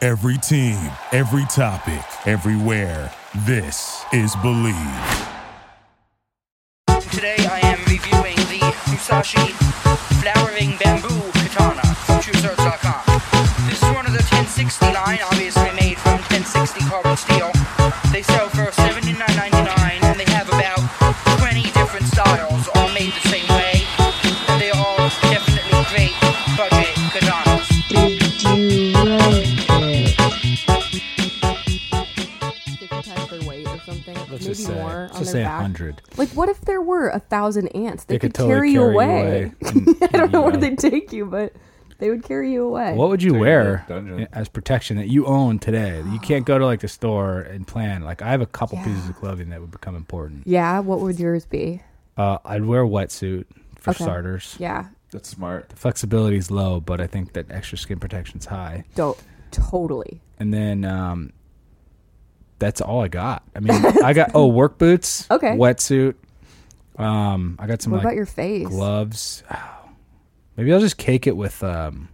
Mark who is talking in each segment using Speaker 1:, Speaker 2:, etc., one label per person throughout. Speaker 1: Every team, every topic, everywhere. This is Believe.
Speaker 2: Today I am reviewing the Musashi Flowering Bamboo Katana from TrueSwords.com. This is one of the 1060 line, obviously made from 1060 carbon steel. They sell for $79.99 and they have about 20 different styles, all made the same way. And they are all definitely great budget katanas.
Speaker 3: Did you like it?
Speaker 4: they could test their weight or something.
Speaker 5: Let's
Speaker 4: Maybe
Speaker 5: just say,
Speaker 4: more
Speaker 5: let's
Speaker 4: on
Speaker 5: just
Speaker 4: their
Speaker 5: say a
Speaker 4: back.
Speaker 5: hundred.
Speaker 4: Like, what if there were a thousand ants? They,
Speaker 5: They
Speaker 4: could,
Speaker 5: could
Speaker 4: carry,
Speaker 5: totally
Speaker 4: you
Speaker 5: carry you
Speaker 4: away.
Speaker 5: away. And-
Speaker 4: I don't know where
Speaker 5: yeah.
Speaker 4: they take you, but they would carry you away.
Speaker 5: What would you
Speaker 6: Take it to
Speaker 5: wear
Speaker 6: the dungeon.
Speaker 5: as protection that you own today? You can't go to like the store and plan. Like I have a couple
Speaker 4: Yeah.
Speaker 5: pieces of clothing that would become important.
Speaker 4: Yeah, what would yours be?
Speaker 5: Uh, I'd wear a wetsuit for
Speaker 4: Okay.
Speaker 5: starters.
Speaker 4: Yeah,
Speaker 6: That's smart.
Speaker 5: Flexibility is low, but I think that extra skin protection's high.
Speaker 4: don't totally.
Speaker 5: And then um, that's all I got. I mean, I got oh work boots.
Speaker 4: Okay.
Speaker 5: Wetsuit. Um, I got some
Speaker 4: What
Speaker 5: like
Speaker 4: about your face?
Speaker 5: gloves. Maybe I'll just cake it with um,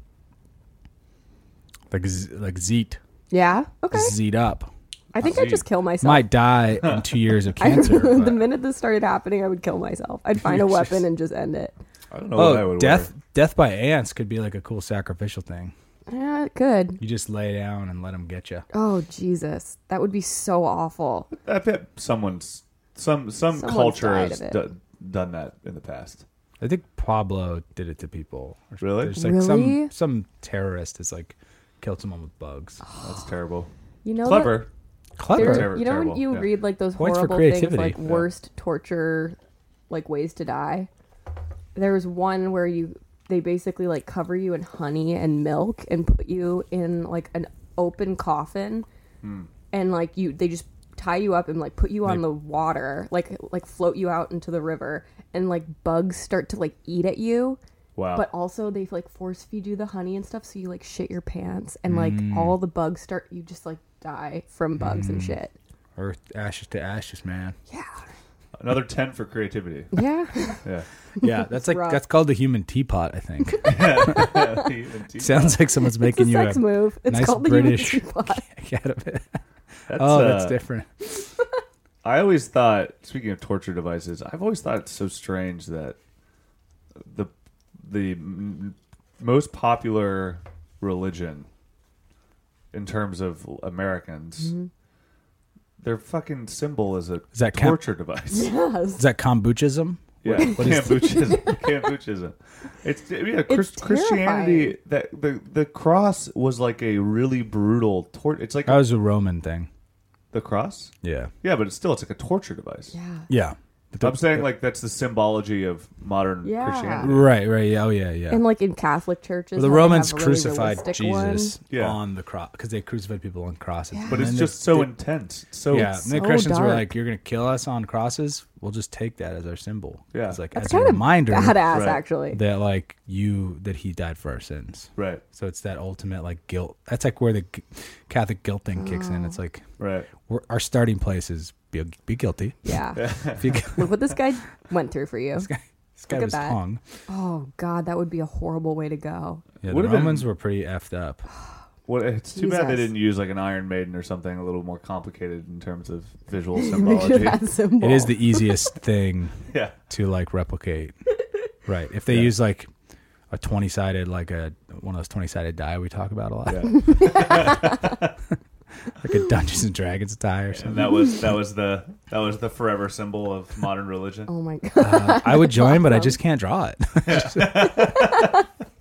Speaker 5: like z- like zeet.
Speaker 4: Yeah, okay.
Speaker 5: Z'd up.
Speaker 4: I think I'd just kill myself.
Speaker 5: Might die in two years of
Speaker 4: I,
Speaker 5: cancer.
Speaker 4: the
Speaker 5: but-
Speaker 4: minute this started happening, I would kill myself. I'd find a weapon and just end it.
Speaker 6: I don't know what I
Speaker 5: oh,
Speaker 6: would
Speaker 5: death
Speaker 6: wear.
Speaker 5: death by ants could be like a cool sacrificial thing.
Speaker 4: Yeah, good.
Speaker 5: You just lay down and let them get you.
Speaker 4: Oh Jesus, that would be so awful.
Speaker 6: I bet someone's some some
Speaker 4: Someone's
Speaker 6: culture
Speaker 4: died
Speaker 6: has
Speaker 4: of it.
Speaker 6: d- done that in the past.
Speaker 5: I think Pablo did it to people.
Speaker 6: Really?
Speaker 5: There's like
Speaker 4: Really?
Speaker 5: some some terrorist has like killed someone with bugs.
Speaker 4: Oh,
Speaker 6: That's terrible.
Speaker 4: You know, that-
Speaker 6: Clever.
Speaker 5: Clever.
Speaker 4: There-
Speaker 6: Terri-
Speaker 4: you know when
Speaker 6: terrible,
Speaker 4: you
Speaker 6: yeah.
Speaker 4: read like those
Speaker 5: Points for
Speaker 4: horrible things
Speaker 5: creativity.
Speaker 4: like
Speaker 5: Yeah.
Speaker 4: worst torture like ways to die there was one where you they basically like cover you in honey and milk and put you in like an open coffin and like you they just tie you up and like put you on the water like like float you out into the river and like bugs start to like eat at you
Speaker 6: Wow.
Speaker 4: but also they like force feed you the honey and stuff so you like shit your pants and like
Speaker 5: Mm.
Speaker 4: all the bugs start you just like die from bugs and shit
Speaker 5: Earth ashes to ashes, man.
Speaker 4: yeah
Speaker 6: Another ten for creativity.
Speaker 4: yeah
Speaker 6: Yeah.
Speaker 5: Yeah, that's like
Speaker 4: rough.
Speaker 5: that's called the human teapot. I think
Speaker 6: Even tea-
Speaker 5: sounds like someone's
Speaker 4: it's a
Speaker 5: making you
Speaker 4: sex
Speaker 5: a
Speaker 4: move it's
Speaker 5: nice
Speaker 4: called the
Speaker 5: British
Speaker 4: human teapot.
Speaker 5: kick out of it.
Speaker 6: That's,
Speaker 5: Oh, that's
Speaker 6: uh,
Speaker 5: different.
Speaker 6: I always thought. Speaking of torture devices, I've always thought it's so strange that the the m- most popular religion in terms of Americans,
Speaker 4: Mm-hmm.
Speaker 6: their fucking symbol is a
Speaker 5: Is that cap-
Speaker 6: torture device.
Speaker 5: Is that kombuchism?
Speaker 6: Yeah,
Speaker 5: What is
Speaker 6: Cambuchism. Cambuchism. It's yeah, Chris,
Speaker 4: It's
Speaker 6: Christianity. That the the cross was like a really brutal tort. It's like
Speaker 5: That was a Roman thing.
Speaker 6: the cross.
Speaker 5: Yeah.
Speaker 6: Yeah, but it's still it's like a torture device.
Speaker 4: yeah
Speaker 5: Yeah.
Speaker 6: I'm saying like that's the symbology of modern
Speaker 4: Yeah.
Speaker 6: Christianity.
Speaker 5: Right, right. Yeah, oh, yeah, yeah.
Speaker 4: and like in catholic churches
Speaker 5: Well, the
Speaker 4: how they
Speaker 5: Romans
Speaker 4: have a really
Speaker 5: crucified
Speaker 4: realistic one.
Speaker 5: Jesus
Speaker 6: Yeah.
Speaker 5: on the cross because they crucified people on crosses.
Speaker 4: Yeah.
Speaker 6: But
Speaker 5: And
Speaker 6: it's
Speaker 5: then
Speaker 6: just
Speaker 5: the-
Speaker 6: so
Speaker 5: the-
Speaker 6: intense. So
Speaker 5: yeah,
Speaker 6: it's-
Speaker 5: and the
Speaker 4: so
Speaker 5: Christians were
Speaker 4: dark.
Speaker 5: like, "You're going to kill us on crosses? We'll just take that as our symbol."
Speaker 6: Yeah.
Speaker 5: it's like
Speaker 4: that's
Speaker 5: as a
Speaker 4: kind of
Speaker 5: reminder
Speaker 4: badass
Speaker 6: Right.
Speaker 4: actually
Speaker 5: that like you that he died for our sins.
Speaker 6: right,
Speaker 5: So it's that ultimate like guilt. That's like where the g- Catholic guilt thing kicks
Speaker 4: Oh.
Speaker 5: in. It's like
Speaker 6: right.
Speaker 5: we're, our starting place is be, be guilty.
Speaker 4: yeah
Speaker 5: If you, this
Speaker 4: look what this guy went through for you
Speaker 5: guy
Speaker 4: at
Speaker 5: was
Speaker 4: that.
Speaker 5: hung.
Speaker 4: oh god that would be a horrible way to go
Speaker 5: Yeah, the
Speaker 6: Would've been-
Speaker 5: Romans were pretty effed up.
Speaker 6: Well, it's too bad they
Speaker 4: Jesus.
Speaker 6: didn't use like an Iron Maiden or something a little more complicated in terms of visual
Speaker 4: Picture
Speaker 6: symbology.
Speaker 4: that symbol.
Speaker 5: It is the easiest thing
Speaker 6: yeah,
Speaker 5: to like replicate. right. If they use like a 20 sided, like a one of those 20 sided die we talk about a lot,
Speaker 6: yeah.
Speaker 5: like a Dungeons and Dragons die or something.
Speaker 6: And that was that was the that was the forever symbol of modern religion.
Speaker 4: oh my god
Speaker 5: Uh, I would join, but I just can't draw it.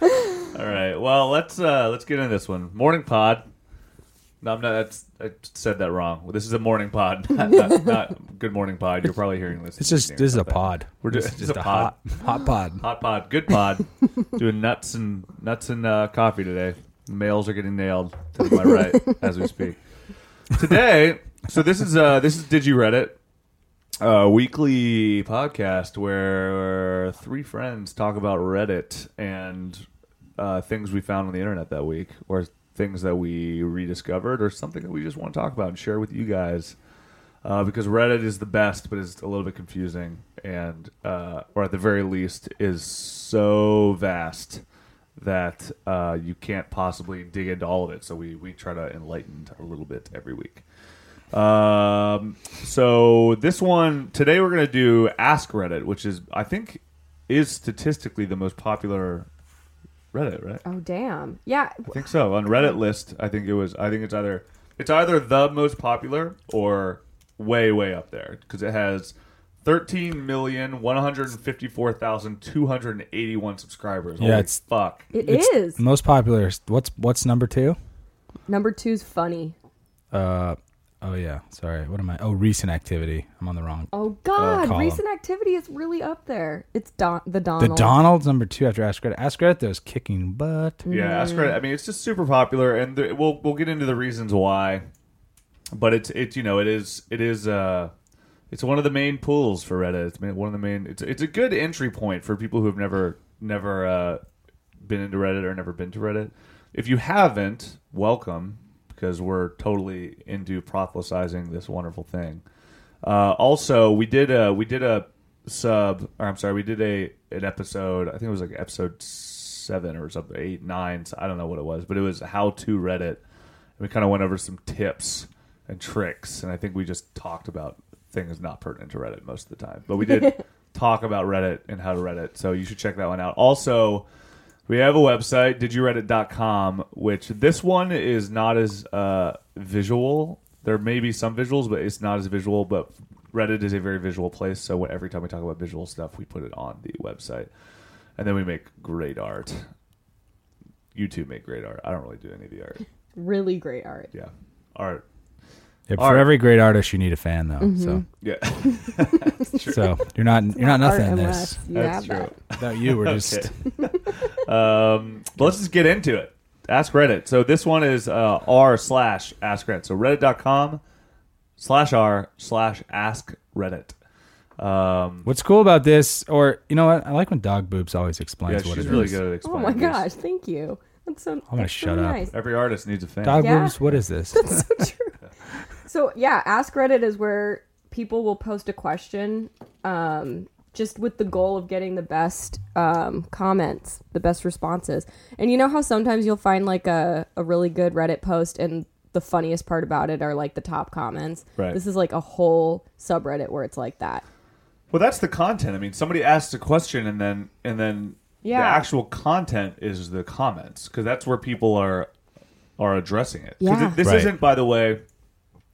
Speaker 6: All right. Well, let's uh let's get into this one. Morning pod. No, I'm not. That's, I said that wrong. This is a morning pod, not, not, not good morning pod. You're probably hearing this.
Speaker 5: It's just,
Speaker 6: evening or
Speaker 5: this is a
Speaker 6: something.
Speaker 5: pod.
Speaker 6: We're
Speaker 5: This
Speaker 6: just-
Speaker 5: is
Speaker 6: it's a pod.
Speaker 5: hot, hot pod.
Speaker 6: hot pod, good pod. Doing nuts and nuts and uh, coffee today. The males are getting nailed to my right as we speak. Today, so this is uh this is Did You Reddit, a weekly podcast where three friends talk about Reddit and uh, things we found on the internet that week, or things that we rediscovered, or something that we just want to talk about and share with you guys uh, because Reddit is the best, but it's a little bit confusing, and uh, or at the very least is so vast that uh, you can't possibly dig into all of it. So we, we try to enlighten a little bit every week. Um, so this one today we're gonna do Ask Reddit, which is I think is statistically the most popular Reddit, right?
Speaker 4: Oh damn. Yeah.
Speaker 6: I think so. On Reddit list, I think it was. I think it's either it's either the most popular or way way up there because it has thirteen million one hundred fifty four thousand two hundred eighty one subscribers. Holy
Speaker 5: it's-
Speaker 6: fuck.
Speaker 4: It
Speaker 5: It's
Speaker 4: is.
Speaker 5: most popular. What's what's number two?
Speaker 4: Number two's funny.
Speaker 5: Uh, oh yeah. Sorry. What am I? Oh, recent activity. I'm on the wrong.
Speaker 4: Oh god,
Speaker 5: column.
Speaker 4: recent activity is really up there. It's Don the
Speaker 5: The
Speaker 4: Donald.
Speaker 5: Donald's number two after Ask Reddit. Ask Reddit, there's kicking butt.
Speaker 6: Yeah, ask Reddit. I mean, it's just super popular, and there, we'll we'll get into the reasons why. But it's it's you know it is it is uh it's one of the main pools for Reddit. It's ma- one of the main. It's it's a good entry point for people who have never never uh, been into Reddit or never been to Reddit. If you haven't, welcome because we're totally into proselytizing this wonderful thing. Uh, also, we did a we did a sub, or I'm sorry, we did a an episode. I think it was like episode seven or something, eight, nine. so I don't know what it was, but it was how to Reddit. And we kind of went over some tips and tricks, and I think we just talked about things not pertinent to Reddit most of the time. But we did talk about Reddit and how to Reddit, so you should check that one out. Also. We have a website, didyoureddit.com, which this one is not as uh, visual. There may be some visuals, but it's not as visual. But Reddit is a very visual place, so when- every time we talk about visual stuff, we put it on the website. And then we make great art. You two make great art. I don't really do any of the art.
Speaker 4: Really great art.
Speaker 6: Yeah. Art.
Speaker 5: Yeah,
Speaker 6: All
Speaker 5: for
Speaker 6: right.
Speaker 5: every great artist, you need a fan though. So,
Speaker 6: Yeah.
Speaker 5: so you're not you're not
Speaker 4: Mm-hmm. Art
Speaker 5: nothing in
Speaker 4: unless
Speaker 5: this.
Speaker 4: you have
Speaker 6: That's
Speaker 4: that.
Speaker 6: true.
Speaker 5: Without you, we're just
Speaker 6: Um, but let's just get into it. Ask Reddit. So this one is uh, r slash ask Reddit. So reddit.com slash r slash ask Reddit. Um,
Speaker 5: What's cool about this, or you know what? I like when Dog Boobs always
Speaker 6: yeah,
Speaker 5: explains what
Speaker 6: she's
Speaker 5: it
Speaker 6: really
Speaker 5: is.
Speaker 6: good at
Speaker 4: Oh
Speaker 6: explaining.
Speaker 4: my
Speaker 6: this.
Speaker 4: gosh, thank you. That's so,
Speaker 5: gonna
Speaker 4: that's so
Speaker 5: shut up.
Speaker 4: nice.
Speaker 6: Every artist needs a fan.
Speaker 5: Dog
Speaker 4: Yeah.
Speaker 5: Boobs, what is this?
Speaker 4: That's so true. So yeah, Ask Reddit is where people will post a question, um, just with the goal of getting the best um, comments, the best responses. And you know how sometimes you'll find like a, a really good Reddit post, and the funniest part about it are like the top comments.
Speaker 6: Right.
Speaker 4: This is like a whole subreddit where it's like that.
Speaker 6: Well, that's the content. I mean, somebody asks a question, and then and then
Speaker 4: Yeah.
Speaker 6: the actual content is the comments because that's where people are are addressing it. 'Cause
Speaker 4: Yeah.
Speaker 6: This
Speaker 5: Right.
Speaker 6: isn't, by the way.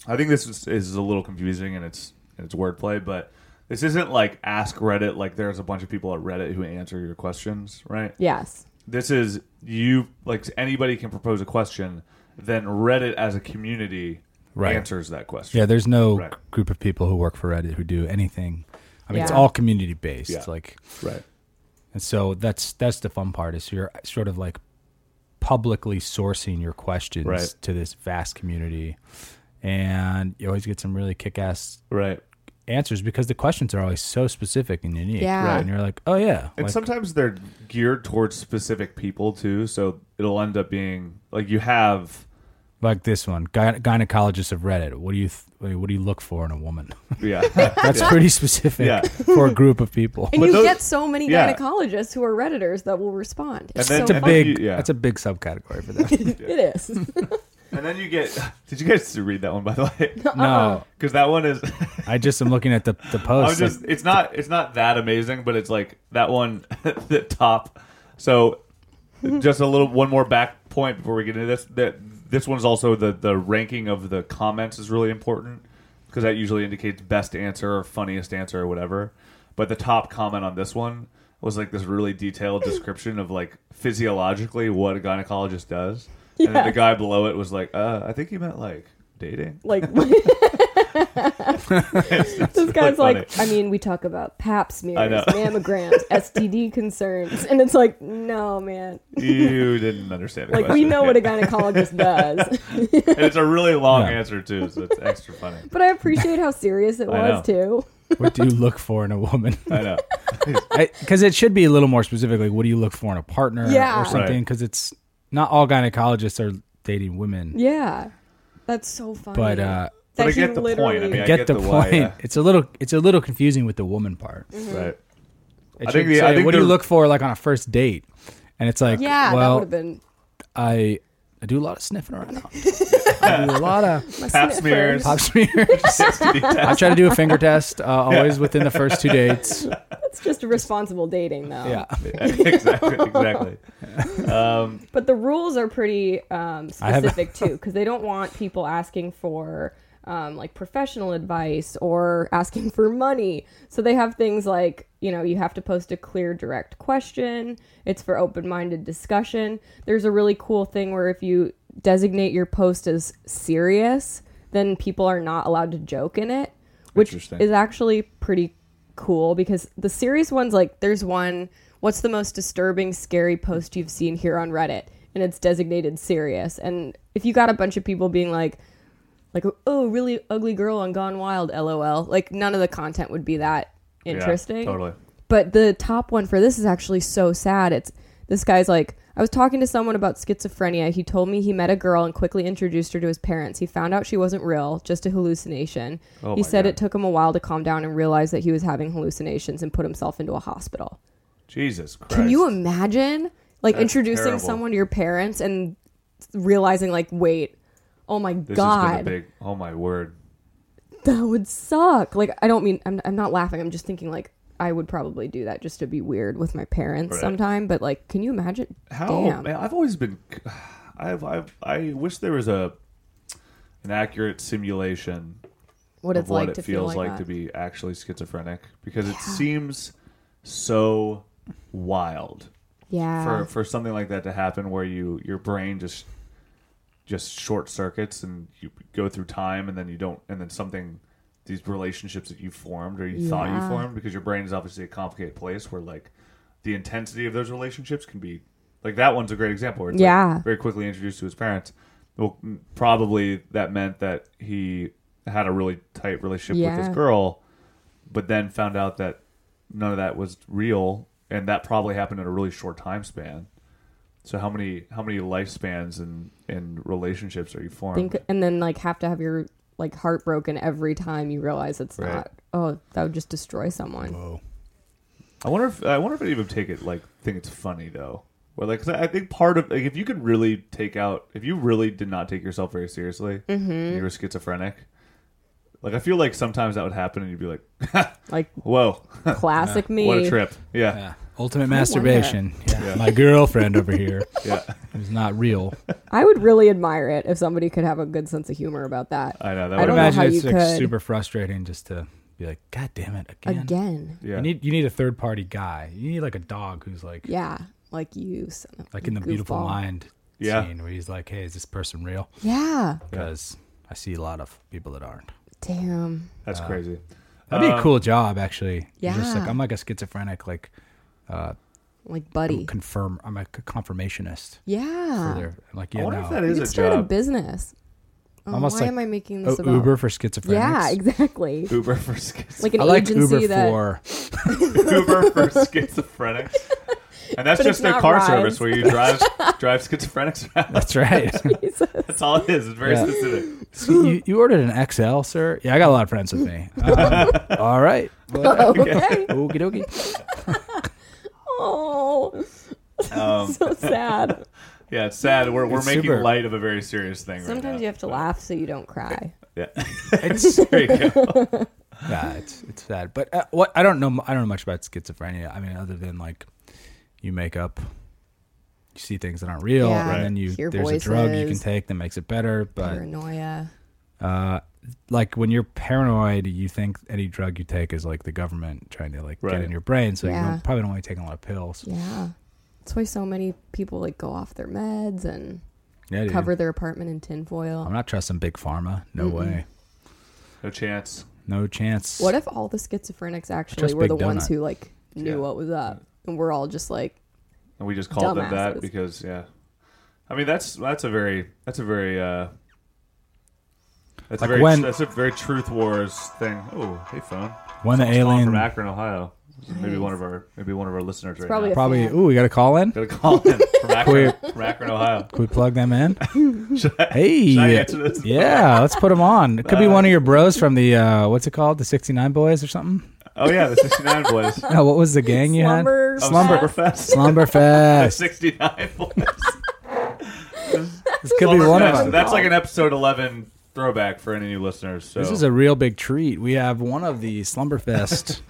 Speaker 6: I think this is, is a little confusing and it's and it's wordplay, but this isn't like ask Reddit. Like there's a bunch of people at Reddit who answer your questions, right?
Speaker 4: Yes.
Speaker 6: this is you like anybody can propose a question then reddit as a community
Speaker 5: Right.
Speaker 6: answers that question
Speaker 5: yeah, there's no
Speaker 6: Right.
Speaker 5: group of people who work for Reddit who do anything. I mean, it's
Speaker 4: Yeah.
Speaker 5: all community based.
Speaker 6: Yeah.
Speaker 5: Like,
Speaker 6: right
Speaker 5: and so that's that's the fun part is you're sort of like publicly sourcing your questions
Speaker 6: Right.
Speaker 5: to this vast community, and you always get some really kick-ass
Speaker 6: right
Speaker 5: answers because the questions are always so specific and unique.
Speaker 4: Yeah. Right.
Speaker 5: and you're like, oh yeah,
Speaker 6: and
Speaker 5: like-
Speaker 6: sometimes they're geared towards specific people too so it'll end up being like you have
Speaker 5: like this one, Gy- gynecologist of Reddit. What do you th- what do you look for in a woman?
Speaker 6: yeah
Speaker 5: That's pretty specific
Speaker 6: Yeah.
Speaker 5: for a group of people.
Speaker 4: And
Speaker 6: But
Speaker 4: you
Speaker 6: those-
Speaker 4: get so many
Speaker 6: yeah.
Speaker 4: gynecologists who are redditors that will respond. It's
Speaker 6: And then-
Speaker 4: so
Speaker 5: That's a
Speaker 6: and then-
Speaker 4: fun.
Speaker 5: big.
Speaker 6: Yeah.
Speaker 5: That's a big subcategory for
Speaker 4: Uh-huh.
Speaker 5: them.
Speaker 4: it is.
Speaker 6: and then you get did you guys read that one by the way
Speaker 5: no,
Speaker 6: because that one is
Speaker 5: I just am looking at the the
Speaker 6: I
Speaker 5: post.
Speaker 6: was just it's not it's not that amazing, but it's like that one the top. So just a little one more back point before we get into this. That this one's also the the ranking of the comments is really important because that usually indicates best answer or funniest answer or whatever. But the top comment on this one was like this really detailed description of like physiologically what a gynecologist does. And then
Speaker 4: Yeah.
Speaker 6: the guy below it was like, uh, I think he meant like dating.
Speaker 4: like this guy's
Speaker 6: really
Speaker 4: like i mean we talk about pap smears
Speaker 6: I know.
Speaker 4: mammograms std concerns and it's like no man
Speaker 6: You didn't understand. The
Speaker 4: like we
Speaker 6: question.
Speaker 4: know
Speaker 6: Yeah.
Speaker 4: what a gynecologist does
Speaker 6: And it's a really long
Speaker 5: Yeah.
Speaker 6: answer too, so it's extra funny.
Speaker 4: but i appreciate how serious it
Speaker 6: I
Speaker 4: was too
Speaker 5: what do you look for in a woman?
Speaker 6: I know.
Speaker 5: Because it should be a little more specific. Like, what do you look for in a partner
Speaker 4: Yeah.
Speaker 5: or something?
Speaker 6: Right.
Speaker 5: Because it's not all gynecologists are dating women.
Speaker 4: yeah that's so funny
Speaker 5: But, uh,
Speaker 6: But I
Speaker 4: That he
Speaker 6: get the point. I
Speaker 4: literally-
Speaker 6: mean, I-
Speaker 5: Get,
Speaker 6: get
Speaker 5: the,
Speaker 6: the
Speaker 5: point.
Speaker 6: why, yeah.
Speaker 5: It's a little. It's a little confusing with the woman part.
Speaker 6: Right.
Speaker 5: It
Speaker 6: I think
Speaker 5: should
Speaker 6: the- I
Speaker 5: say,
Speaker 6: think
Speaker 5: what do you
Speaker 6: the-
Speaker 5: look for like on a first date? And it's like,
Speaker 4: Yeah, that
Speaker 5: well,
Speaker 4: would have been
Speaker 5: I I do a lot of sniffing around. I do a lot of
Speaker 4: my
Speaker 6: Pap
Speaker 4: sniffers.
Speaker 6: smears.
Speaker 5: pop smears. I try to do a finger test uh, always within the first two dates.
Speaker 4: It's just responsible dating, though.
Speaker 5: Yeah,
Speaker 6: exactly. Exactly.
Speaker 4: But the rules are pretty um,
Speaker 5: I have-
Speaker 4: specific too, because they don't want people asking for um, like professional advice or asking for money. So they have things like you know you have to post a clear, direct question. It's for open-minded discussion. There's a really cool thing where if you designate your post as serious, then people are not allowed to joke in it, which
Speaker 6: Interesting.
Speaker 4: is actually pretty cool because the serious ones like there's one what's the most disturbing scary post you've seen here on reddit and it's designated serious and if you got a bunch of people being like like oh really ugly girl on gone wild lol like none of the content would be that interesting
Speaker 6: Yeah, totally.
Speaker 4: but the top one for this is actually so sad. It's this guy's like, I was talking to someone about schizophrenia. He told me he met a girl and quickly introduced her to his parents. He found out she wasn't real, just a hallucination.
Speaker 6: Oh
Speaker 4: he
Speaker 6: my
Speaker 4: said
Speaker 6: God.
Speaker 4: it took him a while to calm down and realize that he was having hallucinations and put himself into a hospital.
Speaker 6: Jesus Christ.
Speaker 4: Can you imagine like
Speaker 6: That's
Speaker 4: introducing
Speaker 6: terrible.
Speaker 4: someone to your parents and realizing like, wait, oh my
Speaker 6: This has
Speaker 4: god,
Speaker 6: been a big. Oh my word.
Speaker 4: that would suck. Like I don't mean I'm I'm not laughing. I'm just thinking like I would probably do that just to be weird with my parents
Speaker 6: Right.
Speaker 4: sometime. But like, can you imagine?
Speaker 6: How
Speaker 4: Damn.
Speaker 6: man, I've always been. I've, I've I wish there was a an accurate simulation
Speaker 4: What
Speaker 6: of
Speaker 4: it's
Speaker 6: what
Speaker 4: like to
Speaker 6: it feels
Speaker 4: feel
Speaker 6: like,
Speaker 4: like,
Speaker 6: to
Speaker 4: that.
Speaker 6: be actually schizophrenic because it seems so wild
Speaker 4: Yeah.
Speaker 6: for for something like that to happen where you your brain just just short circuits and you go through time and then you don't and then something these relationships that you formed or you thought you
Speaker 4: Yeah.
Speaker 6: formed because your brain is obviously a complicated place where like the intensity of those relationships can be like that one's a great example where it's, like,
Speaker 4: Yeah.
Speaker 6: very quickly introduced to his parents well m- probably that meant that he had a really tight relationship with
Speaker 4: Yeah.
Speaker 6: this girl but then found out that none of that was real and that probably happened in a really short time span so how many how many lifespans and and relationships are you forming
Speaker 4: Think and then like have to have your like heart broken every time you realize it's
Speaker 6: Right.
Speaker 4: not. Oh, that would just destroy someone.
Speaker 6: i wonder if i wonder if i'd even take it like think it's funny though or like 'cause i I think part of like if you could really take out if you really did not take yourself very seriously
Speaker 4: Mm-hmm.
Speaker 6: and you were schizophrenic like i feel like sometimes that would happen and you'd be like
Speaker 4: Like
Speaker 6: whoa
Speaker 4: classic me.
Speaker 6: what a trip yeah
Speaker 5: yeah. Uh, ultimate masturbation. Yeah. My girlfriend over here
Speaker 6: yeah,
Speaker 5: is not real.
Speaker 4: I would really admire it if somebody could have a good sense of humor about that.
Speaker 6: i know that
Speaker 4: I
Speaker 6: would
Speaker 4: don't know
Speaker 5: Imagine
Speaker 4: how
Speaker 5: it's
Speaker 4: you
Speaker 5: like
Speaker 4: could.
Speaker 5: super frustrating just to be like, God damn it again.
Speaker 4: Again.
Speaker 6: yeah
Speaker 5: You need you need a third party guy. You need like a dog who's like
Speaker 4: Yeah. Like you. Son of
Speaker 5: like in the beautiful
Speaker 4: goofball.
Speaker 5: mind
Speaker 6: Yeah.
Speaker 5: scene where he's like, Hey, is this person real?
Speaker 4: Yeah.
Speaker 5: Because I see a lot of people that aren't.
Speaker 4: Damn.
Speaker 5: uh,
Speaker 6: that's crazy
Speaker 5: That'd be
Speaker 6: Um,
Speaker 5: a cool job, actually. You're Just like
Speaker 4: yeah.
Speaker 5: I'm like a schizophrenic, like
Speaker 4: Like buddy.
Speaker 5: confirm. I'm a c- confirmationist.
Speaker 4: Yeah.
Speaker 5: for their- Like
Speaker 6: i
Speaker 5: yeah,
Speaker 6: wonder
Speaker 5: no.
Speaker 6: if that
Speaker 4: You
Speaker 6: is
Speaker 4: could
Speaker 6: a
Speaker 4: start a
Speaker 6: job
Speaker 4: business. Oh,
Speaker 5: Almost
Speaker 4: why
Speaker 5: like
Speaker 4: am I making
Speaker 5: O-
Speaker 4: this about
Speaker 5: Uber for schizophrenics.
Speaker 4: Yeah, exactly.
Speaker 6: uber for schizophrenics
Speaker 4: Like an
Speaker 5: I like
Speaker 4: agency
Speaker 5: Uber
Speaker 4: that
Speaker 5: for
Speaker 6: Uber for schizophrenics. And that's
Speaker 4: But
Speaker 6: just
Speaker 4: it's
Speaker 6: their
Speaker 4: not
Speaker 6: car
Speaker 4: rides.
Speaker 6: service where you drive drive schizophrenics around.
Speaker 5: that's right.
Speaker 6: That's all it is. It's very
Speaker 5: Yeah.
Speaker 6: specific.
Speaker 5: you, you ordered an XL, sir. Yeah, I got a lot of friends with me. Um, all right,
Speaker 4: Oh, okay.
Speaker 5: okie dokie.
Speaker 4: oh,
Speaker 5: Um,
Speaker 4: so sad.
Speaker 6: Yeah, it's sad. We're, we're
Speaker 5: It's
Speaker 6: making
Speaker 5: super-
Speaker 6: light of a very serious thing.
Speaker 4: Sometimes you have to laugh so you don't cry.
Speaker 6: have. Yeah.
Speaker 5: It's
Speaker 6: There you go.
Speaker 5: yeah, it's it's sad. But uh, what I don't know, I don't know much about schizophrenia. I mean, other than like you make up, you see things that aren't real,
Speaker 4: Yeah.
Speaker 5: and then you
Speaker 4: Hear
Speaker 5: there's a drug you can
Speaker 4: voices.
Speaker 5: take that makes it better. But
Speaker 4: Paranoia.
Speaker 5: like when you're paranoid, you think any drug you take is like the government trying to like
Speaker 6: Right.
Speaker 5: get in your brain, so you
Speaker 4: Yeah.
Speaker 5: don't, probably don't want to take a lot of pills.
Speaker 4: Yeah, that's why so many people like go off their meds and
Speaker 5: Yeah, dude.
Speaker 4: cover their apartment in tinfoil.
Speaker 5: I'm not trusting big pharma. No way.
Speaker 6: No chance.
Speaker 5: No chance.
Speaker 4: What if all the schizophrenics actually
Speaker 5: Just
Speaker 4: were
Speaker 5: Big
Speaker 4: the ones
Speaker 5: Donut.
Speaker 4: who like knew
Speaker 6: Yeah.
Speaker 4: what was up, and we're all just like,
Speaker 6: And we just called them that
Speaker 4: Dumbasses.
Speaker 6: because yeah. I mean that's that's a very that's a very uh that's
Speaker 5: Like
Speaker 6: a very
Speaker 5: when-
Speaker 6: that's a very truth wars thing. Oh, hey phone.
Speaker 5: when the
Speaker 6: It's Tom
Speaker 5: alien
Speaker 6: from Akron, Ohio. Maybe one of our maybe one of our listeners right
Speaker 4: probably
Speaker 6: now.
Speaker 5: probably?
Speaker 4: fan.
Speaker 5: Ooh, we got a call in. Can
Speaker 6: Gotta call him from Akron, from Akron, Ohio.
Speaker 5: we plug them in?
Speaker 6: Should I-
Speaker 5: Hey,
Speaker 6: should I answer this?
Speaker 5: yeah, let's put them on. It could be one of your bros from the uh, what's it called, the '69 Boys or something.
Speaker 6: Oh yeah, the '69 boys.
Speaker 5: No, what was the gang you
Speaker 4: Um, Slumber.
Speaker 6: Oh,
Speaker 5: had? Slumber.
Speaker 6: Slumberfest. The
Speaker 5: Slumberfest.
Speaker 6: '69 boys.
Speaker 5: This could be one of
Speaker 6: Slumberfest.
Speaker 5: them.
Speaker 6: That's like an episode 11 throwback for any new listeners. So
Speaker 5: This is a real big treat. We have one of the Slumberfest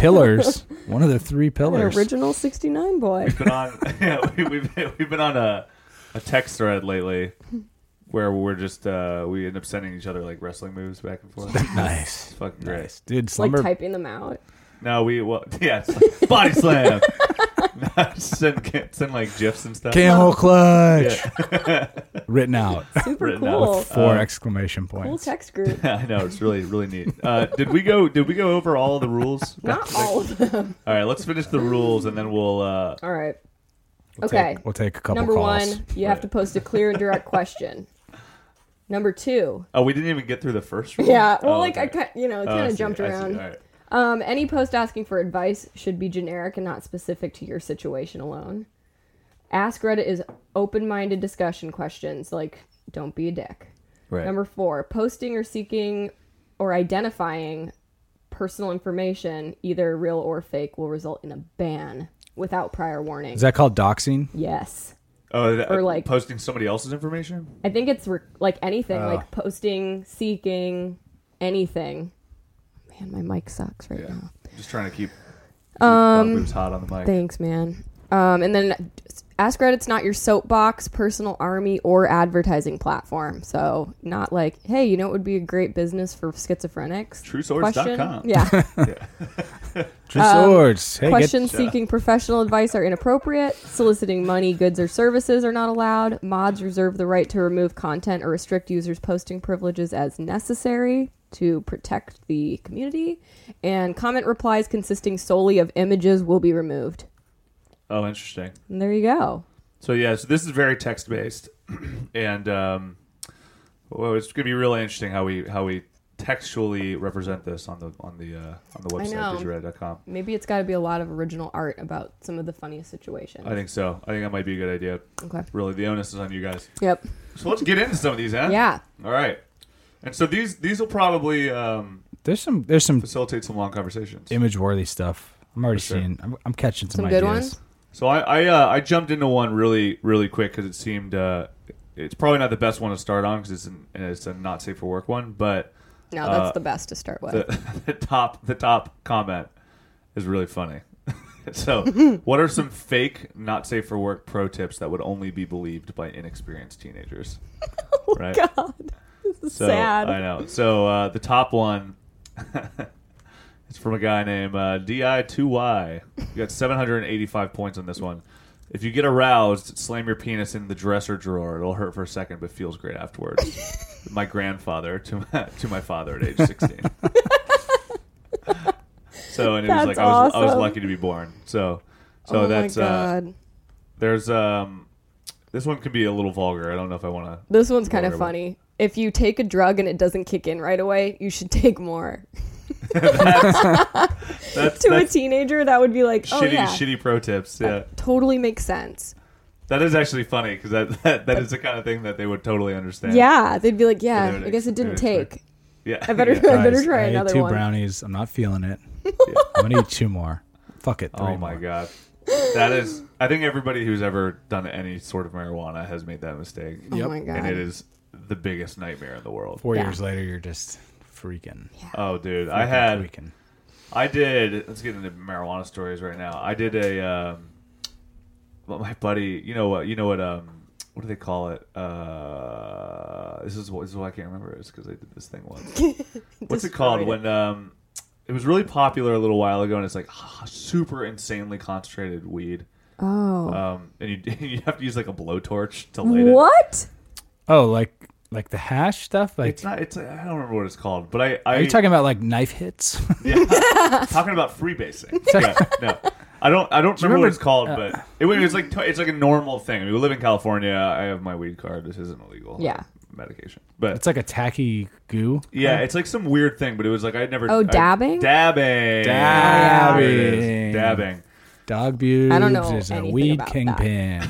Speaker 5: pillars, one of the three
Speaker 4: An
Speaker 5: pillars.
Speaker 4: original 69 boy.
Speaker 6: been on yeah, we, we've we've been on a a text thread lately where we're just uh we end up sending each other like wrestling moves back and forth. It's
Speaker 5: Nice,
Speaker 6: fucking great.
Speaker 5: dude.
Speaker 4: Like
Speaker 5: Slumber.
Speaker 4: typing them out.
Speaker 6: No, we well, yeah, it's like body slam. No, send send like gifs and stuff.
Speaker 5: Camel clutch written out
Speaker 4: Super
Speaker 6: Written out.
Speaker 4: cool.
Speaker 6: With
Speaker 5: four
Speaker 6: Uh,
Speaker 5: exclamation
Speaker 4: Cool
Speaker 5: points.
Speaker 4: text group.
Speaker 6: Yeah, I know it's really really neat. Uh, did we go? Did we go over all the rules?
Speaker 4: Not all of them.
Speaker 6: All right, let's finish the rules and then we'll. Uh,
Speaker 4: All right.
Speaker 5: We'll
Speaker 4: okay.
Speaker 5: take, we'll take a couple
Speaker 4: Number
Speaker 5: calls.
Speaker 4: one, you have to post a clear and direct question. Number two,
Speaker 6: oh, we didn't even get through the first rule.
Speaker 4: yeah, well,
Speaker 6: Oh,
Speaker 4: like I
Speaker 6: okay.
Speaker 4: kind, you know, it
Speaker 6: Oh, I
Speaker 4: kind of
Speaker 6: see,
Speaker 4: jumped
Speaker 6: I see.
Speaker 4: around.
Speaker 6: All right.
Speaker 4: Um, any post asking for advice should be generic and not specific to your situation alone. Ask Reddit is open-minded discussion questions, like don't be a dick.
Speaker 6: Right.
Speaker 4: Number four, posting or seeking or identifying personal information, either real or fake, will result in a ban without prior warning.
Speaker 5: Is that called doxing?
Speaker 4: Um, yes.
Speaker 6: oh, that,
Speaker 4: or, like-
Speaker 6: posting somebody else's information.
Speaker 4: I think it's re- like anything, like posting, seeking, anything. Man, my mic sucks right
Speaker 6: Yeah.
Speaker 4: now.
Speaker 6: Just trying to keep. Um, boobs hot on the mic.
Speaker 4: Thanks, man. Um, and then ask Reddit's not your soapbox, personal army, or advertising platform. So not like, hey, you know, it would be a great business for schizophrenics.
Speaker 6: TrueSource.com.
Speaker 4: Question. Yeah.
Speaker 5: True swords. Hey, get,
Speaker 4: Questions seeking professional advice are inappropriate. Soliciting money, goods, or services are not allowed. Mods reserve the right to remove content or restrict users' posting privileges as necessary to protect the community. And comment replies consisting solely of images will be removed.
Speaker 6: Oh, interesting.
Speaker 4: And there you go.
Speaker 6: So yeah, so this is very text based, and um, well, it's going to be really interesting how we how we textually represent this on the on the uh, on the
Speaker 4: know.
Speaker 6: website digireddit.com.
Speaker 4: Maybe it's got to be a lot of original art about some of the funniest situations.
Speaker 6: I think so. I think that might be a good idea.
Speaker 4: Okay.
Speaker 6: Really, the onus is on you guys.
Speaker 4: Yep.
Speaker 6: So let's get into some of these, huh?
Speaker 4: Yeah.
Speaker 6: All right. And so these these will probably um,
Speaker 5: there's some there's some
Speaker 6: facilitate some long conversations.
Speaker 5: image worthy stuff. I'm already
Speaker 6: sure.
Speaker 5: seeing. I'm, I'm catching some,
Speaker 4: Some good
Speaker 5: ideas.
Speaker 4: ones?
Speaker 6: So I I, uh, I jumped into one really really quick because it seemed uh, it's probably not the best one to start on because it's an, it's a not safe for work one, but
Speaker 4: No, that's
Speaker 6: Uh,
Speaker 4: the best to start with.
Speaker 6: the, the top the top comment is really funny. so, what are some fake not safe for work pro tips that would only be believed by inexperienced teenagers? right?
Speaker 4: Oh, God. This is
Speaker 6: So,
Speaker 4: sad.
Speaker 6: I know. So uh, the top one it's from a guy named uh, Di2Y. You got 785 points on this one. If you get aroused, slam your penis in the dresser drawer. It'll hurt for a second, but feels great afterwards. my grandfather to my, to my father at age 16. so and it was
Speaker 4: That's
Speaker 6: like I was I was
Speaker 4: awesome.
Speaker 6: lucky to be born. So so
Speaker 4: oh
Speaker 6: that's
Speaker 4: my
Speaker 6: uh
Speaker 4: God.
Speaker 6: there's um this one could be a little vulgar. I don't know if I want to
Speaker 4: This one's kind of
Speaker 6: Vulnerable.
Speaker 4: funny. If you take a drug and it doesn't kick in right away, you should take more.
Speaker 6: That's,
Speaker 4: To
Speaker 6: that's
Speaker 4: a teenager, that would be like, oh
Speaker 6: shitty,
Speaker 4: yeah, Uh,
Speaker 6: shitty pro tips. Yeah,
Speaker 4: totally makes sense.
Speaker 6: that is actually funny because that, that that is the kind of thing that they would totally understand.
Speaker 4: Yeah, they'd be like, yeah,
Speaker 6: they would
Speaker 4: I guess it didn't
Speaker 6: expect-
Speaker 4: take.
Speaker 6: yeah.
Speaker 4: I better,
Speaker 6: Yeah.
Speaker 4: I better
Speaker 5: Guys,
Speaker 4: try
Speaker 5: I ate
Speaker 4: another
Speaker 5: two
Speaker 4: one.
Speaker 5: brownies. I'm not feeling it. I'm gonna eat two more. Fuck it. three
Speaker 6: Oh my
Speaker 5: more.
Speaker 6: god, that is. I think everybody who's ever done any sort of marijuana has made that mistake.
Speaker 4: Oh
Speaker 5: Yep.
Speaker 4: my
Speaker 6: and it
Speaker 4: god,
Speaker 6: is the biggest nightmare in the world.
Speaker 5: Four
Speaker 4: Yeah.
Speaker 5: years later, you're just freaking.
Speaker 6: Oh, dude, I
Speaker 5: freaking
Speaker 6: had
Speaker 5: freaking.
Speaker 6: I did. Let's get into marijuana stories right now. I did a. Um, well, my buddy, you know what? You know what? Um, what do they call it? Uh, this is what this is why I can't remember. It's because I did this thing once. What's it called? When um, it was really popular a little while ago, and it's like super insanely concentrated weed.
Speaker 4: oh,
Speaker 6: Um, and you you have to use like a blowtorch to light it.
Speaker 4: what?
Speaker 5: Oh, like like the hash stuff. Like
Speaker 6: It's not. It's I don't remember what it's called, but I. I
Speaker 5: Are you talking about like knife hits?
Speaker 6: Yeah. talking about freebasing. Yeah, no. I don't. I don't
Speaker 5: remember-
Speaker 6: remember, what
Speaker 5: uh,
Speaker 6: it's called, but it, was like it's like a normal thing. I mean, we live in California. I have my weed card. This isn't illegal.
Speaker 4: Yeah.
Speaker 6: uh, medication. But
Speaker 5: it's like a tacky goo.
Speaker 6: yeah, it's like some weird thing. But it was like I never.
Speaker 4: Oh,
Speaker 6: I-
Speaker 4: dabbing?
Speaker 6: dabbing,
Speaker 5: Dabbing.
Speaker 6: There it is. dabbing.
Speaker 5: Dog abuse.
Speaker 4: I don't know
Speaker 5: is a
Speaker 4: anything
Speaker 5: weed
Speaker 4: about
Speaker 5: kingpin.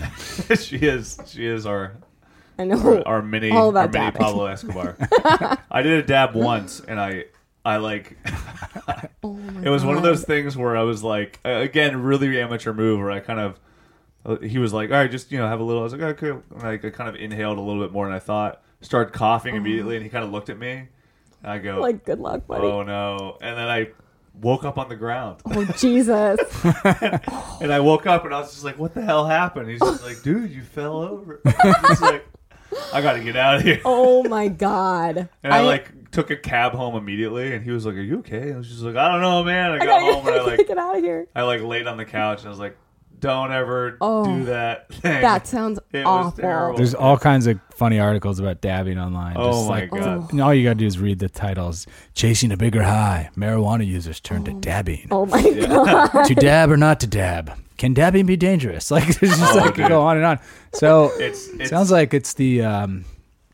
Speaker 6: she is. She is our
Speaker 4: I know.
Speaker 6: our mini,
Speaker 4: All
Speaker 6: our
Speaker 4: about
Speaker 6: mini
Speaker 4: dabbing.
Speaker 6: Pablo Escobar. I did a dab once, and I I like.
Speaker 4: Oh
Speaker 6: it was one of those things where I was like, uh, again, really amateur move where I kind of. uh, He was like, all right, just you know, have a little. I was like, okay. And I kind of inhaled a little bit more than I thought. Started coughing immediately, and he kind of looked at me. And I go,
Speaker 4: Oh. Like, good luck, buddy.
Speaker 6: oh no! And then I woke up on the ground,
Speaker 4: Oh, Jesus.
Speaker 6: and I woke up, and I was just like, what the hell happened? He's just like, dude, you fell over. I was like, I got to get out of here.
Speaker 4: oh, my God.
Speaker 6: And I, like took a cab home immediately, and he was like, "Are you okay?" And I was just like, "I don't know, man." I got
Speaker 4: gotta
Speaker 6: home and I like
Speaker 4: get out of here.
Speaker 6: I like laid on the couch and I was like, "Don't ever
Speaker 4: Oh.
Speaker 6: do that thing."
Speaker 4: That sounds
Speaker 6: It was
Speaker 4: awful.
Speaker 6: terrible.
Speaker 5: There's all kinds of funny articles about dabbing online.
Speaker 6: Oh
Speaker 5: just
Speaker 6: my
Speaker 5: like,
Speaker 6: God.
Speaker 5: And all you gotta do is read the titles. Chasing a bigger high. Marijuana users turn to dabbing.
Speaker 4: Oh my god.
Speaker 5: to dab or not to dab? Can dabbing be dangerous? Like it's just
Speaker 6: Oh,
Speaker 5: like
Speaker 6: dude.
Speaker 5: go on and on. So
Speaker 6: It's-
Speaker 5: it
Speaker 6: it's-
Speaker 5: sounds like it's the um,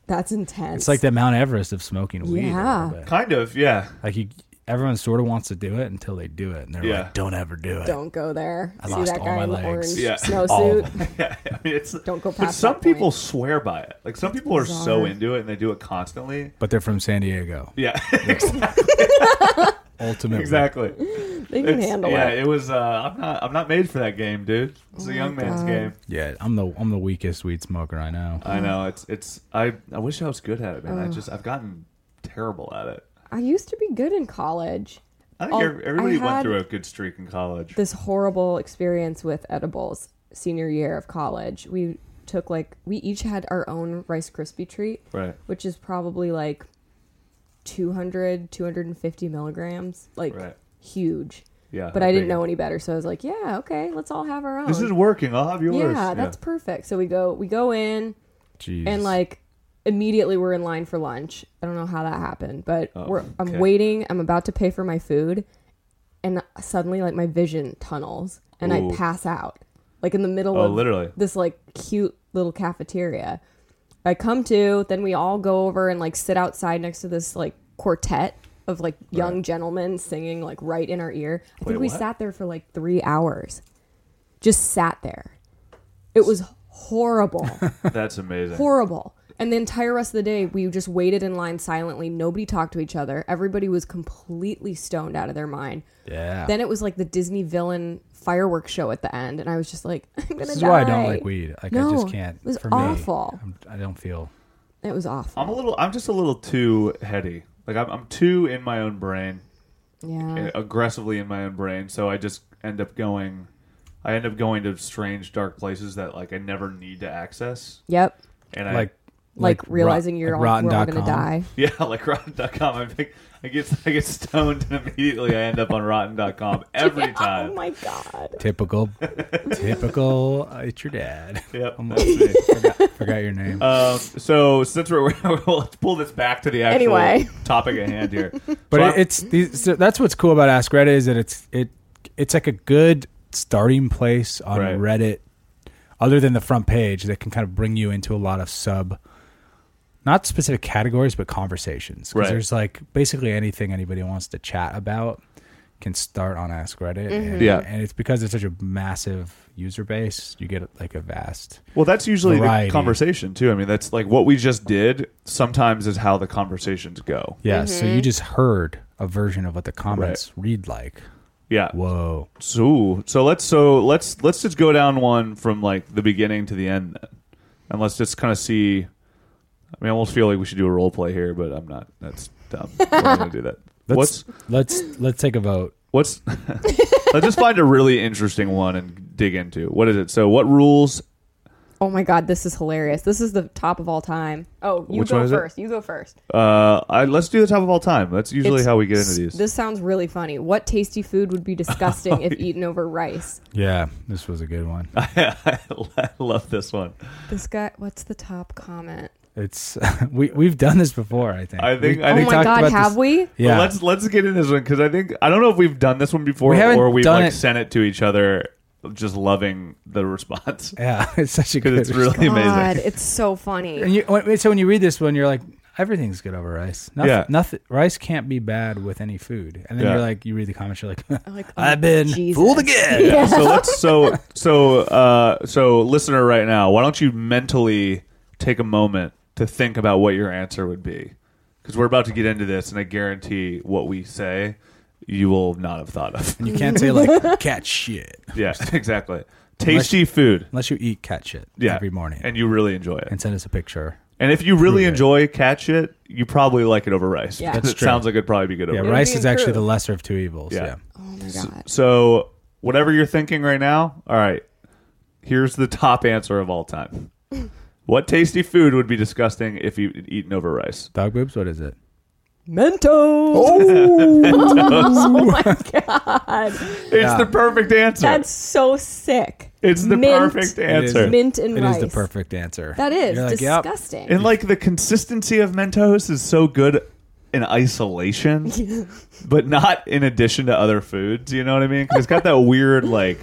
Speaker 4: That's intense.
Speaker 5: it's like the Mount Everest of smoking weed. a little
Speaker 4: Yeah.
Speaker 5: bit.
Speaker 6: kind of yeah.
Speaker 5: Like you, everyone sort of wants to do it until they do it, and they're
Speaker 6: Yeah.
Speaker 5: like, "Don't ever do it."
Speaker 4: Don't go there.
Speaker 5: I
Speaker 4: See
Speaker 5: lost
Speaker 4: that
Speaker 5: all
Speaker 4: guy
Speaker 5: my
Speaker 4: in the
Speaker 5: legs.
Speaker 4: orange
Speaker 6: Yeah.
Speaker 5: All of
Speaker 4: snowsuit?
Speaker 5: them.
Speaker 6: yeah. I mean, it's
Speaker 4: Don't go
Speaker 6: But
Speaker 4: past
Speaker 6: some
Speaker 4: that point.
Speaker 6: people swear by it. Like some people are so
Speaker 4: Bizarre.
Speaker 6: into it and they do it constantly.
Speaker 5: But they're from San Diego.
Speaker 6: Yeah,
Speaker 5: Ultimately,
Speaker 6: exactly.
Speaker 4: They can
Speaker 6: It's-
Speaker 4: handle
Speaker 6: yeah,
Speaker 4: it. Oh
Speaker 6: it was. Uh, I'm not. I'm not made for that game, dude. It's a young man's game.
Speaker 5: Yeah, I'm the I'm the weakest weed smoker I know.
Speaker 6: I know. It's. It's. I. I wish I was good at it, man. I just. I've gotten terrible at it.
Speaker 4: I used to be good in college.
Speaker 6: I think
Speaker 4: Oh,
Speaker 6: every- everybody
Speaker 4: I
Speaker 6: went
Speaker 4: had-
Speaker 6: through a good streak in college.
Speaker 4: This horrible experience with edibles senior year of college. We took like we each had our own Rice Krispie treat,
Speaker 6: right.
Speaker 4: which is probably like 200 250 milligrams, like
Speaker 6: Right.
Speaker 4: huge.
Speaker 6: Yeah.
Speaker 4: But I didn't know any better, so I was like, "Yeah, okay, let's all have our own."
Speaker 6: This is working. I'll have yours.
Speaker 4: Oh, yeah, that's perfect. So we go we go in
Speaker 5: Jeez.
Speaker 4: and like immediately we're in line for lunch. I don't know how that happened, but we're I'm
Speaker 6: Oh, okay.
Speaker 4: waiting. I'm about to pay for my food, and suddenly like my vision tunnels and
Speaker 6: Ooh.
Speaker 4: I pass out, like in the middle
Speaker 6: Oh,
Speaker 4: of
Speaker 6: literally.
Speaker 4: this like cute little cafeteria. I come to, then we all go over and like sit outside next to this like quartet of like young gentlemen singing like right in our ear. I
Speaker 6: Wait,
Speaker 4: think we
Speaker 6: what?
Speaker 4: sat there for like three hours, just sat there. It was horrible.
Speaker 6: that's amazing.
Speaker 4: horrible. And the entire rest of the day, we just waited in line silently. Nobody talked to each other. Everybody was completely stoned out of their mind.
Speaker 5: yeah.
Speaker 4: Then it was like the Disney villain fireworks show at the end, and I was just like, "I'm gonna
Speaker 5: this is
Speaker 4: die."
Speaker 5: why I don't like weed. Like I
Speaker 4: No,
Speaker 5: just can't.
Speaker 4: It was
Speaker 5: for
Speaker 4: awful.
Speaker 5: Me, I'm, I don't feel.
Speaker 4: It was awful.
Speaker 6: I'm a little. I'm just a little too heady. Like I'm, I'm too in my own brain,
Speaker 4: yeah.
Speaker 6: uh, aggressively in my own brain. So I just end up going. I end up going to strange, dark places that like I never need to access.
Speaker 4: Yep.
Speaker 6: And I
Speaker 5: Like,
Speaker 4: Like,
Speaker 5: rot-
Speaker 4: realizing you're
Speaker 5: like
Speaker 4: all, we're all
Speaker 5: rotten.com.
Speaker 4: gonna die.
Speaker 6: yeah, like Rotten.com. I think I get I get stoned and immediately I end up on Rotten.com every
Speaker 4: Oh
Speaker 6: time.
Speaker 4: my god.
Speaker 5: Typical, typical. Uh, it's your dad.
Speaker 6: Yep,
Speaker 5: I'm
Speaker 6: that's
Speaker 5: like,
Speaker 6: me.
Speaker 5: forgot, forgot your name.
Speaker 6: Um, so since we're, let's pull this back to the actual
Speaker 4: Anyway.
Speaker 6: topic at hand here.
Speaker 5: but
Speaker 6: So
Speaker 5: it,
Speaker 6: I'm-
Speaker 5: it's these, so that's what's cool about Ask Reddit is that it's it it's like a good starting place on
Speaker 6: Right.
Speaker 5: Reddit. Other than the front page, that can kind of bring you into a lot of sub, not specific categories, but conversations. 'Cause
Speaker 6: Right.
Speaker 5: There's like basically anything anybody wants to chat about can start on Ask Reddit. And,
Speaker 6: Yeah.
Speaker 5: and it's because it's such a massive user base, you get like a vast.
Speaker 6: Well, that's usually
Speaker 5: Variety.
Speaker 6: the conversation too. I mean, that's like what we just did. Sometimes is how the conversations go.
Speaker 5: Yeah, so
Speaker 4: Mm-hmm.
Speaker 5: you just heard a version of what the comments read like.
Speaker 6: Yeah.
Speaker 5: Whoa.
Speaker 6: So so let's so let's let's just go down one from like the beginning to the end, then, and let's just kind of see. I mean, I almost feel like we should do a role play here, but I'm not. That's dumb. We're not gonna do that.
Speaker 5: Let's
Speaker 6: What's
Speaker 5: let's let's take a vote.
Speaker 6: What's let's just find a really interesting one and dig into. What is it? So what rules?
Speaker 4: Oh my god, this is hilarious. This is the top of all time. Oh, you
Speaker 6: Which one
Speaker 4: go
Speaker 6: is it?
Speaker 4: first. You go first.
Speaker 6: Uh, I, let's do the top of all time. That's usually
Speaker 4: It's-
Speaker 6: how we get into these.
Speaker 4: This sounds really funny. What tasty food would be disgusting if
Speaker 6: Oh,
Speaker 4: eaten over rice?
Speaker 5: Yeah, this was a good one.
Speaker 6: I love this one.
Speaker 4: This guy, what's the top comment?
Speaker 5: It's we we've done this before. I think.
Speaker 6: I think-
Speaker 5: We,
Speaker 6: I
Speaker 4: Oh
Speaker 6: think-
Speaker 5: we
Speaker 4: my
Speaker 5: talked
Speaker 4: god,
Speaker 5: about
Speaker 4: have
Speaker 5: this-
Speaker 4: we?
Speaker 5: Yeah.
Speaker 6: But let's let's get into this one because I think I don't know if we've done this one before
Speaker 5: We haven't
Speaker 6: or we've
Speaker 5: done
Speaker 6: like
Speaker 5: it-
Speaker 6: sent it to each other, just loving the response
Speaker 5: yeah, it's such a good.
Speaker 6: because it's really
Speaker 4: God,
Speaker 6: amazing.
Speaker 4: it's so funny.
Speaker 5: And you, when- so when you read this one, you're like, everything's good over rice. Nothing,
Speaker 6: Yeah.
Speaker 5: nothing. Rice can't be bad with any food. And then
Speaker 6: Yeah.
Speaker 5: you're like, you read the comments, you're like,
Speaker 4: like,
Speaker 5: I've
Speaker 4: oh,
Speaker 5: been
Speaker 4: Jesus.
Speaker 5: fooled again.
Speaker 6: so let's so so uh, so listener right now, why don't you mentally take a moment to think about what your answer would be? because we're about to get into this, and I guarantee what we say you will not have thought of.
Speaker 5: You can't say like cat shit
Speaker 6: yeah, exactly. Tasty food.
Speaker 5: unless you eat cat shit
Speaker 6: Yeah,
Speaker 5: every morning and,
Speaker 6: and you really enjoy it.
Speaker 5: send us a picture.
Speaker 6: And if you really
Speaker 5: Right.
Speaker 6: enjoy cat shit, you probably like it over rice.
Speaker 4: Yeah.
Speaker 6: because
Speaker 5: That's
Speaker 6: it
Speaker 5: true.
Speaker 6: sounds like it'd probably be good over
Speaker 5: Yeah,
Speaker 6: rice.
Speaker 5: rice
Speaker 4: be
Speaker 5: is actually the
Speaker 4: improved.
Speaker 5: lesser of two evils.
Speaker 6: Yeah.
Speaker 5: Yeah.
Speaker 4: Oh my god.
Speaker 6: So whatever you're thinking right now, all right. Here's the top answer of all time. What tasty food would be disgusting if you eaten over rice?
Speaker 5: Dog boobs, what is it?
Speaker 4: Oh my god.
Speaker 6: It's the perfect answer.
Speaker 4: That's so sick.
Speaker 6: it's the
Speaker 4: mint.
Speaker 6: perfect
Speaker 5: is.
Speaker 6: answer.
Speaker 4: Mint and
Speaker 5: It
Speaker 4: rice.
Speaker 5: is the perfect answer.
Speaker 4: That is
Speaker 5: You're like, yep.
Speaker 4: disgusting.
Speaker 6: And like the consistency of Mentos is so good in isolation, but not in addition to other foods. You know what I mean? 'Cause it's got that weird like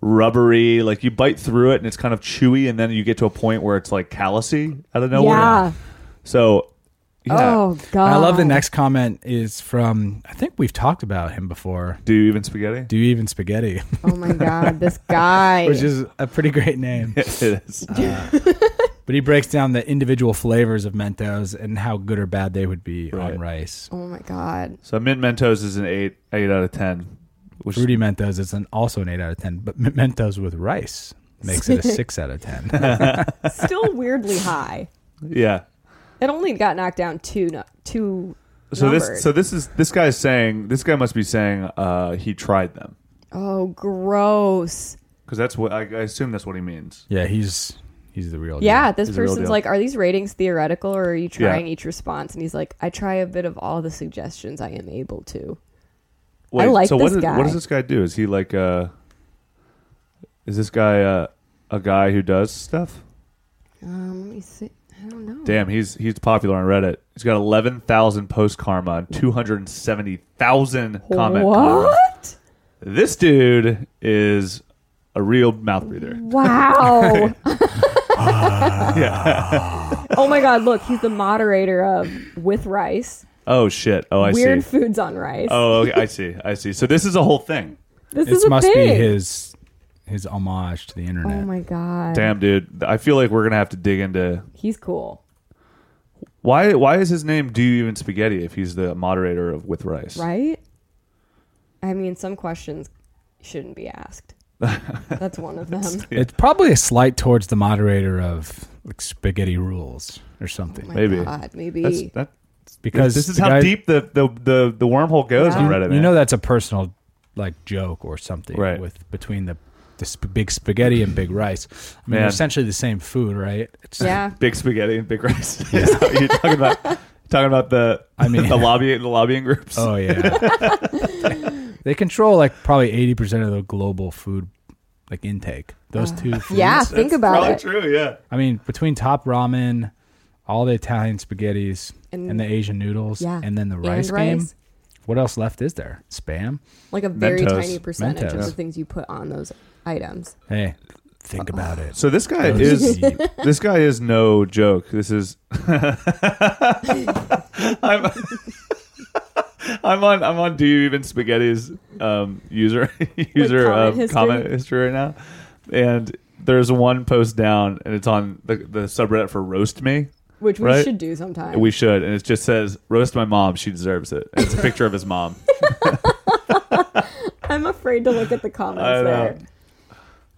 Speaker 6: rubbery, like you bite through it and it's kind of chewy, and then you get to a point where it's like callousy out of nowhere.
Speaker 4: yeah.
Speaker 6: So, yeah.
Speaker 4: Oh god.
Speaker 5: And I love the next comment is from I think we've talked about him before.
Speaker 6: Do you even spaghetti?
Speaker 5: Do you even spaghetti?
Speaker 4: Oh my god, this guy.
Speaker 5: Which is a pretty great name.
Speaker 6: it is.
Speaker 5: But he breaks down the individual flavors of Mentos and how good or bad they would be
Speaker 6: Right.
Speaker 5: on rice.
Speaker 4: oh my god.
Speaker 6: So mint Mentos is an eight eight out of ten. Which
Speaker 5: Fruity Mentos is an, also an 8 out of 10, but M- Mentos with rice makes it a 6 out of 10.
Speaker 4: Still weirdly high.
Speaker 6: yeah.
Speaker 4: It only got knocked down two no, two
Speaker 6: So
Speaker 4: numbered.
Speaker 6: this so this is this guy's saying this guy must be saying uh, he tried them
Speaker 4: Oh gross.
Speaker 6: because that's what I, I assume that's what he means.
Speaker 5: yeah, he's he's the real
Speaker 4: Yeah,
Speaker 5: deal.
Speaker 4: this
Speaker 6: Is the real
Speaker 4: person's
Speaker 6: deal.
Speaker 4: like, are these ratings theoretical or are you trying
Speaker 6: Yeah.
Speaker 4: each response? And he's like, I try a bit of all the suggestions I am able to.
Speaker 6: Wait,
Speaker 4: like
Speaker 6: so what,
Speaker 4: this
Speaker 6: is- what
Speaker 4: guy.
Speaker 6: does this guy do? Is he like uh is this guy uh, a guy who does stuff?
Speaker 4: Um, let me see. I don't know.
Speaker 6: Damn, he's he's popular on Reddit. He's got eleven thousand post karma and two hundred and seventy thousand comment. karma.
Speaker 4: What?
Speaker 6: This dude is a real mouth breather.
Speaker 4: Wow.
Speaker 6: yeah.
Speaker 4: oh my god, look, he's the moderator of With Rice.
Speaker 6: Oh shit. Oh, I
Speaker 4: Weird
Speaker 6: see.
Speaker 4: foods on rice.
Speaker 6: Oh, okay, I see. I see. So this is a whole thing.
Speaker 4: this
Speaker 5: This
Speaker 4: is a
Speaker 5: must
Speaker 4: thing.
Speaker 5: be his his homage to the
Speaker 4: Oh
Speaker 5: internet.
Speaker 4: my god.
Speaker 6: Damn, dude. I feel like we're gonna have to dig into
Speaker 4: He's cool.
Speaker 6: why. Why is his name Do You Even Spaghetti if he's the moderator of With Rice?
Speaker 4: Right? I mean, some questions shouldn't be asked. That's one of them.
Speaker 5: It's probably a slight towards the moderator of like spaghetti rules or something.
Speaker 4: My
Speaker 6: Maybe.
Speaker 4: God, maybe.
Speaker 6: That's, that,
Speaker 5: because
Speaker 6: this is
Speaker 5: the
Speaker 6: how
Speaker 5: guy-
Speaker 6: deep the, the, the, the wormhole goes
Speaker 4: Yeah.
Speaker 6: on Reddit.
Speaker 5: you
Speaker 6: man.
Speaker 5: know that's a personal like joke or something
Speaker 6: Right.
Speaker 5: with between the the sp- big spaghetti and big rice. I mean,
Speaker 6: Man.
Speaker 5: they're essentially the same food, right? It's,
Speaker 4: yeah.
Speaker 6: big spaghetti and big rice. Is that what You're talking about talking about the
Speaker 5: I mean-
Speaker 6: the lobby the lobbying groups.
Speaker 5: Oh yeah. they control like probably eighty percent of the global food like intake. Those two. Foods.
Speaker 4: Uh, Yeah, think about
Speaker 6: Probably
Speaker 4: it.
Speaker 6: true. Yeah.
Speaker 5: I mean, between top ramen, all the Italian spaghettis, and,
Speaker 4: And-
Speaker 5: the Asian noodles,
Speaker 4: Yeah.
Speaker 5: and then the
Speaker 4: And
Speaker 5: rice game.
Speaker 4: rice.
Speaker 5: What else left is there? Spam.
Speaker 4: Like a very
Speaker 6: Mentos.
Speaker 4: tiny percentage of the
Speaker 5: Mentos.
Speaker 4: things you put on those items.
Speaker 5: Hey, think about it.
Speaker 6: So this guy
Speaker 5: Those
Speaker 6: is
Speaker 5: deep.
Speaker 6: this guy is no joke. This is I'm I'm on I'm on Do You Even Spaghetti's um, user user
Speaker 4: comment
Speaker 6: um,
Speaker 4: history?
Speaker 6: comment history right now, and there's one post down, and it's on the, the subreddit for roast me.
Speaker 4: Which we
Speaker 6: Right.
Speaker 4: should do sometime.
Speaker 6: We should, and it just says roast my mom. She deserves it. And it's a picture of his mom.
Speaker 4: I'm afraid to look at the
Speaker 6: I
Speaker 4: comments
Speaker 6: know.
Speaker 4: there.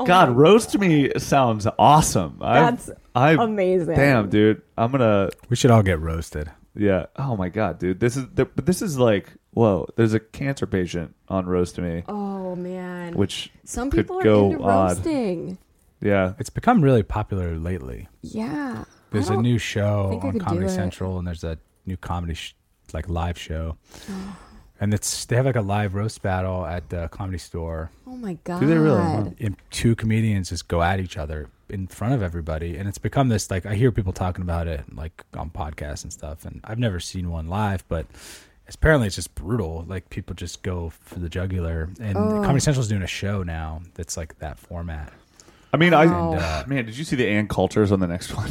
Speaker 4: Oh
Speaker 6: God,
Speaker 4: my-
Speaker 6: roast me sounds awesome.
Speaker 4: That's
Speaker 6: I, I,
Speaker 4: amazing.
Speaker 6: Damn, dude, I'm gonna
Speaker 5: we should all get roasted.
Speaker 6: Yeah. Oh my god, dude. This is the, but this is like whoa. There's a cancer patient on roast me,
Speaker 4: Oh man.
Speaker 6: which
Speaker 4: Some
Speaker 6: could
Speaker 4: people are
Speaker 6: go
Speaker 4: into
Speaker 6: odd.
Speaker 4: roasting.
Speaker 6: yeah.
Speaker 5: It's become really popular lately.
Speaker 4: Yeah.
Speaker 5: There's
Speaker 4: Oh, I
Speaker 5: a
Speaker 4: don't-
Speaker 5: new show
Speaker 4: think I
Speaker 5: on
Speaker 4: could do
Speaker 5: Comedy
Speaker 4: it.
Speaker 5: Central, and there's a new comedy sh- like live show,
Speaker 4: Oh.
Speaker 5: and it's they have like a live roast battle at the comedy store,
Speaker 4: Oh my god.
Speaker 6: they really? Huh.
Speaker 5: Um, and two comedians just go at each other in front of everybody, and it's become this like I hear people talking about it like on podcasts and stuff, and I've never seen one live, but. it's- Apparently it's just brutal. Like people just go for the jugular, and Comedy Central's doing a show now that's like that format.
Speaker 6: I Ah, mean, I
Speaker 4: Wow.
Speaker 6: man, did you see the Ann Coulters on the next one?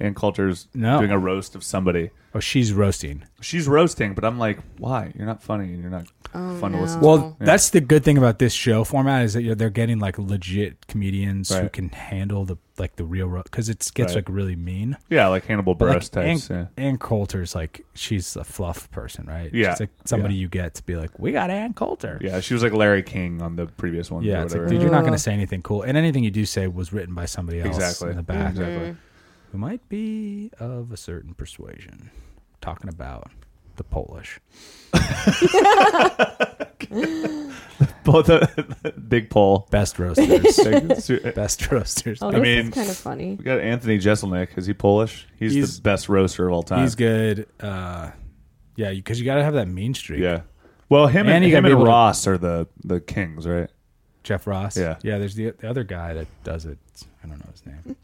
Speaker 6: Ann Coulter's
Speaker 5: No.
Speaker 6: doing a roast of somebody.
Speaker 5: Oh, she's roasting.
Speaker 6: She's roasting, but I'm like, why? You're not funny and you're not
Speaker 4: Oh,
Speaker 6: fun to listen to.
Speaker 5: Well, that's the good thing about this show format is that you're, they're getting like legit comedians who
Speaker 6: Right.
Speaker 5: can handle the like the real because it gets
Speaker 6: Right.
Speaker 5: like really mean.
Speaker 6: Yeah, like Hannibal
Speaker 5: But, like,
Speaker 6: Buress types.
Speaker 5: Ann, Ann Coulter's like she's a fluff person, right?
Speaker 6: Yeah.
Speaker 5: she's like somebody
Speaker 6: Yeah.
Speaker 5: you get to be like, we got Ann Coulter.
Speaker 6: yeah. yeah, she was like Larry King on the previous one.
Speaker 5: Yeah,
Speaker 6: or
Speaker 5: it's like,
Speaker 6: whatever.
Speaker 5: dude, you're not going to say anything cool, and anything you do say was written by somebody else
Speaker 6: exactly
Speaker 5: in the back
Speaker 6: Exactly.
Speaker 5: who might be of a certain persuasion. Talking about the Polish.
Speaker 6: Both the big poll.
Speaker 5: Best roasters.
Speaker 6: I
Speaker 5: Best roasters.
Speaker 4: Oh,
Speaker 5: I
Speaker 4: this
Speaker 5: mean,
Speaker 6: mean-
Speaker 4: is kind of funny.
Speaker 6: got Anthony Jeselnik. Is he Polish? He's,
Speaker 5: He's-
Speaker 6: the best roaster of all time.
Speaker 5: he's good. Uh, yeah, because you got to have that mean streak.
Speaker 6: Yeah. Well, him
Speaker 5: And
Speaker 6: and,
Speaker 5: you
Speaker 6: him
Speaker 5: gotta be
Speaker 6: and
Speaker 5: able to-
Speaker 6: Ross are the the kings, right?
Speaker 5: Jeff Ross.
Speaker 6: Yeah.
Speaker 5: Yeah, there's the, the other guy that does it. I don't know his name.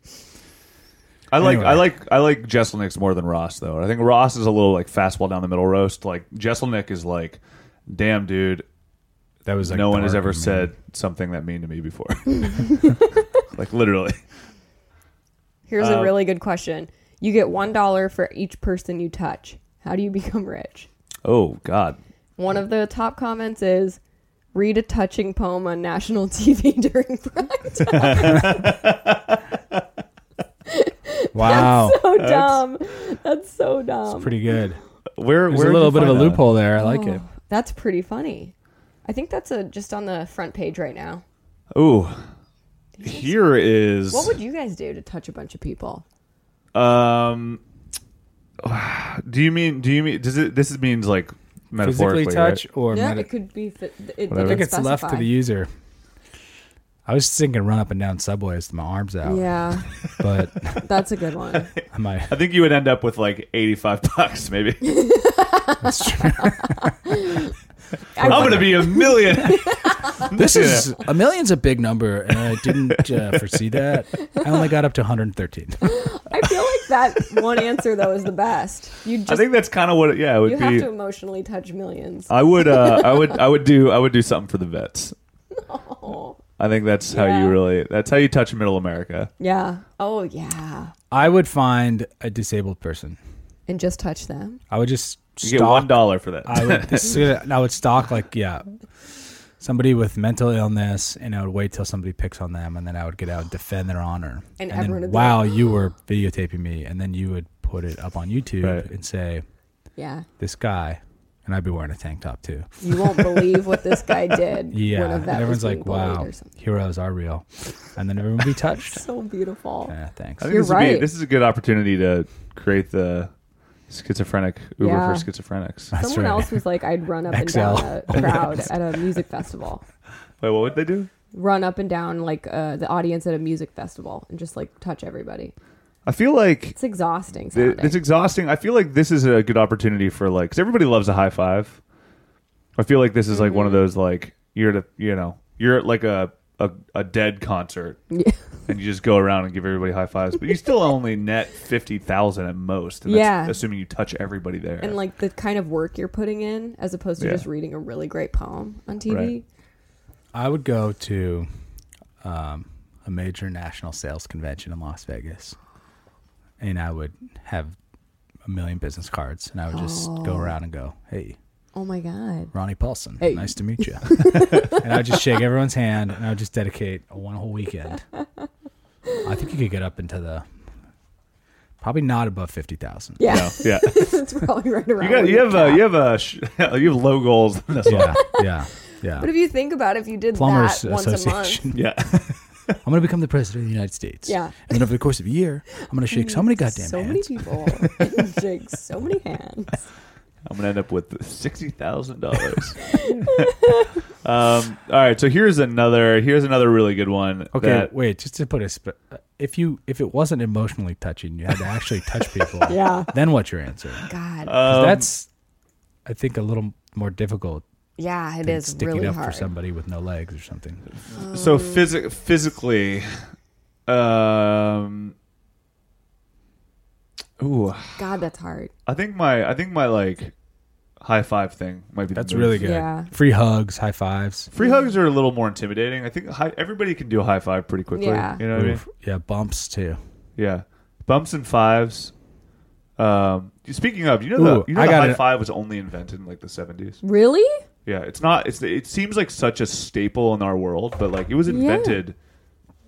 Speaker 6: I like
Speaker 5: Anyway.
Speaker 6: I like I like Jesselnik's more than Ross though. I think Ross is a little like fastball down the middle roast. Like Jesselnik is like, damn dude,
Speaker 5: That was like
Speaker 6: no one has
Speaker 5: dark
Speaker 6: ever
Speaker 5: and mean.
Speaker 6: said something that mean to me before. like literally.
Speaker 4: Here's
Speaker 6: uh,
Speaker 4: a really good question. You get one dollar for each person you touch. How do you become rich?
Speaker 6: Oh God.
Speaker 4: One of the top comments is read a touching poem on national TV during prime time.
Speaker 5: Wow,
Speaker 4: so Oh, dumb. That's so dumb.
Speaker 5: it's pretty good.
Speaker 6: Where
Speaker 5: There's
Speaker 6: where
Speaker 5: a
Speaker 6: did
Speaker 5: little
Speaker 6: you
Speaker 5: bit of a
Speaker 6: find that?
Speaker 5: loophole there. I like it.
Speaker 4: Oh, That's pretty funny. I think that's a, just on the front page right now.
Speaker 6: Ooh. Here is
Speaker 4: What would you guys do to touch a bunch of people?
Speaker 6: um do you mean do you mean does it this means like metaphorically
Speaker 5: Physically touch or
Speaker 4: Yeah,
Speaker 5: meta-
Speaker 4: it could be. It, it,
Speaker 5: I
Speaker 4: it
Speaker 5: think it's left to the user. I was thinking run up and down subways with my arms out,
Speaker 4: Yeah,
Speaker 5: but
Speaker 4: that's a good one.
Speaker 5: I might.
Speaker 6: right? I think you would end up with like eighty five bucks maybe.
Speaker 5: That's true.
Speaker 6: I'm gonna be a millionaire.
Speaker 5: This is a million's a big number, and I didn't uh, foresee that. I only got up to 113.
Speaker 4: I feel like that one answer though is the best. You just
Speaker 6: I think that's kind of what. It, yeah, it would
Speaker 4: you
Speaker 6: be.
Speaker 4: have to emotionally touch millions.
Speaker 6: I would. Uh, I would. I would do. I would do something for the vets.
Speaker 4: Oh,
Speaker 6: I think that's how
Speaker 4: Yeah.
Speaker 6: you really. That's how you touch Middle America.
Speaker 4: yeah. Oh, yeah.
Speaker 5: I would find a disabled person.
Speaker 4: And just touch them.
Speaker 5: I would just
Speaker 6: You get
Speaker 5: stalk-
Speaker 6: one dollar for that.
Speaker 5: I would, this, I would stalk like yeah, somebody with mental illness, and I would wait till somebody picks on them, and then I would get out and defend their honor.
Speaker 4: And
Speaker 5: then,
Speaker 4: everyone would be
Speaker 5: wow, you were videotaping me, and then you would put it up on YouTube
Speaker 6: Right.
Speaker 5: and say
Speaker 4: Yeah.
Speaker 5: this guy, and I'd be wearing a tank top too.
Speaker 4: You won't believe what this guy did.
Speaker 5: Yeah,
Speaker 4: One of
Speaker 5: and
Speaker 4: that
Speaker 5: everyone's
Speaker 4: was
Speaker 5: like,
Speaker 4: being bullied
Speaker 5: wow,
Speaker 4: or something.
Speaker 5: heroes are real, and then everyone would be touched.
Speaker 4: So beautiful.
Speaker 5: yeah, thanks.
Speaker 6: I think
Speaker 4: You're
Speaker 6: this would be-
Speaker 4: right.
Speaker 6: this is a good opportunity to create the schizophrenic Uber
Speaker 4: Yeah.
Speaker 6: for schizophrenics.
Speaker 5: That's
Speaker 4: Someone
Speaker 5: right.
Speaker 4: else was like, I'd run up and
Speaker 5: XL.
Speaker 4: down a crowd at a music festival.
Speaker 6: Wait, what would they do?
Speaker 4: Run up and down like uh, the audience at a music festival and just like touch everybody.
Speaker 6: I feel like
Speaker 4: It's exhausting.
Speaker 6: th-
Speaker 4: Sounding.
Speaker 6: it's exhausting. I feel like this is a good opportunity for like because everybody loves a high five. I feel like this is like one
Speaker 4: Mm-hmm.
Speaker 6: of those like you're at a, you know you're at like a a, a dead concert
Speaker 4: yeah.
Speaker 6: and you just go around and give everybody high fives. But you still only net fifty thousand at most. And
Speaker 4: Yeah.
Speaker 6: that's assuming you touch everybody there.
Speaker 4: And like the kind of work you're putting in as opposed to
Speaker 6: Yeah.
Speaker 4: just reading a really great poem on TV.
Speaker 6: Right.
Speaker 5: I would go to um, a major national sales convention in Las Vegas, and I would have a million business cards, and I would just go around and go, "Hey,
Speaker 4: Oh my God.
Speaker 5: Ronnie Paulson,
Speaker 4: Hey.
Speaker 5: nice to meet you." and I would just shake everyone's hand, and I would just dedicate a one whole weekend. I think you could get up into the probably not above fifty thousand.
Speaker 4: Yeah.
Speaker 6: No, yeah.
Speaker 4: it's probably right around.
Speaker 6: You got
Speaker 4: where
Speaker 6: you
Speaker 4: you
Speaker 6: have uh,
Speaker 4: cap.
Speaker 6: a you have a sh- you have low goals. in this one.
Speaker 5: Yeah, yeah, yeah.
Speaker 4: But if you think about it, if you did
Speaker 5: Plumbers
Speaker 4: that once a month,
Speaker 5: Association.
Speaker 6: Yeah.
Speaker 5: I'm gonna become the president of the United States.
Speaker 4: Yeah.
Speaker 5: and then over the course of a year, I'm gonna shake so many goddamn
Speaker 4: so
Speaker 5: hands.
Speaker 4: many people shake so many hands.
Speaker 6: I'm gonna end up with sixty thousand dollars. um, all right, so here's another here's another really good one.
Speaker 5: Okay,
Speaker 6: that-
Speaker 5: wait. Just to put a sp- uh, if you if it wasn't emotionally touching, you had to actually touch people.
Speaker 4: Yeah. Um,
Speaker 5: Then what's your answer? 'Cause
Speaker 4: God.
Speaker 6: 'Cause
Speaker 5: that's, I think, a little more difficult
Speaker 4: yeah, it
Speaker 5: than
Speaker 4: is
Speaker 5: sticking
Speaker 4: really
Speaker 5: up
Speaker 4: hard.
Speaker 5: for somebody with no legs or something.
Speaker 6: so physi- physically. Um, ooh,
Speaker 4: God, that's hard.
Speaker 6: I think my I think my like high five thing might be the
Speaker 5: That's
Speaker 6: move.
Speaker 5: really good.
Speaker 4: Mm, Yeah.
Speaker 5: Free hugs, high fives.
Speaker 6: Free hugs are a little more intimidating. I think high, everybody can do a high five pretty quickly.
Speaker 4: Yeah.
Speaker 6: You know what I mean?
Speaker 5: Oof. Yeah, bumps too.
Speaker 6: Yeah. Bumps and fives. Um, speaking of, you know the
Speaker 5: Ooh,
Speaker 6: you know
Speaker 5: I
Speaker 6: the
Speaker 5: got
Speaker 6: high
Speaker 5: it.
Speaker 6: five was only invented in like the seventies.
Speaker 4: Really?
Speaker 6: Yeah, it's not. It's it seems like such a staple in our world, but like it was invented.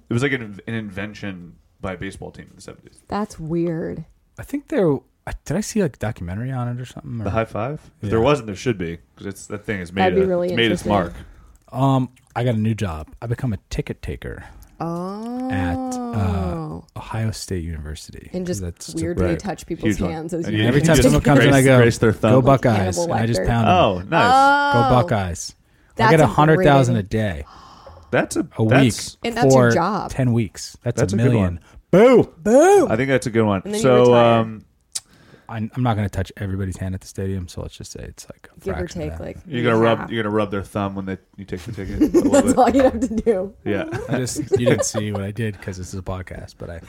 Speaker 6: It was like an, an invention by a baseball team in the seventies.
Speaker 4: That's weird.
Speaker 5: I think there. I- Did I see like a documentary on it or something? or-
Speaker 6: The high five. If
Speaker 5: Yeah.
Speaker 6: there wasn't, there should be because it's that thing is made.
Speaker 4: That'd be
Speaker 6: a-
Speaker 4: really
Speaker 6: it's made its
Speaker 4: interesting.
Speaker 6: mark.
Speaker 5: Um, I got a new job. I become a ticket taker
Speaker 4: Oh.
Speaker 5: at uh, Ohio State University.
Speaker 4: and just
Speaker 5: That's
Speaker 4: weirdly
Speaker 6: right.
Speaker 4: touch people's
Speaker 6: Huge one.
Speaker 4: hands as
Speaker 6: And
Speaker 4: you.
Speaker 5: And every
Speaker 6: You
Speaker 5: time
Speaker 6: just
Speaker 5: someone comes in, I
Speaker 6: grace-
Speaker 5: go,
Speaker 6: grace their thumb.
Speaker 5: "Go Buckeyes!"
Speaker 4: Hannibal
Speaker 5: and I just
Speaker 4: Lecter.
Speaker 5: pound them.
Speaker 6: Oh, nice.
Speaker 5: Go Buckeyes! I
Speaker 4: That's
Speaker 5: get
Speaker 4: a
Speaker 5: a hundred
Speaker 4: great-
Speaker 5: thousand a day,
Speaker 6: that's a,
Speaker 5: a
Speaker 6: that's,
Speaker 5: week,
Speaker 4: And that's your
Speaker 5: for
Speaker 4: job.
Speaker 5: Ten weeks. That's,
Speaker 6: That's
Speaker 5: a
Speaker 6: a good
Speaker 5: million. Boo! Boo!
Speaker 6: I think that's a good one.
Speaker 4: And then you
Speaker 6: so
Speaker 4: retire.
Speaker 6: um,
Speaker 5: I'm, I'm not going to touch everybody's hand at the stadium, so let's just say it's like a
Speaker 4: give or
Speaker 5: fraction of
Speaker 4: take,
Speaker 5: that.
Speaker 4: like
Speaker 6: you're gonna
Speaker 4: half.
Speaker 6: rub you're gonna rub their thumb when they you take the ticket. A little
Speaker 4: That's
Speaker 6: bit.
Speaker 4: all you have to do.
Speaker 6: Yeah.
Speaker 5: I just you didn't see what I did because this is a podcast, but I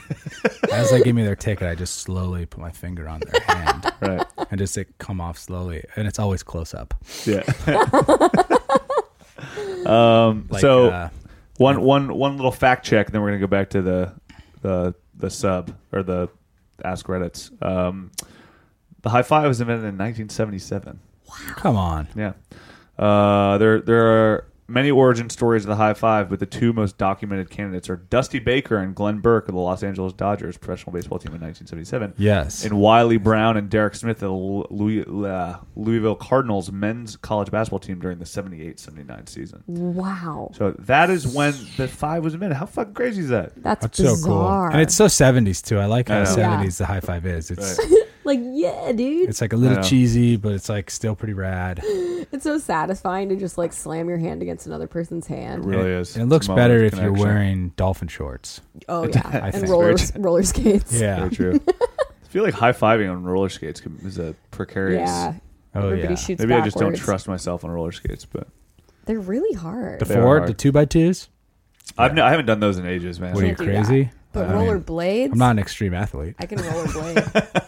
Speaker 5: as they give me their ticket, I just slowly put my finger on their hand
Speaker 6: Right.
Speaker 5: and just it come off slowly, and it's always close up.
Speaker 6: Yeah. um,
Speaker 5: Like,
Speaker 6: so
Speaker 5: uh,
Speaker 6: one one one little fact check, and then we're gonna go back to the the the sub or the ask Reddit's. Um, the high five was invented in 1977.
Speaker 5: come on,
Speaker 6: Yeah. Uh, there there are many origin stories of the high five, but the two most documented candidates are Dusty Baker and Glenn Burke of the Los Angeles Dodgers professional baseball team in 1977.
Speaker 5: yes,
Speaker 6: And Wiley Brown and Derek Smith of the Lou- Louis, uh, Louisville Cardinals men's college basketball team during the 78-79 season.
Speaker 4: Wow,
Speaker 6: So that is when the five was invented. How fucking crazy is that?
Speaker 4: that's,
Speaker 5: that's
Speaker 4: bizarre.
Speaker 5: so cool, and it's so seventies too. I like
Speaker 6: I
Speaker 5: how
Speaker 6: know.
Speaker 5: seventies the high five is. It's
Speaker 4: like yeah, dude. It's,
Speaker 5: it's like a
Speaker 6: I
Speaker 5: little
Speaker 6: know.
Speaker 5: cheesy, but it's like still pretty rad. It
Speaker 4: so satisfying to just like slam your hand against another person's hand.
Speaker 6: really is.
Speaker 5: And it looks
Speaker 6: It's a moment
Speaker 5: better
Speaker 6: of
Speaker 5: if you're
Speaker 6: connection.
Speaker 5: wearing dolphin shorts.
Speaker 4: Oh yeah, and
Speaker 5: think.
Speaker 4: roller
Speaker 6: Very-
Speaker 4: roller skates.
Speaker 5: Yeah.
Speaker 6: Very true. I feel like high fiving on roller skates can- is a precarious.
Speaker 4: yeah.
Speaker 5: Oh
Speaker 4: Everybody
Speaker 5: yeah.
Speaker 4: shoots
Speaker 6: Maybe I just don't
Speaker 4: backwards.
Speaker 6: trust myself on roller skates, but
Speaker 4: They're really hard.
Speaker 5: The
Speaker 6: They are
Speaker 5: four,
Speaker 6: hard.
Speaker 5: the two by twos.
Speaker 6: I've n- I haven't done those in ages, man.
Speaker 5: What are you
Speaker 4: Can't do that.
Speaker 5: crazy?
Speaker 4: But
Speaker 5: I mean,
Speaker 4: roller blades.
Speaker 5: I'm not an extreme athlete.
Speaker 4: I can rollerblade.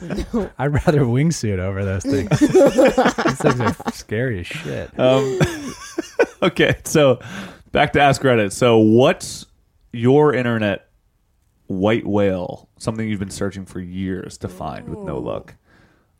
Speaker 4: no,
Speaker 5: I'd rather wingsuit over those things. those things are scary as shit.
Speaker 6: Um, okay, so back to Ask Reddit. So, what's your internet white whale? Something you've been searching for years to find with no luck.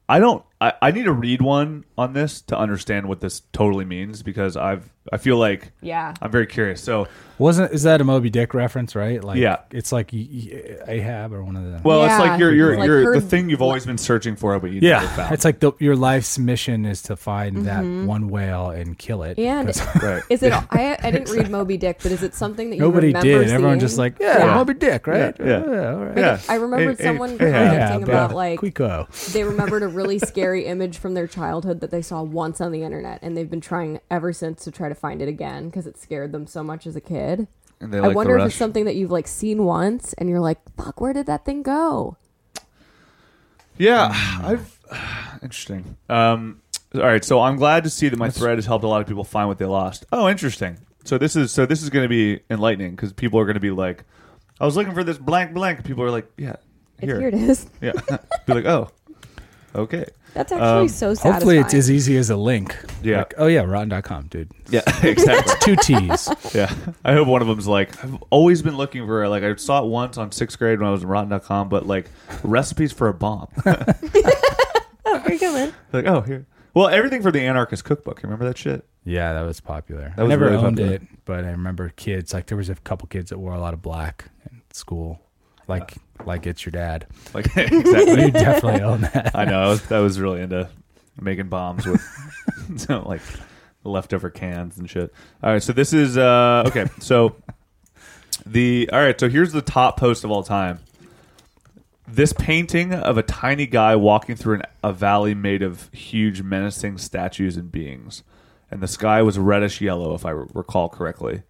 Speaker 6: I don't. I, I need to read one on this to understand what this totally means because I've. I feel like
Speaker 4: yeah.
Speaker 6: I'm very curious. So,
Speaker 5: Wasn't is that a Moby Dick reference, right? Like,
Speaker 6: Yeah.
Speaker 5: it's like y- y- Ahab or one of the.
Speaker 6: well, it's
Speaker 4: Yeah.
Speaker 6: like you're you're,
Speaker 4: Like
Speaker 6: you're
Speaker 4: heard-
Speaker 6: the thing you've always been searching for, but you never
Speaker 5: yeah,
Speaker 6: found.
Speaker 5: it's like the, your life's mission is to find that one whale and kill it.
Speaker 4: Mm-hmm. And
Speaker 5: 'Cause
Speaker 6: right.
Speaker 4: is it? I, I didn't read Moby Dick, but is it something that you
Speaker 5: nobody
Speaker 4: remember
Speaker 5: did. Everyone
Speaker 4: seeing?
Speaker 5: just like yeah,
Speaker 6: Yeah.
Speaker 5: Moby Dick, right?
Speaker 6: Yeah, yeah.
Speaker 5: all right.
Speaker 6: yeah.
Speaker 4: I remembered
Speaker 6: Hey, hey,
Speaker 4: someone
Speaker 6: hey,
Speaker 4: commenting
Speaker 6: yeah.
Speaker 5: but
Speaker 4: about like
Speaker 5: Quico.
Speaker 4: they remembered a really scary image from their childhood that they saw once on the internet, and they've been trying ever since to try to find it again because it scared them so much as a kid.
Speaker 6: And they
Speaker 4: I
Speaker 6: like the
Speaker 4: wonder if
Speaker 6: rush.
Speaker 4: it's something that you've like seen once, and you're like, "Fuck, where did that thing go?"
Speaker 6: Yeah, I've interesting. Um, all right, so I'm glad to see that my thread has helped a lot of people find what they lost. Oh, interesting. So this is so this is going to be enlightening because people are going to be like, I was looking for this blank blank. People are like, yeah,
Speaker 4: Here,
Speaker 6: here,
Speaker 4: here it is.
Speaker 6: yeah. be like, oh, okay,
Speaker 4: That's actually
Speaker 6: Um,
Speaker 4: so satisfying.
Speaker 5: Hopefully, it's as easy as a link.
Speaker 6: Yeah.
Speaker 5: Like, oh yeah, rotten.com, dude.
Speaker 6: yeah, exactly.
Speaker 5: Two T's.
Speaker 6: yeah, I hope one of them's like, I've always been looking for like I saw it once on sixth grade when I was in Rotten.com, but like recipes for a bomb.
Speaker 4: Here you go, man.
Speaker 6: like, oh, here. Well, everything from the Anarchist Cookbook. Remember that shit?
Speaker 5: Yeah, that was popular.
Speaker 6: That was
Speaker 5: I never
Speaker 6: really
Speaker 5: owned
Speaker 6: popular.
Speaker 5: it, but I remember kids like there was a couple kids that wore a lot of black in school, like like it's your dad.
Speaker 6: Like, exactly.
Speaker 5: You definitely own that.
Speaker 6: I know. I was, I was really into making bombs with so, like leftover cans and shit. All right. So this is uh, okay. So the all right. So here's the top post of all time. This painting of a tiny guy walking through an, a valley made of huge, menacing statues and beings, and the sky was reddish yellow, if I re- recall correctly.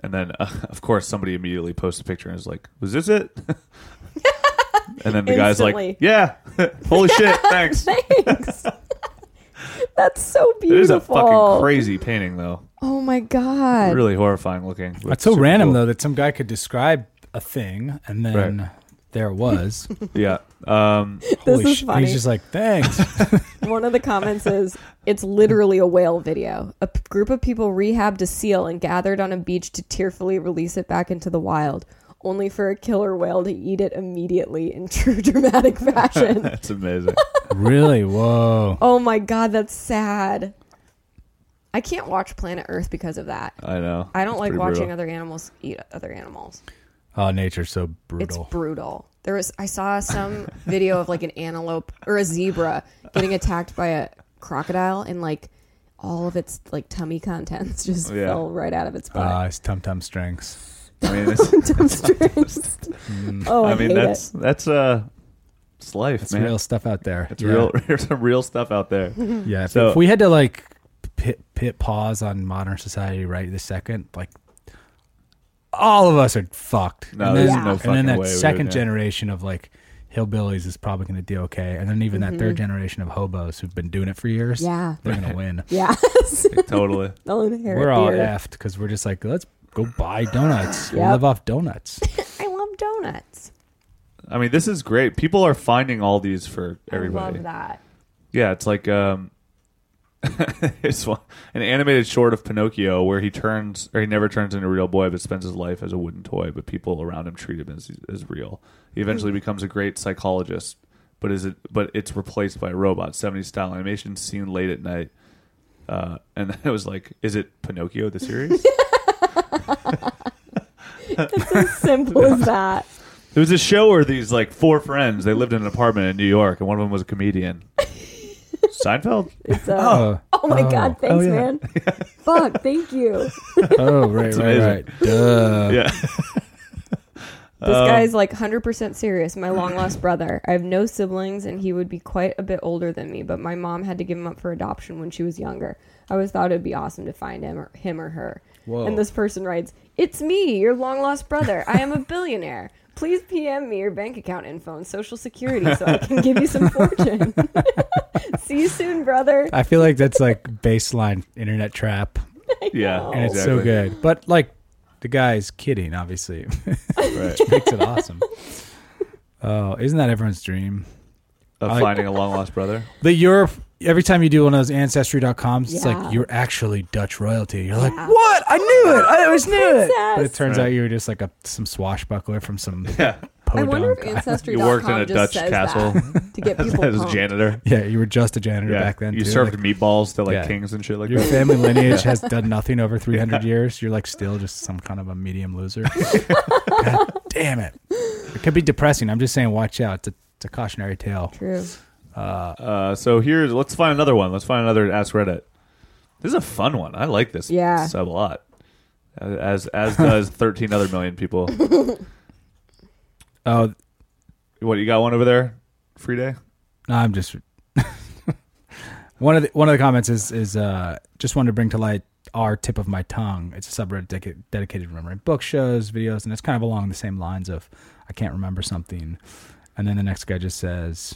Speaker 6: And then, uh, of course, somebody immediately posts a picture and is like, "Was this it?" and then the guy's like,
Speaker 4: Instantly.
Speaker 6: "Yeah, holy shit, thanks."
Speaker 4: Thanks. That's so beautiful.
Speaker 6: It is a fucking crazy painting, though.
Speaker 4: Oh my god.
Speaker 6: Really horrifying looking. but
Speaker 5: That's so
Speaker 6: super
Speaker 5: random
Speaker 6: cool.
Speaker 5: though that some guy could describe a thing and then
Speaker 6: Right.
Speaker 5: there it was.
Speaker 6: Yeah. Um,
Speaker 5: Holy
Speaker 4: is
Speaker 5: sh-
Speaker 4: funny.
Speaker 5: He's just like, thanks.
Speaker 4: One of the comments is, "It's literally a whale video. A p- group of people rehabbed a seal and gathered on a beach to tearfully release it back into the wild. only for a killer whale to eat it immediately in true dramatic fashion.
Speaker 6: That's amazing.
Speaker 5: really? Whoa.
Speaker 4: oh my god, that's sad. I can't watch Planet Earth because of that.
Speaker 6: I know.
Speaker 4: I don't
Speaker 6: It's
Speaker 4: like
Speaker 6: pretty
Speaker 4: watching
Speaker 6: brutal.
Speaker 4: other animals eat other animals.
Speaker 5: Oh, nature's so brutal.
Speaker 4: It's brutal. There was I saw some video of like an antelope or a zebra getting attacked by a crocodile and like all of its like tummy contents just
Speaker 6: Yeah.
Speaker 4: fell right out of its butt.
Speaker 5: Ah, it's tum tum strengths.
Speaker 6: I mean, it's,
Speaker 4: Tum strings. oh, I,
Speaker 6: I mean
Speaker 4: hate
Speaker 6: that's
Speaker 4: it.
Speaker 6: that's uh, it's life,
Speaker 5: It's
Speaker 6: man.
Speaker 5: real stuff out there.
Speaker 6: It's
Speaker 5: Yeah.
Speaker 6: real. There's some real stuff out there.
Speaker 4: Mm.
Speaker 5: Yeah. If,
Speaker 6: So-
Speaker 5: if we had to like pit, pit pause on modern society right this second, like all of us are fucked.
Speaker 6: No,
Speaker 5: and
Speaker 6: there's
Speaker 5: then,
Speaker 6: no
Speaker 5: and
Speaker 6: fucking
Speaker 5: then that
Speaker 6: way we would,
Speaker 5: second
Speaker 6: yeah.
Speaker 5: generation of like hillbillies is probably going to do okay, and then even that third generation of hobos who've been doing it for years,
Speaker 4: Mm-hmm. Yeah.
Speaker 5: they're going to win.
Speaker 4: Yes.
Speaker 6: totally.
Speaker 4: They'll inherit
Speaker 5: We're all
Speaker 4: the earth.
Speaker 5: effed because we're just like, let's go buy donuts. We'll
Speaker 4: Yep.
Speaker 5: Live off donuts.
Speaker 4: I love donuts.
Speaker 6: I mean, this is great. People are finding all these for
Speaker 4: I
Speaker 6: everybody.
Speaker 4: love that.
Speaker 6: Yeah, it's like um, it's one- an animated short of Pinocchio where he turns or he never turns into a real boy, but spends his life as a wooden toy. But people around him treat him as as real. He
Speaker 5: Hmm.
Speaker 6: eventually becomes a great psychologist, but is it? But it's replaced by a robot. 70s style animation seen late at night. Uh, and I was like, is it Pinocchio the series?
Speaker 4: Simple as that.
Speaker 6: There was a show where these like four friends they lived in an apartment in New York, and one of them was a comedian. Seinfeld.
Speaker 4: It's a, oh,
Speaker 5: oh,
Speaker 4: my god, thanks,
Speaker 5: oh, yeah.
Speaker 4: man. Fuck, thank you. This
Speaker 5: Oh, right, right,
Speaker 6: amazing.
Speaker 5: right. Duh.
Speaker 6: Yeah,
Speaker 4: guy's like 100% serious. My long lost brother. I have no siblings, and he would be quite a bit older than me, but my mom had to give him up for adoption when she was younger. I always thought it would be awesome to find him or, him or her.
Speaker 5: Whoa.
Speaker 4: And this person writes, It's me, your long lost brother. I am a billionaire. Please PM me your bank account info and social security so I can give you some fortune. See you soon, brother.
Speaker 5: I feel like that's like baseline internet trap,
Speaker 6: yeah,
Speaker 5: and it's so good. But like, the guy's kidding, obviously,
Speaker 6: Right.
Speaker 5: makes it awesome. Oh, isn't that everyone's dream?
Speaker 6: Of
Speaker 5: I-
Speaker 6: finding a long lost brother.
Speaker 5: The Europe. Every time you do one of those ancestry.coms, it's
Speaker 4: Yeah.
Speaker 5: like you're actually Dutch royalty. You're like, what? I knew it. I always knew it. But it turns out
Speaker 6: Right.
Speaker 5: you were just like a some swashbuckler from some.
Speaker 6: Yeah,
Speaker 5: podunk.
Speaker 7: I wonder if
Speaker 6: You worked in a
Speaker 7: Ancestry.com just
Speaker 6: Dutch
Speaker 7: says
Speaker 6: castle.
Speaker 7: that to get people
Speaker 6: as a
Speaker 7: pumped.
Speaker 6: janitor.
Speaker 5: yeah, you were just a janitor
Speaker 6: Yeah,
Speaker 5: back then.
Speaker 6: you
Speaker 5: too.
Speaker 6: served
Speaker 5: Like,
Speaker 6: meatballs to like
Speaker 5: Yeah.
Speaker 6: kings and shit like
Speaker 5: Your
Speaker 6: that.
Speaker 5: family lineage has done nothing over 300 years. You're like still just some kind of a medium loser. God damn it. It could be depressing. I'm just saying, watch out. It's a, it's a cautionary tale.
Speaker 4: True.
Speaker 6: Uh, so here's let's find another one. Let's find another Ask Reddit. This is a fun one. I like this
Speaker 4: Yeah.
Speaker 6: sub a lot. As as does thirteen other million people.
Speaker 5: Oh,
Speaker 6: What you got one over there? Free day.
Speaker 5: no, I'm just. one of the one of the comments is is uh, just wanted to bring to light our tip of my tongue. It's a subreddit dedica- dedicated to remembering book shows, videos, and it's kind of along the same lines of I can't remember something, and then the next guy just says.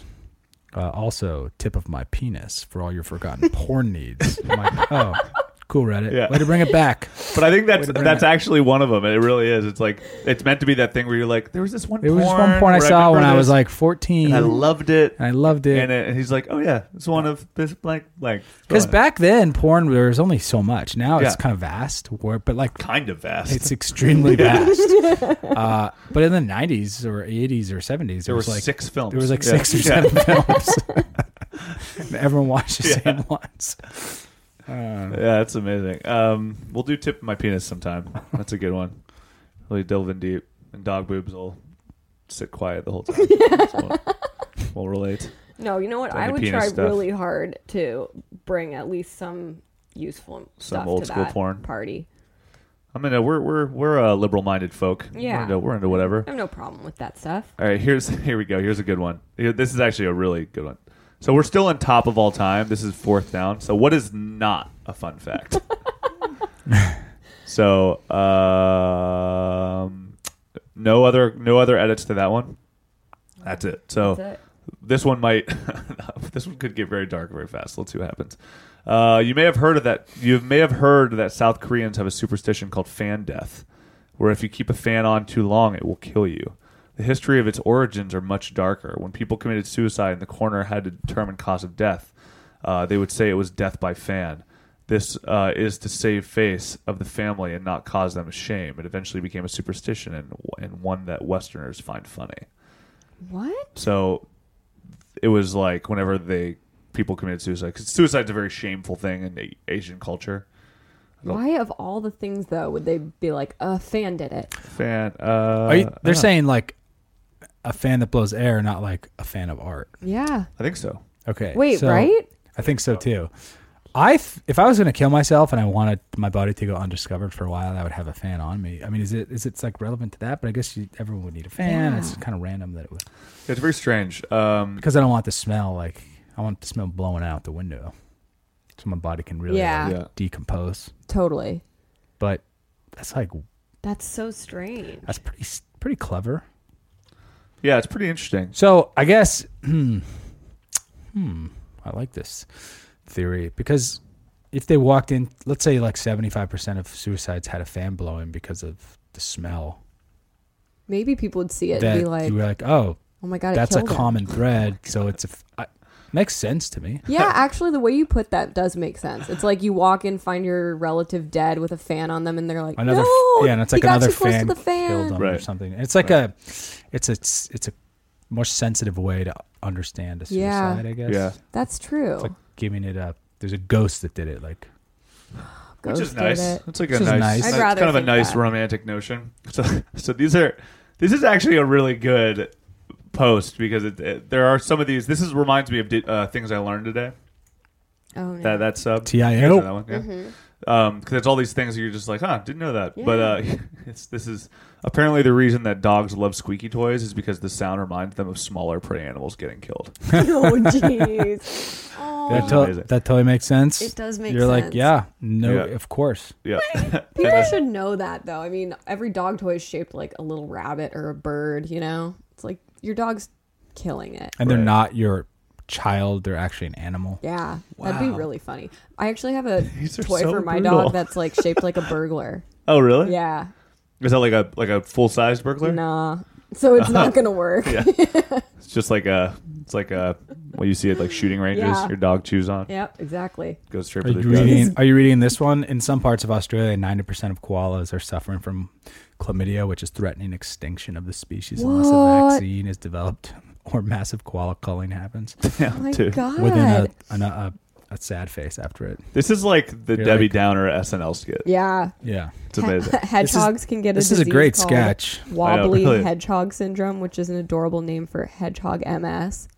Speaker 5: Uh, also, tip of my penis for all your forgotten porn needs. I'm like, oh, cool Reddit.
Speaker 6: Yeah.
Speaker 5: Way to bring it back.
Speaker 6: But I think that's
Speaker 5: to bring
Speaker 6: that's
Speaker 5: it.
Speaker 6: actually one of them. It really is. It's like it's meant to be that thing where you're like, there was this one.
Speaker 5: There was just
Speaker 6: porn
Speaker 5: one porn I
Speaker 6: where
Speaker 5: saw when
Speaker 6: remember
Speaker 5: I was
Speaker 6: this,
Speaker 5: like 14.
Speaker 6: and I loved it.
Speaker 5: and I loved it.
Speaker 6: And, it, and he's like, oh yeah, it's one of this blank blank.
Speaker 5: Because
Speaker 6: Go on.
Speaker 5: back then, porn there was only so much. Now
Speaker 6: Yeah.
Speaker 5: it's kind of vast, where, but like
Speaker 6: kind of vast.
Speaker 5: it's extremely vast. uh, but in the '90s or '80s or '70s,
Speaker 6: there
Speaker 5: it was
Speaker 6: were
Speaker 5: like
Speaker 6: six films.
Speaker 5: there was like
Speaker 6: Yeah.
Speaker 5: six or
Speaker 6: Yeah.
Speaker 5: seven films. And Everyone watched the same ones.
Speaker 6: Yeah, that's amazing. Um, we'll do tip my penis sometime. That's a good one. Really delve in deep, and dog boobs will sit quiet the whole time. so won't, won't relate.
Speaker 4: No, you know what?
Speaker 6: Tiny
Speaker 4: I would
Speaker 6: penis
Speaker 4: try
Speaker 6: stuff.
Speaker 4: really hard to bring at least some useful stuff
Speaker 6: old
Speaker 4: to
Speaker 6: school
Speaker 4: that
Speaker 6: porn.
Speaker 4: party.
Speaker 6: I mean, uh, we're we're we're uh, liberal-minded folk.
Speaker 4: Yeah.
Speaker 6: we're into, we're into whatever.
Speaker 4: I have no problem with that stuff.
Speaker 6: All right, here's here we go. Here's a good one. Here- This is actually a really good one. So we're still on top of all time. This is fourth down. So what is not a fun fact? so um, no other no other edits to that one. That's it.
Speaker 5: Oh.
Speaker 6: So
Speaker 4: That's it.
Speaker 6: this one might this one could get very dark very fast let's see what happens uh, you may have heard of that you may have heard that south koreans have a superstition called fan death where if you keep a fan on too long it will kill you the history of its origins are much darker when people committed suicide and the coroner had to determine cause of death uh, they would say it was death by fan This uh, is to save face of the family and not cause them shame. It eventually became a superstition and, and one that Westerners find funny.
Speaker 8: What?
Speaker 6: So it was like whenever they people committed suicide, because suicide's a very shameful thing in A- Asian culture.
Speaker 4: Why of all the things though would they be like a fan did it?
Speaker 6: Fan, uh,
Speaker 5: Are you,
Speaker 6: I
Speaker 5: they're
Speaker 6: don't know.
Speaker 5: saying like a fan that blows air, not like a fan of art.
Speaker 4: Yeah.
Speaker 6: I think so.
Speaker 5: Okay.
Speaker 4: Wait,
Speaker 5: so-
Speaker 4: right?
Speaker 5: I think so too. I th- if I was going to kill myself and I wanted my body to go undiscovered for a while, I would have a fan on me. I mean, is it is it like relevant to that? But I guess you, everyone would need a fan. It's kind of random that it would
Speaker 6: It's very strange. Um,
Speaker 5: because I don't want the smell. Like I want the smell blowing out the window, so my body can really
Speaker 4: Yeah.
Speaker 5: like,
Speaker 6: Yeah.
Speaker 5: decompose.
Speaker 4: Totally.
Speaker 5: But that's like
Speaker 8: That's so strange.
Speaker 5: that's pretty s- pretty clever.
Speaker 6: yeah, it's pretty interesting.
Speaker 5: So I guess, hmm, I like this theory because if they walked in, let's say like seventy-five percent of suicides had a fan blowing because of the smell,
Speaker 4: Maybe people would see it
Speaker 5: that
Speaker 4: and be like,
Speaker 5: you were like, oh,
Speaker 4: "Oh my god, it
Speaker 5: that's a
Speaker 4: killed him."
Speaker 5: common thread. so it's a f- I, makes sense to me.
Speaker 4: Yeah, actually, the way you put that does make sense. It's like you walk in, find your relative dead with a fan on them, and they're like,
Speaker 5: Another f-
Speaker 4: "No,
Speaker 5: yeah, and it's
Speaker 4: he
Speaker 5: like
Speaker 4: got
Speaker 5: another
Speaker 4: too close
Speaker 5: fan,
Speaker 4: to the fan."
Speaker 5: killed him or
Speaker 6: Right.
Speaker 5: something. It's like a, it's a it's, it's a more sensitive way to understand a
Speaker 4: Yeah.
Speaker 5: suicide. I guess.
Speaker 6: Yeah.
Speaker 4: That's true.
Speaker 5: It's like giving it a. There's a ghost that did it. Like
Speaker 6: Which
Speaker 4: Ghost
Speaker 6: is
Speaker 4: did
Speaker 6: nice.
Speaker 4: it.
Speaker 6: It's like
Speaker 5: Which
Speaker 6: a
Speaker 5: is
Speaker 6: nice,
Speaker 5: nice.
Speaker 4: I'd
Speaker 6: it's
Speaker 4: rather
Speaker 6: kind of a
Speaker 4: think
Speaker 6: nice
Speaker 4: that.
Speaker 6: romantic notion. So, so these are this is actually a really good post because it, it- there are some of these. This is reminds me of di- uh, things I learned today.
Speaker 8: Oh no.
Speaker 6: That that sub
Speaker 5: TIO.
Speaker 6: You guys know that one, yeah.
Speaker 4: Mm-hmm.
Speaker 6: Um, because it's all these things that you're just like, huh, didn't know that. But uh, it's this is apparently the reason that dogs love squeaky toys is because the sound reminds them of smaller prey animals getting killed.
Speaker 8: oh jeez.
Speaker 5: that, to-
Speaker 6: amazing.
Speaker 5: that totally makes sense.
Speaker 8: It does make
Speaker 5: You're like,
Speaker 8: sense.
Speaker 5: yeah, no,
Speaker 6: Yeah.
Speaker 5: of course.
Speaker 6: Yeah,
Speaker 4: People should know that, though. I mean, every dog toy is shaped like a little rabbit or a bird. You know, it's like your dog's killing it.
Speaker 5: And they're
Speaker 6: Right.
Speaker 5: not your child, they're actually an animal.
Speaker 4: Yeah, that'd
Speaker 5: Wow.
Speaker 4: be really funny. I actually have a
Speaker 6: These are
Speaker 4: toy
Speaker 6: so
Speaker 4: for my
Speaker 6: brutal.
Speaker 4: dog that's like shaped like a burglar.
Speaker 6: oh really?
Speaker 4: Yeah,
Speaker 6: Is that like a like a full sized burglar?
Speaker 4: nah. So it's
Speaker 5: Uh-huh.
Speaker 4: not gonna work.
Speaker 6: It's just like a it's like a well you see it like shooting ranges
Speaker 4: Yeah.
Speaker 6: your dog chews on
Speaker 4: Yep, exactly.
Speaker 6: goes straight
Speaker 5: Are
Speaker 6: for
Speaker 5: you,
Speaker 6: the gut.
Speaker 5: reading, are you reading this one? In some parts of Australia, 90% of koalas are suffering from chlamydia, which is threatening extinction of the species unless a
Speaker 4: What?
Speaker 5: vaccine is developed or massive koala culling happens
Speaker 4: Oh my
Speaker 6: Dude,
Speaker 4: god.
Speaker 5: within a, an, a, a sad face after it.
Speaker 6: This is like the
Speaker 5: You're
Speaker 6: Debbie
Speaker 5: like-
Speaker 6: Downer SNL skit.
Speaker 4: yeah.
Speaker 5: Yeah.
Speaker 6: It's amazing.
Speaker 4: Hedgehogs can get a
Speaker 5: this is a
Speaker 4: disease
Speaker 5: great
Speaker 4: called
Speaker 5: sketch.
Speaker 4: Wobbly
Speaker 6: really.
Speaker 4: hedgehog syndrome, which is an adorable name for hedgehog MS.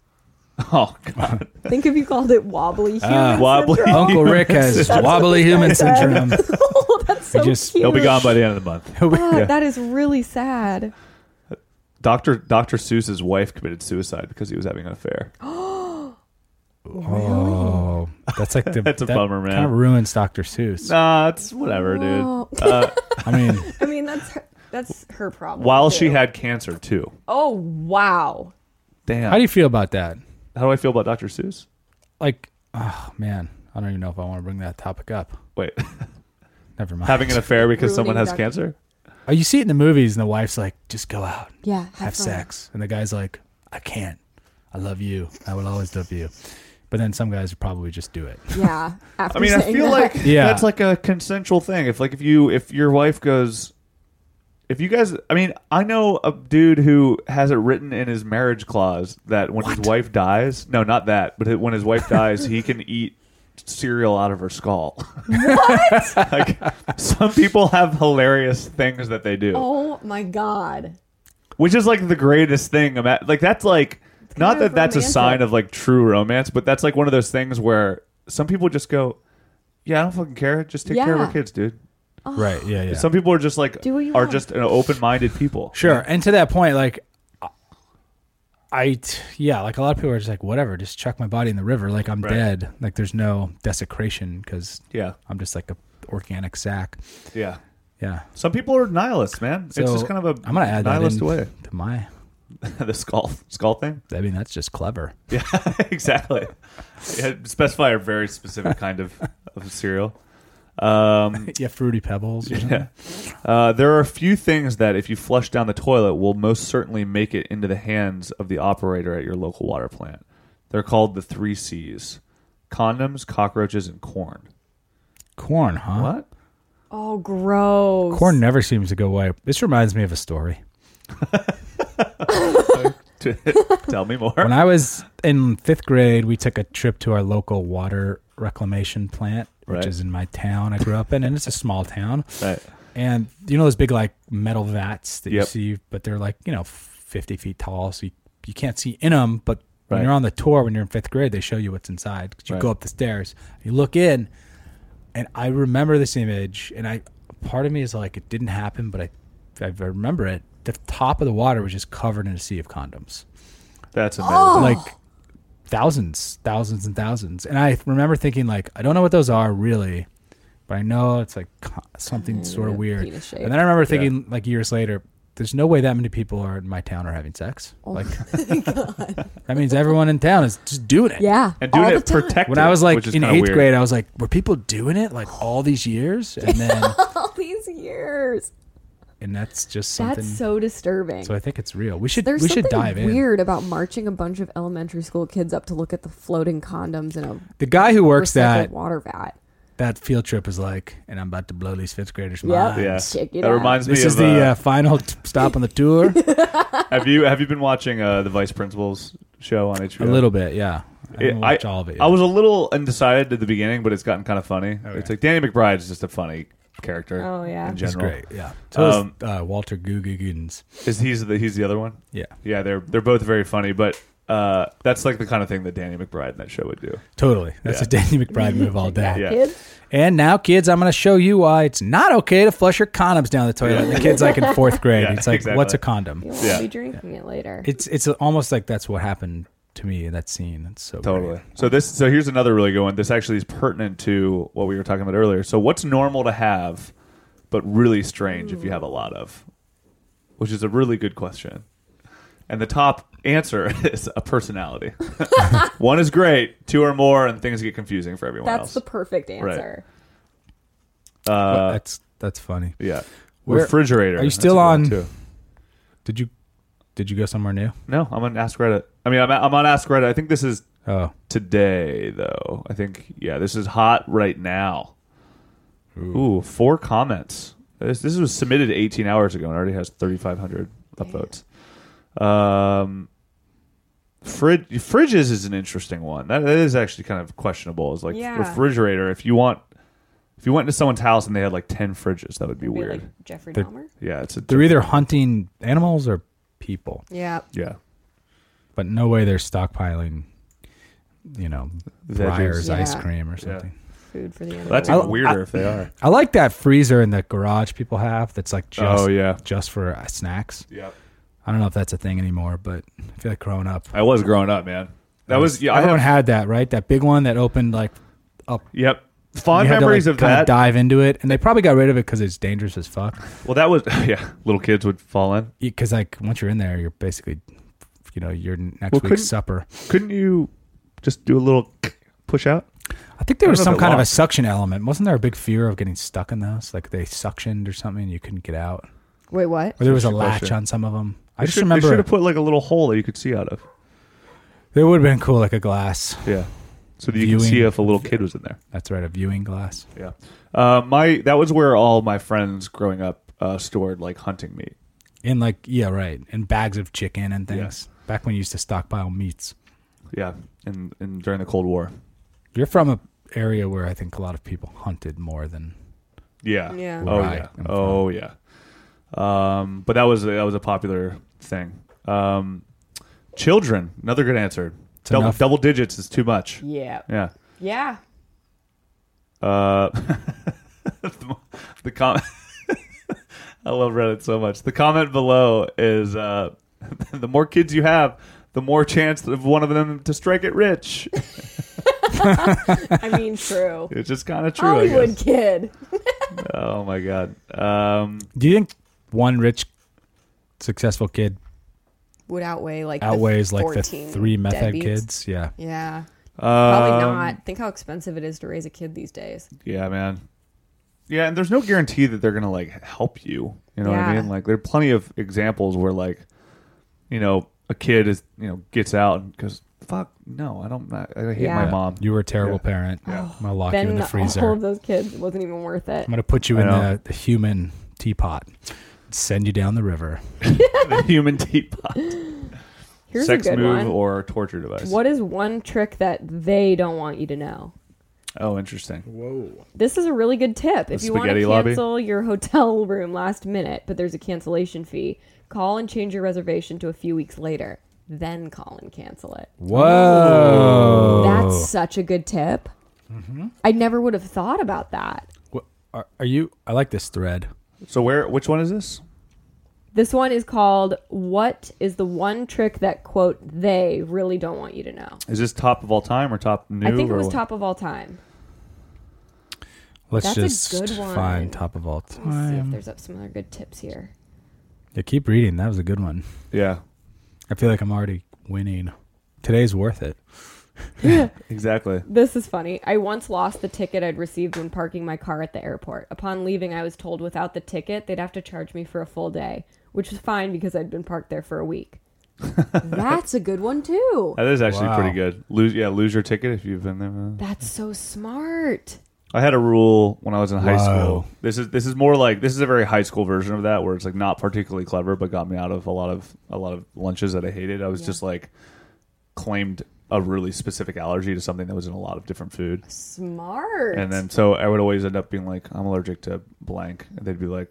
Speaker 6: oh god.
Speaker 4: Think if you called it wobbly human
Speaker 6: Ah, Wobbly.
Speaker 4: syndrome.
Speaker 5: Uncle Rick has wobbly human syndrome.
Speaker 4: oh, that's so
Speaker 5: just-
Speaker 4: cute.
Speaker 6: He'll be gone by the end of the month.
Speaker 4: Ah,
Speaker 6: Yeah.
Speaker 4: That is really sad.
Speaker 6: Doctor Doctor Seuss's wife committed suicide because he was having an affair.
Speaker 5: Oh, that's like the
Speaker 6: That's a
Speaker 5: that
Speaker 6: bummer, man.
Speaker 5: Kind of ruins Dr. Seuss.
Speaker 6: Nah, it's whatever,
Speaker 4: Wow.
Speaker 6: dude. Uh,
Speaker 5: I mean,
Speaker 8: I mean, that's her, that's her problem.
Speaker 6: while she
Speaker 8: too.
Speaker 6: had cancer too.
Speaker 4: Oh wow.
Speaker 6: Damn.
Speaker 5: how do you feel about that?
Speaker 6: How do I feel about Doctor Seuss?
Speaker 5: Like, oh man, I don't even know if I want to bring that topic up.
Speaker 6: Wait,
Speaker 5: Never mind.
Speaker 6: having an affair because
Speaker 4: Ruining
Speaker 6: someone has
Speaker 4: Dr.
Speaker 6: cancer?
Speaker 5: oh, you see it in the movies, and the wife's like, "Just go out,
Speaker 4: Yeah. Have,
Speaker 5: have
Speaker 4: fun.
Speaker 5: sex," and the guy's like, "I can't. I love you. I will always love you." But then some guys would probably just do it.
Speaker 4: Yeah. After
Speaker 6: I mean, I
Speaker 4: saying
Speaker 6: feel
Speaker 4: that.
Speaker 6: like
Speaker 5: Yeah.
Speaker 6: that's like a consensual thing. If like if you if your wife goes, if you guys, I mean, I know a dude who has it written in his marriage clause that when his wife dies, no, not that, but when his wife dies, he can eat cereal out of her skull. What? like some people have hilarious things that they do,
Speaker 4: Oh my god.
Speaker 6: which is like the greatest thing. ima- Like that's like not
Speaker 4: kind
Speaker 6: that
Speaker 4: of
Speaker 6: that's a
Speaker 4: romantic.
Speaker 6: sign of like true romance, but that's like one of those things where some people just go. Yeah, I don't fucking care. Just take care of
Speaker 4: Yeah.
Speaker 6: our kids, dude.
Speaker 4: Oh.
Speaker 5: Right? Yeah, yeah.
Speaker 6: Some people are just like
Speaker 4: Do what you
Speaker 6: are
Speaker 4: want.
Speaker 6: just you know, open-minded people.
Speaker 5: Sure. And to that point, like, I, t- yeah, like a lot of people are just like, whatever, just chuck my body in the river. Like, I'm
Speaker 6: Right.
Speaker 5: dead. Like, there's no desecration because
Speaker 6: Yeah,
Speaker 5: I'm just like a organic sack.
Speaker 6: yeah.
Speaker 5: Yeah.
Speaker 6: Some people are nihilists, man. it's just kind of a
Speaker 5: I'm gonna add that
Speaker 6: nihilist
Speaker 5: in
Speaker 6: way.
Speaker 5: to my.
Speaker 6: the skull skull thing.
Speaker 5: I mean, that's just clever.
Speaker 6: Yeah, exactly. yeah, specify a very specific kind of of cereal. Um,
Speaker 5: Yeah, fruity pebbles. Or something.
Speaker 6: yeah. Uh, there are a few things that, if you flush down the toilet, will most certainly make it into the hands of the operator at your local water plant. They're called the three C's: condoms, cockroaches, and corn.
Speaker 5: Corn, huh?
Speaker 6: What?
Speaker 8: Oh, gross.
Speaker 5: Corn never seems to go away. This reminds me of a story.
Speaker 6: Tell me more.
Speaker 5: When I was in fifth grade, we took a trip to our local water reclamation plant, which
Speaker 6: Right.
Speaker 5: is in my town I grew up in, and it's a small town.
Speaker 6: Right.
Speaker 5: And you know those big like metal vats that
Speaker 6: Yep.
Speaker 5: you see, but they're like you know fifty feet tall, so you, you can't see in them. But when
Speaker 6: Right.
Speaker 5: you're on the tour, when you're in fifth grade, they show you what's inside. 'Cause you
Speaker 6: Right.
Speaker 5: go up the stairs, you look in, and I remember this image, and I part of me is like it didn't happen, but I I remember it. The top of the water was just covered in a sea of condoms
Speaker 6: That's amazing.
Speaker 4: Oh.
Speaker 5: like thousands, thousands and thousands. And I remember thinking like, I don't know what those are really, but I know it's like co- something sort of weird.
Speaker 4: Mm, penis shape.
Speaker 5: And then I remember thinking like years later, there's no way that many people are in my town are having sex.
Speaker 4: Oh
Speaker 5: like that means everyone in town is just doing it.
Speaker 4: Yeah.
Speaker 6: and doing
Speaker 4: all
Speaker 6: it
Speaker 4: the time.
Speaker 6: protected.
Speaker 5: When I was
Speaker 6: which
Speaker 5: like
Speaker 6: is
Speaker 5: in
Speaker 6: kinda
Speaker 5: eighth
Speaker 6: weird.
Speaker 5: grade, I was like, were people doing it like all these years? And then,
Speaker 4: all these years.
Speaker 5: and that's just something.
Speaker 8: That's so disturbing.
Speaker 5: so I think it's real. We should
Speaker 4: There's
Speaker 5: we
Speaker 4: something
Speaker 5: should dive in.
Speaker 4: weird about marching a bunch of elementary school kids up to look at the floating condoms in a
Speaker 5: The guy who works
Speaker 4: recycled
Speaker 5: that
Speaker 4: water vat.
Speaker 5: that field trip is like, and I'm about to blow these fifth graders'
Speaker 4: Yep.
Speaker 5: minds.
Speaker 6: Yeah.
Speaker 4: Check it
Speaker 6: that
Speaker 4: out.
Speaker 6: reminds
Speaker 5: This
Speaker 6: me
Speaker 5: is
Speaker 6: of
Speaker 5: the
Speaker 6: uh,
Speaker 5: uh, final t- stop on the tour.
Speaker 6: have you have you been watching uh, the Vice Principals show on HBO?
Speaker 5: A little bit, yeah. I
Speaker 6: It-
Speaker 5: didn't watch all of it.
Speaker 6: I was a little undecided at the beginning, but it's gotten kind of funny. It's like Danny McBride's just a funny character.
Speaker 8: Oh, yeah.
Speaker 6: in
Speaker 5: It's
Speaker 6: general,
Speaker 5: great, yeah. So
Speaker 6: Um,
Speaker 5: is, uh, Walter Googagins.
Speaker 6: Is he's the he's the other one?
Speaker 5: Yeah,
Speaker 6: Yeah, they're they're both very funny, but uh, that's like the kind of thing that Danny McBride in that show would do.
Speaker 5: totally. That's
Speaker 6: Yeah.
Speaker 5: a Danny McBride move all day.
Speaker 6: Yeah.
Speaker 8: Kids?
Speaker 5: And now, kids, I'm going to show you why it's not okay to flush your condoms down the toilet. And the kid's like in fourth grade.
Speaker 6: Yeah,
Speaker 5: it's like,
Speaker 6: exactly.
Speaker 5: what's a
Speaker 8: You
Speaker 5: condom?
Speaker 8: won't
Speaker 6: Yeah.
Speaker 8: be drinking it later.
Speaker 5: It's it's almost like that's what happened to me in that scene. It's so
Speaker 6: Totally.
Speaker 5: great.
Speaker 6: So this so here's another really good one. This actually is pertinent to what we were talking about earlier. So what's normal to have, but really strange if you have a lot of, which is a really good question. And the top answer is a personality. one is great, two or more, and things get confusing for everyone
Speaker 8: That's
Speaker 6: else.
Speaker 8: the perfect answer.
Speaker 6: uh,
Speaker 5: that's that's funny.
Speaker 6: yeah.
Speaker 5: Where-
Speaker 6: Refrigerator.
Speaker 5: are you
Speaker 6: That's
Speaker 5: still
Speaker 6: a good one,
Speaker 5: on-
Speaker 6: too.
Speaker 5: Did you did you go somewhere new?
Speaker 6: No, I'm on Ask Reddit. I mean, I'm, I'm on Ask Reddit. I think this is
Speaker 5: Oh,
Speaker 6: today, though. I think yeah, this is hot right now. Ooh, four comments. This, this was submitted 18 hours ago and already has 3,500 upvotes. Um, frid- fridges is an interesting one. That, that is actually kind of questionable. It's like
Speaker 8: Yeah.
Speaker 6: refrigerator. If you want, if you went into someone's house and they had like 10 fridges, that would be
Speaker 8: Be
Speaker 6: weird.
Speaker 8: like Jeffrey
Speaker 5: They're-
Speaker 8: Dahmer?
Speaker 6: yeah, it's a
Speaker 5: they're either hunting animals or people.
Speaker 8: Yeah.
Speaker 6: yeah.
Speaker 5: but no way they're stockpiling, you know,
Speaker 6: Veggies.
Speaker 5: Breyers ice
Speaker 4: Yeah.
Speaker 5: cream or something.
Speaker 8: Food for the animals.
Speaker 6: That's
Speaker 5: I-
Speaker 6: even weirder if they are.
Speaker 5: I like that freezer in the garage people have that's like just
Speaker 6: oh yeah,
Speaker 5: just for uh, snacks.
Speaker 6: yep.
Speaker 5: I don't know if that's a thing anymore, but I feel like growing up,
Speaker 6: I was growing up, man. Uh, That was yeah. I
Speaker 5: everyone
Speaker 6: have-
Speaker 5: had that right. That big one that opened like
Speaker 6: Yep.
Speaker 5: you
Speaker 6: Fond
Speaker 5: had to,
Speaker 6: memories
Speaker 5: like,
Speaker 6: of
Speaker 5: kinda
Speaker 6: that.
Speaker 5: dive into it, and they probably got rid of it because it's dangerous as fuck.
Speaker 6: Well, that was yeah. Little kids would fall in.
Speaker 5: Because like once you're in there, you're basically, you know, your next
Speaker 6: Well, couldn't-
Speaker 5: week's supper.
Speaker 6: Couldn't you just do a little push out?
Speaker 5: I think there
Speaker 6: I
Speaker 5: was
Speaker 6: don't know
Speaker 5: some
Speaker 6: if it
Speaker 5: kind of a
Speaker 6: locked.
Speaker 5: suction element. Wasn't there a big fear of getting stuck in those? Like they suctioned or something, and you couldn't get out.
Speaker 8: Wait, what?
Speaker 5: Or there was a
Speaker 6: Sushi
Speaker 5: latch
Speaker 6: pressure.
Speaker 5: on some of them. I
Speaker 6: They
Speaker 5: just
Speaker 6: should, They
Speaker 5: remember
Speaker 6: should have put like a little hole that you could see out of.
Speaker 5: it would have been cool, like a glass.
Speaker 6: Yeah. So that you can
Speaker 5: Viewing.
Speaker 6: see if a little kid was in there.
Speaker 5: That's right, a viewing glass.
Speaker 6: Yeah. Uh, my that was where all my friends growing up uh, stored like hunting meat.
Speaker 5: And like, yeah, right, and bags of chicken and things.
Speaker 6: Yes.
Speaker 5: Back when you used to stockpile meats.
Speaker 6: Yeah. And and during the Cold War.
Speaker 5: You're from a area where I think a lot of people hunted more than
Speaker 6: Yeah.
Speaker 8: Yeah.
Speaker 6: Oh
Speaker 5: Where I
Speaker 6: yeah.
Speaker 5: am from.
Speaker 6: Oh yeah. Um, but that was that was a popular thing. Um, children, another good answer. Double,
Speaker 5: enough.
Speaker 6: double digits is too much.
Speaker 8: Yeah.
Speaker 6: Yeah.
Speaker 8: Yeah.
Speaker 6: Uh, the comment. I love Reddit so much. The comment below is uh, the more kids you have, the more chance of one of them to strike it rich.
Speaker 8: I mean, true.
Speaker 6: It's just kind of true. I
Speaker 8: Hollywood
Speaker 6: guess.
Speaker 8: kid.
Speaker 6: Oh my god. Um,
Speaker 5: Do you think one rich successful kid
Speaker 8: Would outweigh like the
Speaker 5: outweighs like the
Speaker 8: 14
Speaker 5: three meth head
Speaker 8: deadbeats.
Speaker 5: kids? Yeah.
Speaker 8: Yeah. Probably
Speaker 6: um,
Speaker 8: not. Think how expensive it is to raise a kid these days.
Speaker 6: Yeah, man. Yeah, and there's no guarantee that they're gonna like help you. You know what I
Speaker 8: Yeah.
Speaker 6: mean? Like there are plenty of examples where like, you know, a kid is you know gets out because fuck no, I don't. I, I hate
Speaker 4: Yeah.
Speaker 6: my mom.
Speaker 5: You were a terrible
Speaker 6: Yeah.
Speaker 5: parent.
Speaker 6: Yeah.
Speaker 5: I'm gonna lock you in
Speaker 4: Then
Speaker 5: the freezer.
Speaker 4: all of
Speaker 5: I'm
Speaker 4: those kids it wasn't even worth it.
Speaker 5: gonna put you
Speaker 6: I
Speaker 5: in
Speaker 6: know.
Speaker 5: the, the human teapot. Send you down the river.
Speaker 6: the human teapot.
Speaker 4: Here's
Speaker 6: Sex
Speaker 4: a good
Speaker 6: move
Speaker 4: one.
Speaker 6: or torture device.
Speaker 4: what is one trick that they don't want you to know?
Speaker 6: Oh, interesting.
Speaker 5: Whoa.
Speaker 4: This is a really good tip. If
Speaker 6: The
Speaker 4: you want
Speaker 6: spaghetti
Speaker 4: to
Speaker 6: lobby?
Speaker 4: cancel your hotel room last minute, but there's a cancellation fee, call and change your reservation to a few weeks later. Then call and cancel it.
Speaker 5: Whoa.
Speaker 4: That's such a good tip.
Speaker 6: Mm-hmm.
Speaker 4: I never would have thought about that.
Speaker 5: Wha- Are, are you? I like this thread.
Speaker 6: So where? Which one is this?
Speaker 4: This one is called What is the one trick that, quote, they really don't want you to know?
Speaker 6: Is this top of all time or top new?
Speaker 4: I think it
Speaker 6: or
Speaker 4: was
Speaker 6: what?
Speaker 4: top of all time.
Speaker 5: Let's
Speaker 4: That's a
Speaker 5: just
Speaker 4: good one.
Speaker 5: find top of all
Speaker 4: Let's see if
Speaker 5: time.
Speaker 4: there's up some other good tips here.
Speaker 5: Yeah, keep reading. That was a good one.
Speaker 6: Yeah,
Speaker 5: I feel like I'm already winning. Today's worth it.
Speaker 6: exactly.
Speaker 4: This is funny. I once lost the ticket I'd received when parking my car at the airport. Upon leaving, I was told without the ticket, they'd have to charge me for a full day, which was fine because I'd been parked there for a week.
Speaker 9: That's a good one too.
Speaker 6: That is actually
Speaker 5: Wow.
Speaker 6: pretty good. Lose, yeah, lose your ticket if you've been there.
Speaker 4: That's so smart.
Speaker 6: I had a rule when I was in high
Speaker 5: Wow.
Speaker 6: school. This is this is more like this is a very high school version of that, where it's like not particularly clever, but got me out of a lot of a lot of lunches that I hated. I was just like claimed a really specific allergy to something that was in a lot of different food.
Speaker 4: Smart.
Speaker 6: And then so I would always end up being like, I'm allergic to blank. And they'd be like,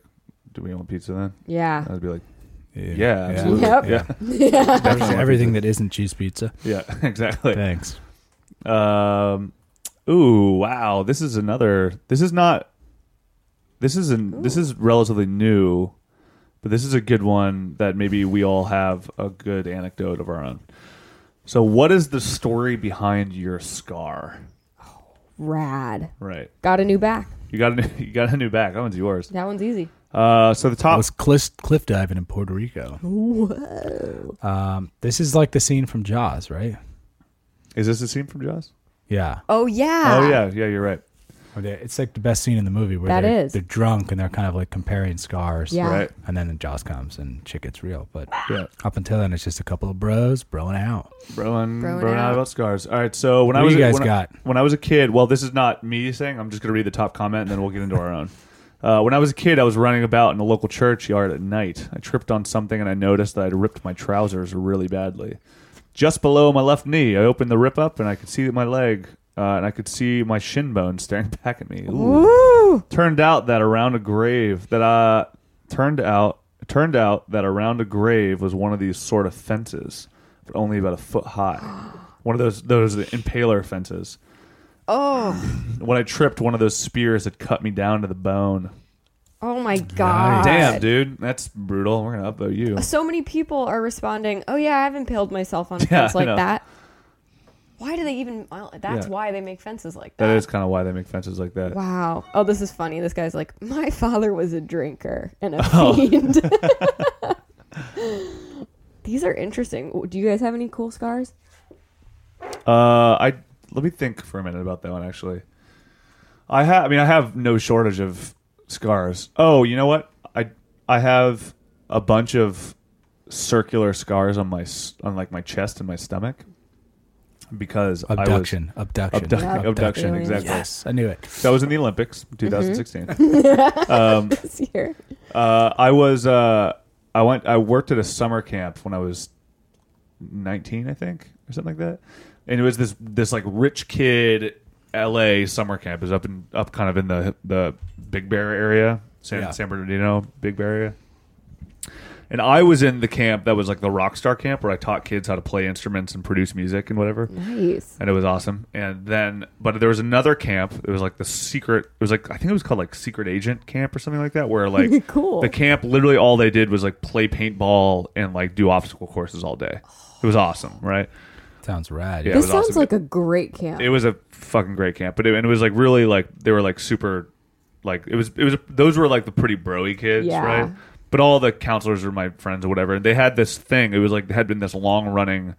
Speaker 6: Do we want pizza then? And
Speaker 4: yeah.
Speaker 6: I'd be like, Yeah, absolutely.
Speaker 4: Yep.
Speaker 6: Yeah.
Speaker 5: Everything-
Speaker 6: Definitely want
Speaker 5: Everything that isn't cheese pizza.
Speaker 6: Yeah, exactly.
Speaker 5: Thanks.
Speaker 6: Um Ooh, wow. This is another this is not this isn't this is relatively new, but this is a good one that maybe we all have a good anecdote of our own. So what is the story behind your scar?
Speaker 4: Rad.
Speaker 6: Right.
Speaker 4: Got a new back.
Speaker 6: You got a new, you got a new back. That one's yours.
Speaker 4: That one's easy.
Speaker 6: Uh so the
Speaker 5: I
Speaker 6: top
Speaker 5: was cliff, cliff diving in Puerto Rico. Whoa. Um, this is like the scene from Jaws, right?
Speaker 6: Is this a scene from Jaws?
Speaker 5: Yeah.
Speaker 4: Oh, yeah.
Speaker 6: Oh yeah, yeah, you're right.
Speaker 5: Where they- It's like the best scene in the movie where
Speaker 4: That
Speaker 5: they're,
Speaker 4: is.
Speaker 5: they're drunk and they're kind of like comparing scars.
Speaker 4: Yeah.
Speaker 6: Right.
Speaker 5: And then Jaws comes and shit gets real. But
Speaker 6: Yeah.
Speaker 5: up until then, it's just a couple of bros broing out.
Speaker 6: Broing,
Speaker 4: Broing
Speaker 6: broing out
Speaker 4: out.
Speaker 6: about scars. All right, so when I
Speaker 5: What
Speaker 6: was
Speaker 5: do you
Speaker 6: a-
Speaker 5: guys
Speaker 6: when I-
Speaker 5: got?
Speaker 6: when I was a kid, well, this is not me saying. I'm just going to read the top comment and then we'll get into our own. Uh, when I was a kid, I was running about in a local churchyard at night. I tripped on something and I noticed that I'd ripped my trousers really badly. Just below my left knee, I opened the rip up and I could see my leg uh, and I could see my shin bone staring back at me. Ooh. Turned out that around a grave that uh turned out turned out that around a grave was one of these sort of fences, but only about a foot high. One of those those impaler fences. Oh. When I tripped, one of those spears had cut me down to the bone.
Speaker 4: Oh, my God.
Speaker 6: Damn, dude, that's brutal. We're gonna upvote you.
Speaker 4: So many people are responding, oh, yeah, I've impaled myself on a
Speaker 6: Yeah,
Speaker 4: fence
Speaker 6: I
Speaker 4: like
Speaker 6: know.
Speaker 4: that. Why do they even? Well, that's
Speaker 6: Yeah.
Speaker 4: why they make fences like that.
Speaker 6: That is kind of why they make fences like that.
Speaker 4: Wow. Oh, this is funny. This guy's like, my father was a drinker and a
Speaker 6: Oh.
Speaker 4: fiend. These are interesting. Do you guys have any cool scars?
Speaker 6: Uh, I let me think for a minute about that one. Actually, I have. I mean, I have no shortage of scars. Oh, you know what? I I have a bunch of circular scars on my s- on like my chest and my stomach because I was-
Speaker 5: Abduction. abduction.
Speaker 6: Abduct-
Speaker 5: Yep.
Speaker 6: abduction, exactly.
Speaker 5: Yes. Mm-hmm. I knew it.
Speaker 6: That was in the Olympics, 2016.
Speaker 4: This year.
Speaker 6: Uh, I was uh, I went I worked at a summer camp when I was 19, I think, or something like that. And it was this this like rich kid LA summer camp is up in up kind of in the the Big Bear area, San
Speaker 5: Yeah.
Speaker 6: San Bernardino, Big Bear area. And I was in the camp that was like the rock star camp where I taught kids how to play instruments and produce music and whatever
Speaker 4: Nice.
Speaker 6: and it was awesome. And then, but there was another camp. It was like the secret. It was like I think it was called like secret agent camp or something like that. Where like
Speaker 4: Cool.
Speaker 6: the camp literally all they did was like play paintball and like do obstacle courses all day. It was awesome, right?
Speaker 5: Sounds rad.
Speaker 6: Yeah.
Speaker 9: this
Speaker 6: was
Speaker 9: sounds
Speaker 6: awesome.
Speaker 9: like a great camp.
Speaker 6: It was a fucking great camp, but it, and it was like really like they were like super, like it was it was those were like the pretty broy kids,
Speaker 4: Yeah.
Speaker 6: right? But all the counselors were my friends or whatever, and they had this thing. It was like had been this long running,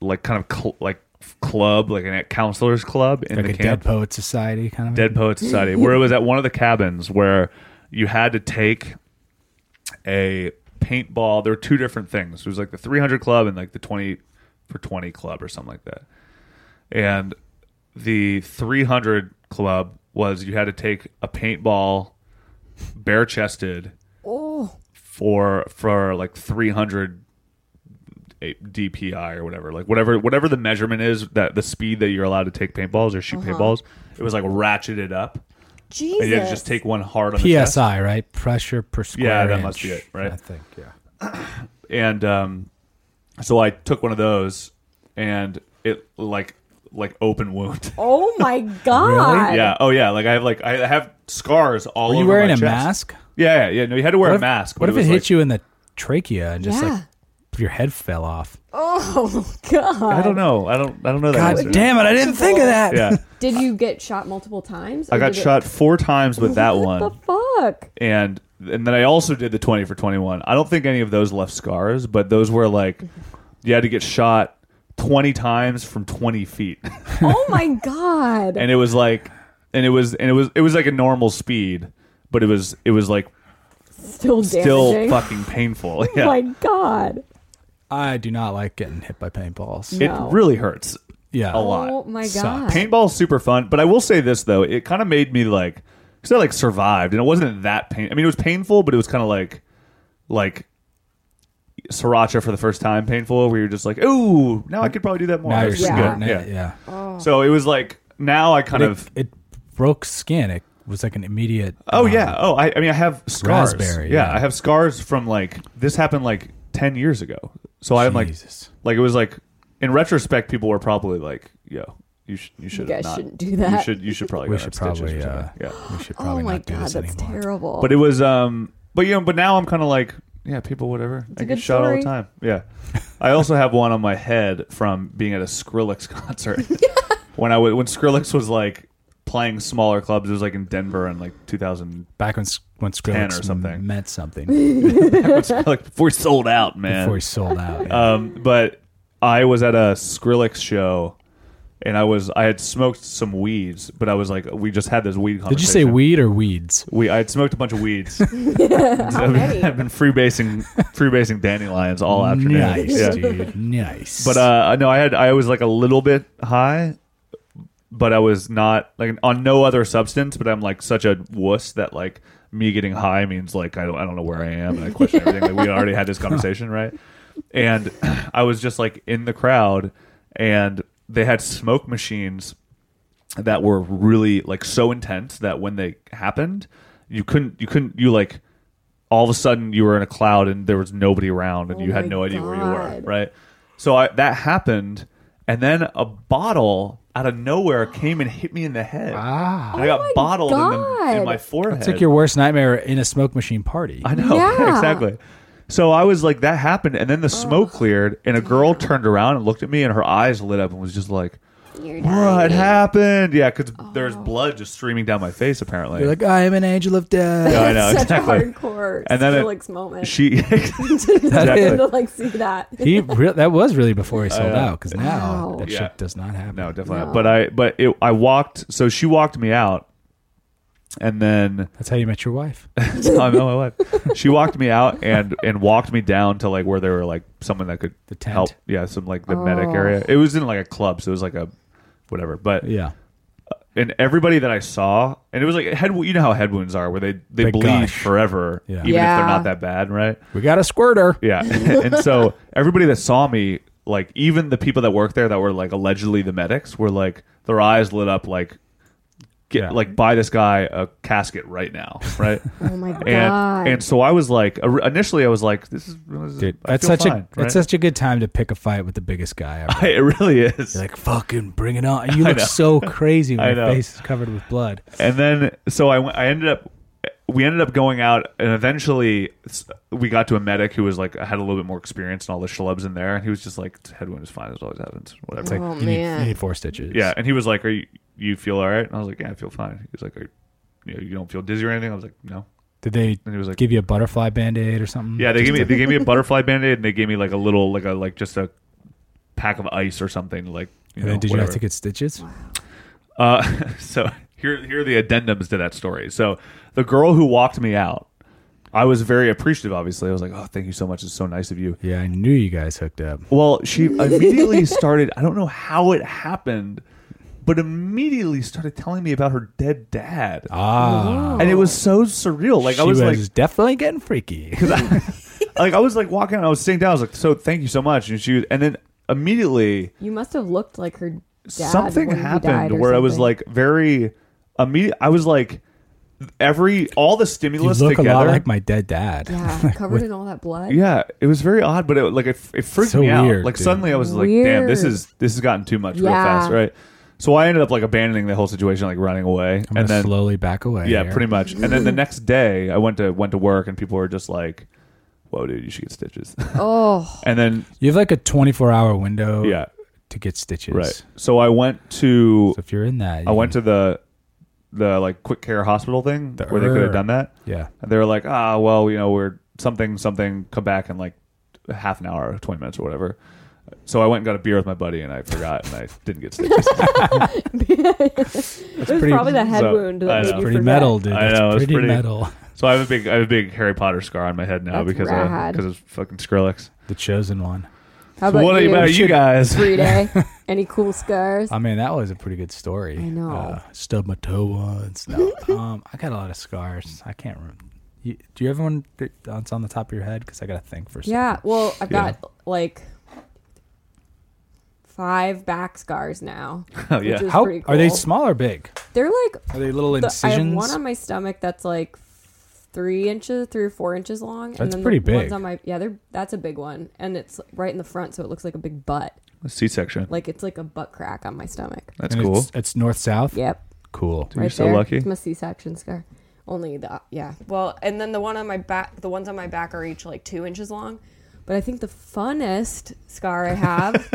Speaker 6: like kind of cl- like club, like an counselors club in
Speaker 5: Like
Speaker 6: the
Speaker 5: a Dead
Speaker 6: camp.
Speaker 5: Poet Society kind of.
Speaker 6: Dead Poet Society, where it was at one of the cabins where you had to take a paintball. There were two different things. It was like the 300 club and like the 20 for 20 club or something like that. And the 300 club was you had to take a paintball bare chested
Speaker 8: Oh,
Speaker 6: for for like 300 a- DPI or whatever, like whatever whatever the measurement is that the speed that you're allowed to take paintballs or shoot paintballs, it was like ratcheted up,
Speaker 8: Jesus.
Speaker 6: and you had to just take one hard on the chest.
Speaker 5: PSI, right? Pressure per square
Speaker 6: Yeah, that
Speaker 5: inch,
Speaker 6: must be it, right?
Speaker 5: I think, yeah.
Speaker 6: and um, so I took one of those, and it like like open wound.
Speaker 8: Oh my god.
Speaker 6: yeah. Oh yeah. Like I have like I have scars all.
Speaker 5: Were you
Speaker 6: over
Speaker 5: wearing
Speaker 6: my
Speaker 5: a
Speaker 6: chest.
Speaker 5: mask?
Speaker 6: Yeah, yeah. yeah. No, you had to wear
Speaker 5: What
Speaker 6: a
Speaker 5: if-
Speaker 6: mask.
Speaker 5: What
Speaker 6: but
Speaker 5: if it,
Speaker 6: was
Speaker 5: hit
Speaker 6: like-
Speaker 5: you in the trachea and just
Speaker 8: Yeah.
Speaker 5: like your head fell off?
Speaker 8: Oh god.
Speaker 6: I don't know. I don't. I don't know that. answer.
Speaker 5: God damn it! I didn't think of that.
Speaker 6: Yeah,
Speaker 4: Did you get shot multiple times?
Speaker 6: I
Speaker 4: or
Speaker 6: got
Speaker 4: did it-
Speaker 6: shot four times with that one.
Speaker 8: The fuck.
Speaker 6: and and then I also did the twenty for twenty one. I don't think any of those left scars, but those were like you had to get shot twenty times from twenty feet,
Speaker 8: Oh my god.
Speaker 6: and it was like, and it was and it was it was like a normal speed, but it was it was like
Speaker 8: still damaging.
Speaker 6: still fucking painful. Yeah,
Speaker 8: Oh my god.
Speaker 5: I do not like getting hit by paintballs.
Speaker 6: it
Speaker 8: No.
Speaker 6: really hurts
Speaker 5: Yeah,
Speaker 6: a lot.
Speaker 4: Oh my
Speaker 5: Sucks.
Speaker 4: god!
Speaker 6: Paintball's super fun, but I will say this though, it kind of made me like because I like survived, and it wasn't that pain. I mean, it was painful, but it was kind of like like sriracha for the first time, painful, where you're just like, ooh, now I could probably do that more.
Speaker 5: Now you're
Speaker 6: That's pretty
Speaker 5: scared.
Speaker 6: good.
Speaker 5: Yeah,
Speaker 6: Yeah.
Speaker 5: yeah.
Speaker 8: Oh.
Speaker 6: So it was like now I kind
Speaker 5: It,
Speaker 6: of
Speaker 5: it broke skin. It was like an immediate.
Speaker 6: oh
Speaker 5: um,
Speaker 6: yeah oh I, I mean I have scars.
Speaker 5: Raspberry,
Speaker 6: yeah,
Speaker 5: yeah.
Speaker 6: I have scars from like this happened like ten years ago. So I'm like
Speaker 5: Jesus.
Speaker 6: like it was like in retrospect, people were probably like, yo. You, sh- you should
Speaker 8: guys
Speaker 6: not-
Speaker 8: shouldn't do
Speaker 6: You
Speaker 8: that.
Speaker 6: should you should probably
Speaker 5: We
Speaker 6: go
Speaker 5: should
Speaker 6: have stitches
Speaker 5: probably,
Speaker 6: or something.
Speaker 5: uh,
Speaker 6: yeah
Speaker 5: We should
Speaker 8: Oh
Speaker 5: probably
Speaker 8: my
Speaker 5: not do
Speaker 8: god,
Speaker 5: this
Speaker 8: that's
Speaker 5: anymore.
Speaker 8: terrible.
Speaker 6: But it was, um, but you know, but now I'm kind of like, yeah, people, whatever. I
Speaker 8: a
Speaker 6: get
Speaker 8: good
Speaker 6: shot all
Speaker 8: story.
Speaker 6: the time. Yeah. I also have one on my head from being at a Skrillex concert when I was when Skrillex was like playing smaller clubs. It was like in Denver in like 2000
Speaker 5: Back when s- when Skrillex
Speaker 6: or something.
Speaker 5: meant something
Speaker 6: like before he sold out, man.
Speaker 5: before he sold out.
Speaker 6: Um, but I was at a Skrillex show. And I was, I had smoked some weeds, but I was like, we just had this weed.
Speaker 5: Did you say
Speaker 6: conversation.
Speaker 5: weed or weeds?
Speaker 6: We I had smoked a bunch of weeds. I've, been, I've been freebasing freebasing dandelions all afternoon.
Speaker 5: Nice,
Speaker 6: Yeah.
Speaker 5: dude. Nice.
Speaker 6: But uh no, I had I was like a little bit high, but I was not like on no other substance, but I'm like such a wuss that like me getting high means like I don't I don't know where I am and I question everything. Like we already had this conversation, right? And I was just like in the crowd and they had smoke machines that were really like so intense that when they happened, you couldn't you couldn't you like all of a sudden you were in a cloud and there was nobody around and you had
Speaker 8: Oh my
Speaker 6: no idea where you were,
Speaker 8: God.
Speaker 6: right? So I, that happened, and then a bottle out of nowhere came and hit me in the head.
Speaker 5: ah,
Speaker 6: And I got bottled in, the, in
Speaker 8: Oh God.
Speaker 6: my forehead.
Speaker 5: it's like your worst nightmare in a smoke machine party.
Speaker 6: I know
Speaker 8: Yeah.
Speaker 6: exactly. So I was like, that happened, and then the smoke cleared, and a girl turned around and looked at me, and her eyes lit up and was just like,
Speaker 8: You're
Speaker 6: "What happened?" Yeah, because
Speaker 8: Oh,
Speaker 6: there's blood just streaming down my face. Apparently,
Speaker 5: You're like, I am an angel of death.
Speaker 6: Yeah, I know
Speaker 8: Such
Speaker 6: exactly.
Speaker 8: a hardcore
Speaker 6: And then it-
Speaker 8: Skrillex moment.
Speaker 6: She
Speaker 8: Exactly.
Speaker 6: exactly.
Speaker 8: to like see that.
Speaker 5: he re- that was really before he sold out because now
Speaker 8: Wow.
Speaker 5: that
Speaker 6: Oh, Yeah.
Speaker 5: shit does not happen.
Speaker 6: No, definitely not. But I but it, I walked. So she walked me out, and then oh,
Speaker 5: That's how you met your wife.
Speaker 6: I know my wife. She walked me out and and walked me down to like where there were like someone that could
Speaker 5: The tent.
Speaker 6: help. Yeah, some like the medic
Speaker 8: Oh.
Speaker 6: area. It was in like a club, so it was like a whatever. But
Speaker 5: Yeah,
Speaker 6: and everybody that I saw, and it was like head. You know how head wounds are, where they they
Speaker 5: They
Speaker 6: bleed
Speaker 5: gush.
Speaker 6: forever,
Speaker 5: Yeah.
Speaker 6: even if
Speaker 8: Yeah.
Speaker 6: they're not that bad, right?
Speaker 5: we got a squirter.
Speaker 6: Yeah. and so everybody that saw me, like even the people that worked there that were like allegedly the medics, were like their eyes lit up like get
Speaker 5: Yeah.
Speaker 6: like buy this guy a casket right now, right?
Speaker 8: Oh my god.
Speaker 6: and and so I was like or- initially I was like this is, this is
Speaker 5: Dude,
Speaker 6: I
Speaker 5: that's
Speaker 6: feel
Speaker 5: such
Speaker 6: fine,
Speaker 5: a
Speaker 6: right?
Speaker 5: it's such a good time to pick a fight with the biggest guy ever.
Speaker 6: it really is.
Speaker 5: Like fucking bring it on! You look so crazy
Speaker 6: I
Speaker 5: when your
Speaker 6: know.
Speaker 5: face is covered with blood.
Speaker 6: and then so I, went- I ended up we ended up going out and eventually s- we got to a medic who was like had a little bit more experience and all the schlubs in there and he was just like head wound is fine it always happens whatever
Speaker 5: It's like
Speaker 8: Oh,
Speaker 5: you, need,
Speaker 8: man.
Speaker 5: you need four stitches.
Speaker 6: Yeah, and he was like, "Are you you feel all right?" And I was like, "Yeah, I feel fine." He was like, Are you, you, know, "You don't feel dizzy or anything?" I was like, "No."
Speaker 5: Did they
Speaker 6: And he was like,
Speaker 5: give you a butterfly band aid or something?
Speaker 6: "Yeah." They gave me they gave me a butterfly band-aid and they gave me like a little like a like just a pack of ice or something like. You
Speaker 5: And
Speaker 6: know,
Speaker 5: then did you have
Speaker 6: whatever.
Speaker 5: to get stitches?
Speaker 6: Uh, so here, here are the addendums to that story. So the girl who walked me out I was very appreciative. Obviously, I was like, "Oh, thank you so much. It's so nice of you."
Speaker 5: Yeah, I knew you guys hooked up.
Speaker 6: Well, she immediately started. I don't know how it happened, but immediately started telling me about her dead dad,
Speaker 5: Ah,
Speaker 6: and it was so
Speaker 4: Oh.
Speaker 6: surreal. Like
Speaker 5: she
Speaker 6: I
Speaker 5: was,
Speaker 6: was, like,
Speaker 5: definitely getting freaky.
Speaker 6: like I was like walking. I was sitting down. I was like, "So thank you so much," and she was, and then immediately
Speaker 4: You must have looked like her dad.
Speaker 6: something
Speaker 4: when he died
Speaker 6: happened
Speaker 4: or
Speaker 6: where I was
Speaker 4: something.
Speaker 6: like very immediate. I was like every all the
Speaker 5: you
Speaker 6: stimulus
Speaker 5: look
Speaker 6: together.
Speaker 5: a lot like my dead dad.
Speaker 4: yeah, covered in all that blood.
Speaker 6: yeah, it was very odd, but it like it, it freaked
Speaker 5: So
Speaker 6: me out.
Speaker 5: weird,
Speaker 6: like
Speaker 5: dude.
Speaker 6: suddenly I was like, damn, this
Speaker 4: Weird.
Speaker 6: is this has gotten too much real
Speaker 4: Yeah.
Speaker 6: fast, right? So I ended up like abandoning the whole situation, like running away,
Speaker 5: I'm
Speaker 6: and
Speaker 5: gonna
Speaker 6: then
Speaker 5: slowly back away.
Speaker 6: yeah,
Speaker 5: here.
Speaker 6: pretty much. And then the next day, I went to went to work, and people were just like, "Whoa, dude, you should get stitches."
Speaker 4: Oh,
Speaker 6: and then
Speaker 5: You have like a 24 hour window.
Speaker 6: yeah,
Speaker 5: to get stitches.
Speaker 6: right. So I went to
Speaker 5: So if you're in that,
Speaker 6: I
Speaker 5: you
Speaker 6: went
Speaker 5: can-
Speaker 6: to the the like quick care hospital thing
Speaker 5: The
Speaker 6: where they could have
Speaker 5: ER.
Speaker 6: done that.
Speaker 5: yeah.
Speaker 6: And they were like, ah, well, you know, we're something, something, come back in like half an hour, 20 minutes or whatever. So I went and got a beer with my buddy and I forgot and I didn't get stitches.
Speaker 8: it was
Speaker 5: pretty-
Speaker 8: probably the head
Speaker 6: so,
Speaker 8: wound
Speaker 6: I
Speaker 8: that made
Speaker 6: know.
Speaker 8: you
Speaker 5: Pretty
Speaker 8: forget.
Speaker 5: metal, dude.
Speaker 6: I
Speaker 5: That's
Speaker 6: know, it's
Speaker 5: pretty,
Speaker 6: pretty-
Speaker 5: metal.
Speaker 6: so I have a big, I have a big Harry Potter scar on my head now
Speaker 4: That's
Speaker 6: because of,
Speaker 4: rad.
Speaker 6: because of fucking Skrillex.
Speaker 5: The chosen one.
Speaker 4: how
Speaker 6: So
Speaker 4: about
Speaker 6: what
Speaker 4: you?
Speaker 6: about you guys?
Speaker 4: Free day. Any cool scars?
Speaker 5: I mean, that was a pretty good story.
Speaker 4: I know.
Speaker 5: stubbed my toe once. No, um, I got a lot of scars. I can't remember. You, do you have one that- that's on the top of your head? Because I got to think for a second.
Speaker 4: yeah. Well, I've got like five back scars now.
Speaker 6: Oh,
Speaker 4: which
Speaker 6: yeah.
Speaker 4: is
Speaker 5: How
Speaker 4: pretty
Speaker 5: are they
Speaker 4: cool.
Speaker 5: small or big?
Speaker 4: They're like
Speaker 5: Are they little
Speaker 4: the- I have
Speaker 5: incisions?
Speaker 4: one on my stomach that's like three inches, three or four inches long. and
Speaker 5: That's
Speaker 4: then
Speaker 5: pretty
Speaker 4: the Ones
Speaker 5: big.
Speaker 4: on my yeah, they're that's a big one, and it's right in the front, so it looks like a big butt.
Speaker 6: C-section.
Speaker 4: Like it's like a butt crack on my stomach.
Speaker 6: That's
Speaker 5: And
Speaker 6: cool.
Speaker 5: It's, it's north south.
Speaker 4: Yep,
Speaker 5: Cool.
Speaker 6: You're
Speaker 4: right
Speaker 6: so
Speaker 4: there.
Speaker 6: lucky.
Speaker 4: It's my C-section scar.
Speaker 8: Only the yeah. Well, and then the one on my back, the ones on my back are each like two inches long.
Speaker 4: But I think the funnest scar I have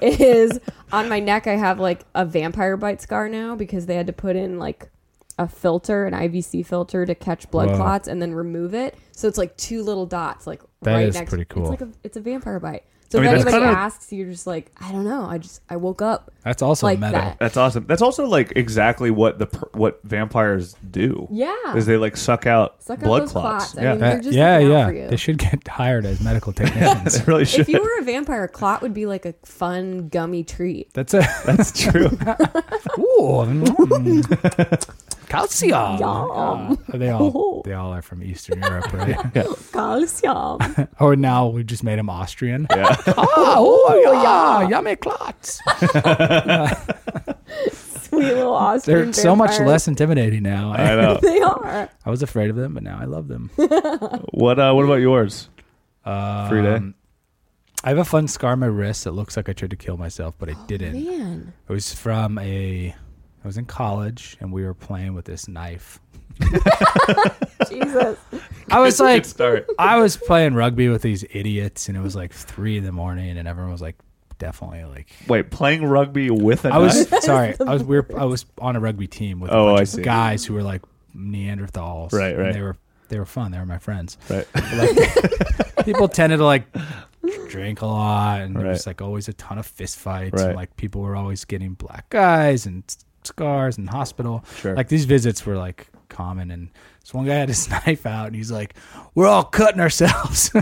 Speaker 4: is on my neck. I have like a vampire bite scar now because they had to put in like a filter, an IVC filter to catch blood
Speaker 5: Wow.
Speaker 4: clots and then remove it. So it's like two little dots, like
Speaker 5: That
Speaker 4: right
Speaker 5: is
Speaker 4: next.
Speaker 5: pretty cool.
Speaker 4: It's like a, it's a vampire bite. So
Speaker 6: I mean,
Speaker 4: if
Speaker 6: that's
Speaker 4: anybody
Speaker 6: kinda-
Speaker 4: asks, you're just like, I don't know. I just I woke up
Speaker 5: That's also
Speaker 4: like
Speaker 5: metal.
Speaker 4: that.
Speaker 6: That's awesome. That's also like exactly what the per- what vampires do.
Speaker 4: Yeah.
Speaker 6: Is they like suck out
Speaker 4: Suck out
Speaker 6: blood
Speaker 4: those
Speaker 6: clots.
Speaker 4: clots. I
Speaker 6: Yeah.
Speaker 4: mean,
Speaker 5: That-
Speaker 4: They're just
Speaker 5: Uh, yeah,
Speaker 4: looking out
Speaker 5: yeah.
Speaker 4: for you.
Speaker 5: They should get hired as medical technicians.
Speaker 6: they really
Speaker 4: If
Speaker 6: should.
Speaker 4: you were a vampire, a clot would be like a fun gummy treat.
Speaker 5: That's a
Speaker 6: That's true.
Speaker 5: Ooh, mm. calcium.
Speaker 4: Oh Yum.
Speaker 5: Yeah. They all they all are from Eastern Europe, right?
Speaker 4: Calcium.
Speaker 5: Or Oh, now we just made him Austrian.
Speaker 6: Yeah.
Speaker 5: oh, yeah, yeah, yummy clots.
Speaker 4: Sweet little Austrian.
Speaker 5: They're so much
Speaker 4: vampires.
Speaker 5: less intimidating now.
Speaker 6: I
Speaker 5: I,
Speaker 6: know.
Speaker 4: They are.
Speaker 5: I was afraid of them, but now I love them.
Speaker 6: What uh, what about yours?
Speaker 5: Um,
Speaker 6: Free day.
Speaker 5: I have a fun scar on my wrist that looks like I tried to kill myself, but I didn't.
Speaker 4: Man.
Speaker 5: It was from a. I was in college and we were playing with this knife.
Speaker 4: Jesus.
Speaker 5: I was like,
Speaker 6: Good start.
Speaker 5: I was playing rugby with these idiots, and it was like three in the morning, and everyone was like, definitely like.
Speaker 6: Wait, playing rugby with a
Speaker 5: I was
Speaker 6: knife?
Speaker 5: sorry. I was we were, I was on a rugby team with
Speaker 6: Oh,
Speaker 5: a
Speaker 6: I
Speaker 5: bunch
Speaker 6: see.
Speaker 5: of guys who were like Neanderthals.
Speaker 6: Right,
Speaker 5: and
Speaker 6: right.
Speaker 5: They were they were fun. They were my friends.
Speaker 6: Right.
Speaker 5: People tended to like drink a lot, and there
Speaker 6: Right.
Speaker 5: was like always a ton of fist fights,
Speaker 6: Right.
Speaker 5: and like people were always getting black eyes and s- scars and hospital.
Speaker 6: Sure.
Speaker 5: Like these visits were like common, and so one guy had his knife out, and he's like, "We're all cutting ourselves."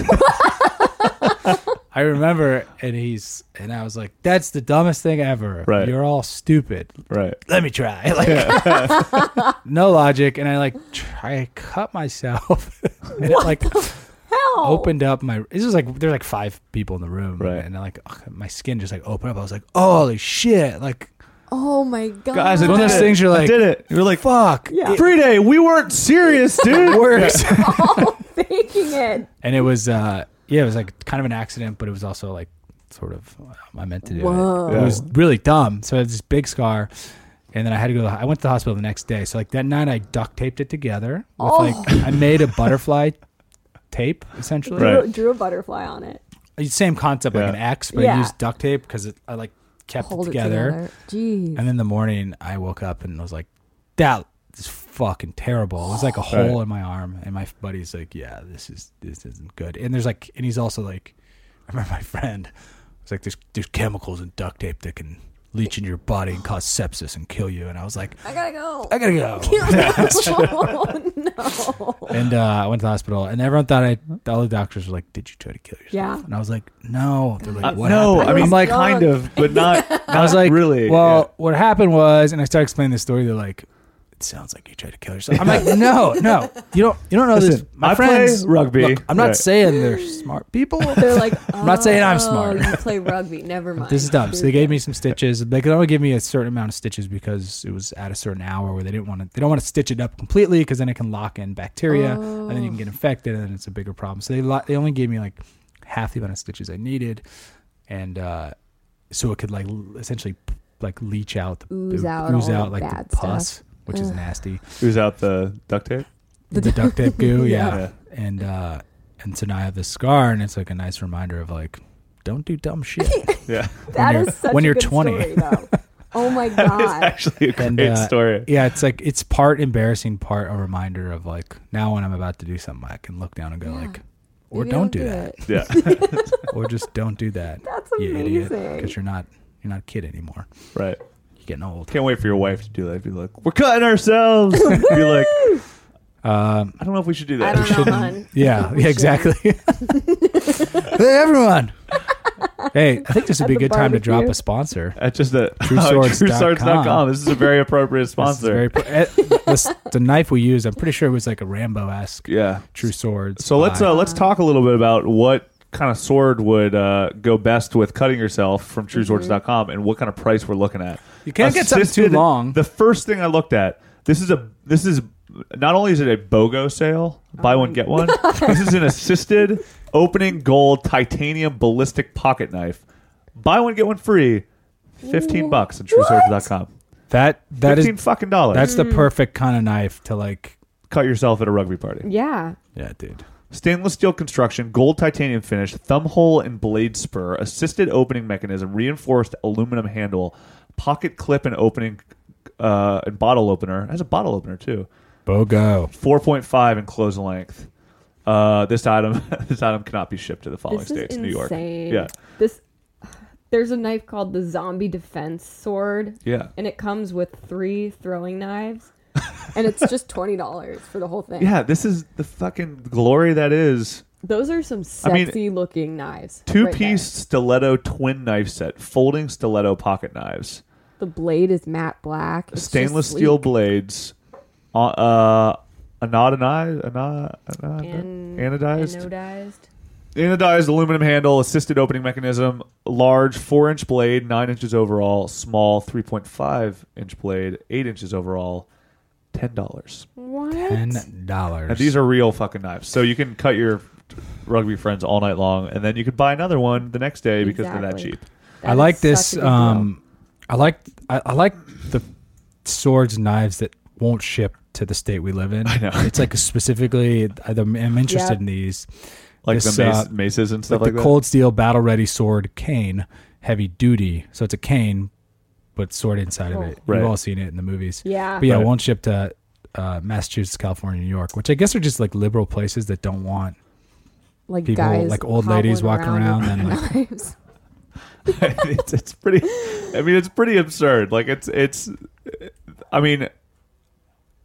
Speaker 5: I remember, and he's and I was like, "That's the dumbest thing ever.
Speaker 6: Right.
Speaker 5: You're all stupid
Speaker 6: Right.
Speaker 5: let me try. Like, no logic. And I like, try, I cut myself. and it like
Speaker 4: Hell.
Speaker 5: opened up my, this is like, there's like five people in the room.
Speaker 6: Right.
Speaker 5: And like, ugh, my skin just like opened up. I was like, holy shit. Like,
Speaker 4: Oh my god.
Speaker 6: Guys, I
Speaker 5: it's one of
Speaker 6: did
Speaker 5: those
Speaker 6: it.
Speaker 5: things you're
Speaker 6: I
Speaker 5: like,
Speaker 6: did it.
Speaker 5: You're like, fuck.
Speaker 4: Yeah.
Speaker 6: Free day. We weren't serious, dude.
Speaker 5: It works.
Speaker 4: all faking it.
Speaker 5: and it was, uh, yeah, it was like kind of an accident, but it was also like sort of, um, I meant to do
Speaker 4: Whoa.
Speaker 5: it. It was really dumb. So I had this big scar. And then I had to go. To the, I went to the hospital the next day. So like that night, I duct taped it together. With like I made a butterfly tape essentially.
Speaker 6: Right.
Speaker 4: Drew, drew a butterfly on it.
Speaker 5: It's Same concept
Speaker 6: Yeah.
Speaker 5: like an X, but I
Speaker 4: Yeah.
Speaker 5: used duct tape because I like kept
Speaker 4: Hold
Speaker 5: it together.
Speaker 4: it together. Jeez.
Speaker 5: And in the morning, I woke up and was like, "That is fucking terrible." It was like a hole
Speaker 6: Right.
Speaker 5: in my arm, and my buddy's like, "Yeah, this is this isn't good." And there's like, and he's also like, I remember my friend was like, "There's there's chemicals in duct tape that can leach into your body and cause sepsis and kill you. And I was like,
Speaker 4: I gotta go.
Speaker 5: I gotta go.
Speaker 4: no.
Speaker 5: And uh, I went to the hospital, and everyone thought I. All the doctors were like, "Did you try to kill yourself?"
Speaker 4: Yeah.
Speaker 5: And I was like, "No." They're like, Uh, "What?"
Speaker 6: no,
Speaker 5: happened?"
Speaker 6: I mean,
Speaker 5: I'm like,
Speaker 6: kind of, but not.
Speaker 5: I was like,
Speaker 6: really.
Speaker 5: Well, what happened was, and I started explaining the story. They're like, "It sounds like you tried to kill yourself." I'm like, "No, no, you don't. You don't know
Speaker 6: Listen,
Speaker 5: this. My
Speaker 6: I play
Speaker 5: friends
Speaker 6: rugby.
Speaker 5: Look, I'm not
Speaker 6: Right.
Speaker 5: saying they're smart people.
Speaker 4: They're like,
Speaker 5: I'm not saying I'm
Speaker 4: "Oh,
Speaker 5: smart."
Speaker 4: You play rugby. Never mind.
Speaker 5: This is dumb. So
Speaker 4: You're
Speaker 5: they gave
Speaker 4: good.
Speaker 5: me some stitches. They could only give me a certain amount of stitches because it was at a certain hour where they didn't want to. They don't want to stitch it up completely because then it can lock in bacteria and then you
Speaker 4: Oh.
Speaker 5: can get infected and then it's a bigger problem. So they lo- they only gave me like half the amount of stitches I needed, and uh, so it could like l- essentially like leach out the
Speaker 4: Ooze
Speaker 5: the-
Speaker 4: out
Speaker 5: ooze
Speaker 4: all
Speaker 5: out
Speaker 4: the
Speaker 5: like
Speaker 4: bad
Speaker 5: the pus,
Speaker 4: stuff.
Speaker 5: which is nasty.
Speaker 6: who's out the duct tape?
Speaker 5: The, duct tape goo, yeah.
Speaker 6: Yeah.
Speaker 5: And uh, and so now I have this scar, and it's like a nice reminder of like, don't do dumb shit.
Speaker 6: Yeah,
Speaker 4: That
Speaker 5: you're-
Speaker 4: is such
Speaker 5: when
Speaker 4: a
Speaker 5: you're
Speaker 4: good
Speaker 5: 20.
Speaker 4: story, though. Oh my god.
Speaker 6: actually, a great
Speaker 5: And, uh,
Speaker 6: story.
Speaker 5: Yeah, it's like it's part embarrassing, part a reminder of like now when I'm about to do something, I can look down and go like, or
Speaker 4: Maybe I
Speaker 5: don't do that,
Speaker 4: it.
Speaker 6: Yeah,
Speaker 5: or just don't do that.
Speaker 4: That's amazing.
Speaker 5: because you're not you're not a kid anymore.
Speaker 6: right.
Speaker 5: You're getting old.
Speaker 6: Can't wait for your wife to do that. Be like, we're cutting ourselves. Be like,
Speaker 5: Um,
Speaker 6: I don't know if we should do
Speaker 8: I
Speaker 6: that.
Speaker 8: don't know, hon.
Speaker 5: yeah, yeah, exactly. hey, everyone. Hey, I think this would
Speaker 4: At
Speaker 5: be a
Speaker 4: the
Speaker 5: good time to drop
Speaker 4: barbecue.
Speaker 5: a sponsor.
Speaker 6: At just the
Speaker 5: TrueSwords.com.
Speaker 6: TrueSwords.com. This is a very appropriate
Speaker 5: This is
Speaker 6: sponsor.
Speaker 5: very pro- eh, this- the knife we used, I'm pretty sure it was like a Rambo esque
Speaker 6: yeah.
Speaker 5: true sword.
Speaker 6: So let's uh, let's talk a little bit about what kind of sword would uh, go best with cutting yourself from TrueSwords.com and what kind of price we're looking at.
Speaker 5: You can't get something too
Speaker 6: Assisted-
Speaker 5: long.
Speaker 6: The first thing I looked at. This is a this is not only is it a BOGO sale, buy one get one. this is an assisted opening gold titanium ballistic pocket knife. Buy one get one free. Fifteen bucks on TrueSwords.com.
Speaker 5: that that is
Speaker 6: Fifteen fucking dollars.
Speaker 5: that's
Speaker 4: Mm.
Speaker 5: the perfect kind of knife to like.
Speaker 6: cut yourself at a rugby party.
Speaker 8: Yeah.
Speaker 5: Yeah, dude.
Speaker 6: Stainless steel construction, gold titanium finish, thumb hole and blade spur, assisted opening mechanism, reinforced aluminum handle, pocket clip and opening uh, and bottle opener. It has a bottle opener too.
Speaker 5: Bogo.
Speaker 6: Four point five in close length. Uh, this item this item cannot be shipped to the following
Speaker 8: This is
Speaker 6: states: New York.
Speaker 8: insane.
Speaker 6: Yeah,
Speaker 8: This there's a knife called the zombie defense sword.
Speaker 6: yeah,
Speaker 8: And it comes with three throwing knives.
Speaker 4: And it's just twenty dollars for the whole thing.
Speaker 6: yeah. This is the fucking glory that is
Speaker 8: Those are some
Speaker 6: I mean,
Speaker 8: sexy looking knives.
Speaker 6: two
Speaker 8: right there.
Speaker 6: piece stiletto twin knife set, folding stiletto pocket knives.
Speaker 4: The blade is matte black. It's just
Speaker 6: stainless
Speaker 4: sleek.
Speaker 6: steel blades, uh, uh, anodized, anod,
Speaker 8: An-
Speaker 6: anodized,
Speaker 8: anodized.
Speaker 6: anodized aluminum handle, assisted opening mechanism, large four inch blade, nine inches overall, small three point five inch blade, eight inches overall, ten dollars.
Speaker 8: What?
Speaker 5: Ten dollars.
Speaker 6: And these are real fucking knives, so you can cut your rugby friends all night long, and then you could buy another one the next day because they're that
Speaker 8: Exactly.
Speaker 6: cheap.
Speaker 8: That
Speaker 5: I
Speaker 8: is
Speaker 5: like
Speaker 8: such
Speaker 5: this.
Speaker 8: a good
Speaker 5: Um, I like I, I like the swords and knives that won't ship to the state we live in. I
Speaker 6: know.
Speaker 5: It's like specifically, I'm I'm interested
Speaker 8: Yeah.
Speaker 5: in these.
Speaker 6: Like
Speaker 5: This,
Speaker 6: the mace,
Speaker 5: uh,
Speaker 6: maces and
Speaker 5: like,
Speaker 6: stuff like,
Speaker 5: the
Speaker 6: that.
Speaker 5: cold steel battle ready sword cane, heavy duty. So it's a cane, but sword inside of it.
Speaker 6: Right.
Speaker 5: We've all seen it in the movies.
Speaker 8: Yeah.
Speaker 5: But yeah,
Speaker 6: Right.
Speaker 5: it won't ship to uh, Massachusetts, California, New York, which I guess are just like liberal places that don't want
Speaker 4: like
Speaker 5: people,
Speaker 4: guys
Speaker 5: like old ladies
Speaker 4: hobbling
Speaker 5: walking around,
Speaker 4: with
Speaker 5: and like
Speaker 4: knives.
Speaker 6: it's, it's pretty i mean it's pretty absurd like it's it's i mean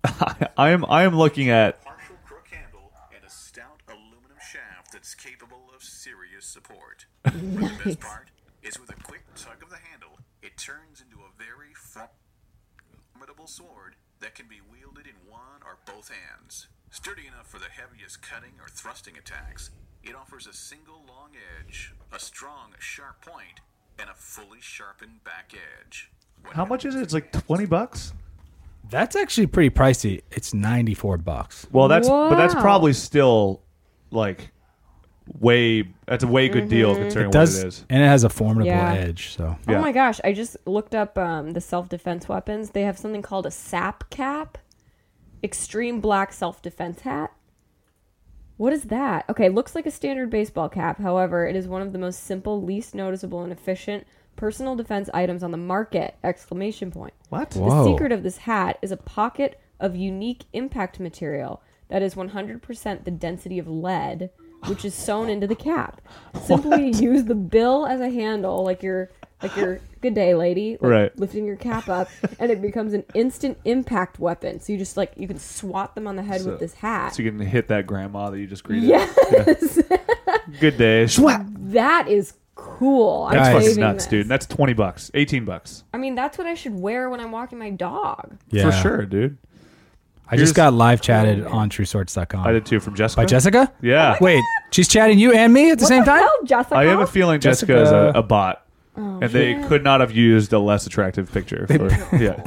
Speaker 6: i am i am looking at
Speaker 10: partial crook handle and a stout aluminum shaft that's capable of serious support. But the best part is with a quick tug of the handle, it turns into a very formidable sword that can be wielded in one or both hands. Sturdy enough for the heaviest cutting or thrusting attacks, it offers a single long edge, a strong, sharp point, and a fully sharpened back edge. When
Speaker 6: how much is it it's like 20 bucks
Speaker 5: that's actually pretty pricey. It's ninety four bucks.
Speaker 6: well that's but that's
Speaker 8: Wow.
Speaker 6: probably still like way that's a way good deal
Speaker 8: Mm-hmm.
Speaker 6: considering
Speaker 5: does
Speaker 6: what it is
Speaker 5: and it has a formidable
Speaker 8: Yeah.
Speaker 5: edge. So
Speaker 6: Yeah.
Speaker 8: Oh my gosh, I just looked up um, the self defense weapons. They have something called a SAP cap, extreme black self defense hat. What is that? Okay, looks like a standard baseball cap. However, it is one of the most simple, least noticeable, and efficient personal defense items on the market! Exclamation point.
Speaker 6: what
Speaker 5: Whoa.
Speaker 8: The secret of this hat is a pocket of unique impact material that is 100% the density of lead, which is sewn into the cap. Simply use the bill as a handle, like you're like your good day, lady, like
Speaker 6: Right.
Speaker 8: lifting your cap up, and it becomes an instant impact weapon. So you just like you can swat them on the head
Speaker 6: So-
Speaker 8: with this hat.
Speaker 6: So you can hit that grandma that you just greeted.
Speaker 8: yes,
Speaker 6: Good day. Schwap.
Speaker 8: that is cool. I'm
Speaker 6: That's fucking
Speaker 8: saving
Speaker 6: nuts,
Speaker 8: this.
Speaker 6: dude. That's twenty bucks, eighteen bucks
Speaker 8: I mean, that's what I should wear when I'm walking my dog.
Speaker 5: Yeah.
Speaker 6: for sure, dude.
Speaker 5: I just
Speaker 6: Here's-
Speaker 5: got live chatted on TrueSorts.com
Speaker 6: I did too from Jessica.
Speaker 5: by Jessica.
Speaker 6: Yeah.
Speaker 5: Wait, she's chatting you and me at the same
Speaker 8: Oh what the
Speaker 5: time.
Speaker 8: hell, Jessica? Oh,
Speaker 6: I have a feeling Jessica, is
Speaker 5: Jessica.
Speaker 6: a, a bot, and they could not have used a less attractive picture. For, yeah,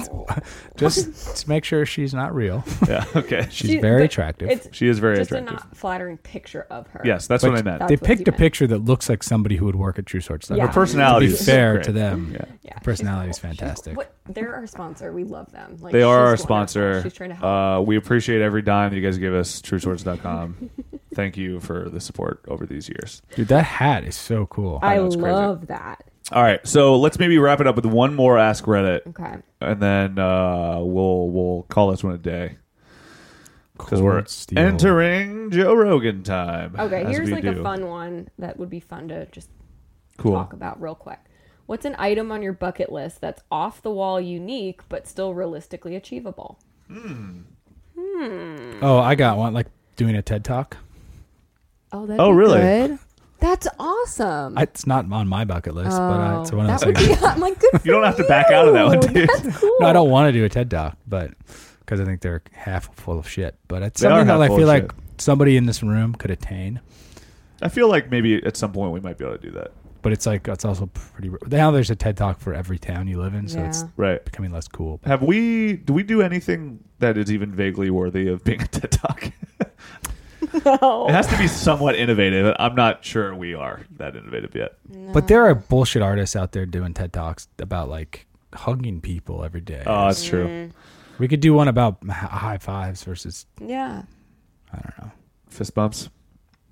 Speaker 5: Just to make sure she's not real.
Speaker 6: yeah. Okay, she,
Speaker 5: She's
Speaker 8: She-
Speaker 5: very
Speaker 8: but
Speaker 5: attractive.
Speaker 8: It's
Speaker 6: she is very
Speaker 8: just a
Speaker 6: attractive.
Speaker 8: not flattering picture of her.
Speaker 6: yes, that's what I meant.
Speaker 8: That's
Speaker 5: they
Speaker 8: what you
Speaker 5: picked a
Speaker 8: meant.
Speaker 5: picture that looks like somebody who would work at True Sorts.
Speaker 8: Yeah.
Speaker 6: Her
Speaker 8: To be
Speaker 6: personality.
Speaker 5: To be
Speaker 6: is
Speaker 5: fair
Speaker 6: great.
Speaker 5: to them,
Speaker 6: Yeah.
Speaker 5: her
Speaker 8: Yeah, she's
Speaker 5: personality is
Speaker 8: cool. She's-
Speaker 5: fantastic.
Speaker 8: what- they're our sponsor. We love them. Like,
Speaker 6: They are
Speaker 8: she's
Speaker 6: our sponsor.
Speaker 8: wonderful. She's trying to help.
Speaker 6: Uh, we appreciate every dime that you guys give us. TrueSwords.com. Thank you for the support over these years.
Speaker 5: Dude, that hat is so cool.
Speaker 8: I,
Speaker 6: know, it's crazy.
Speaker 8: love that.
Speaker 6: All right, so let's maybe wrap it up with one more Ask Reddit,
Speaker 8: Okay.
Speaker 6: and then uh, we'll we'll call this one a day because we're
Speaker 5: Cold steel.
Speaker 6: entering Joe Rogan time.
Speaker 8: Okay.
Speaker 6: as
Speaker 8: Here's
Speaker 6: we
Speaker 8: like
Speaker 6: do.
Speaker 8: a fun one that would be fun to just
Speaker 6: cool.
Speaker 8: talk about real quick. What's an item on your bucket list that's off the wall, unique, but still realistically achievable?
Speaker 5: Oh, I got one. Like doing a TED talk.
Speaker 8: Oh, that.
Speaker 6: Oh, really?
Speaker 4: That's awesome.
Speaker 5: I- It's not on my bucket list, but uh,
Speaker 8: Oh,
Speaker 5: it's one of
Speaker 4: that
Speaker 5: those
Speaker 4: would
Speaker 5: things.
Speaker 4: be I'm like good. For
Speaker 6: You don't have to back out of that one,
Speaker 4: you.
Speaker 6: dude.
Speaker 4: That's cool.
Speaker 5: No, I don't want to do a TED talk, but because I think they're half full of shit. But it's
Speaker 6: They are
Speaker 5: something that
Speaker 6: half
Speaker 5: I
Speaker 6: full
Speaker 5: feel
Speaker 6: of
Speaker 5: like somebody in this room could attain.
Speaker 6: I feel like maybe at some point we might be able to do that.
Speaker 5: But it's like it's also pretty. Now there's a TED talk for every town you live in, so it's
Speaker 8: Yeah.
Speaker 6: Right.
Speaker 5: becoming less cool.
Speaker 6: Have we? Do we do anything that is even vaguely worthy of being a TED Talk?
Speaker 8: No.
Speaker 6: it has to be somewhat innovative. I'm not sure we are that innovative yet.
Speaker 8: Mm.
Speaker 5: But there are bullshit artists out there doing TED talks about like hugging people every day.
Speaker 6: Oh, that's true.
Speaker 5: we could do one about h- high fives versus.
Speaker 8: Yeah.
Speaker 6: Fist bumps.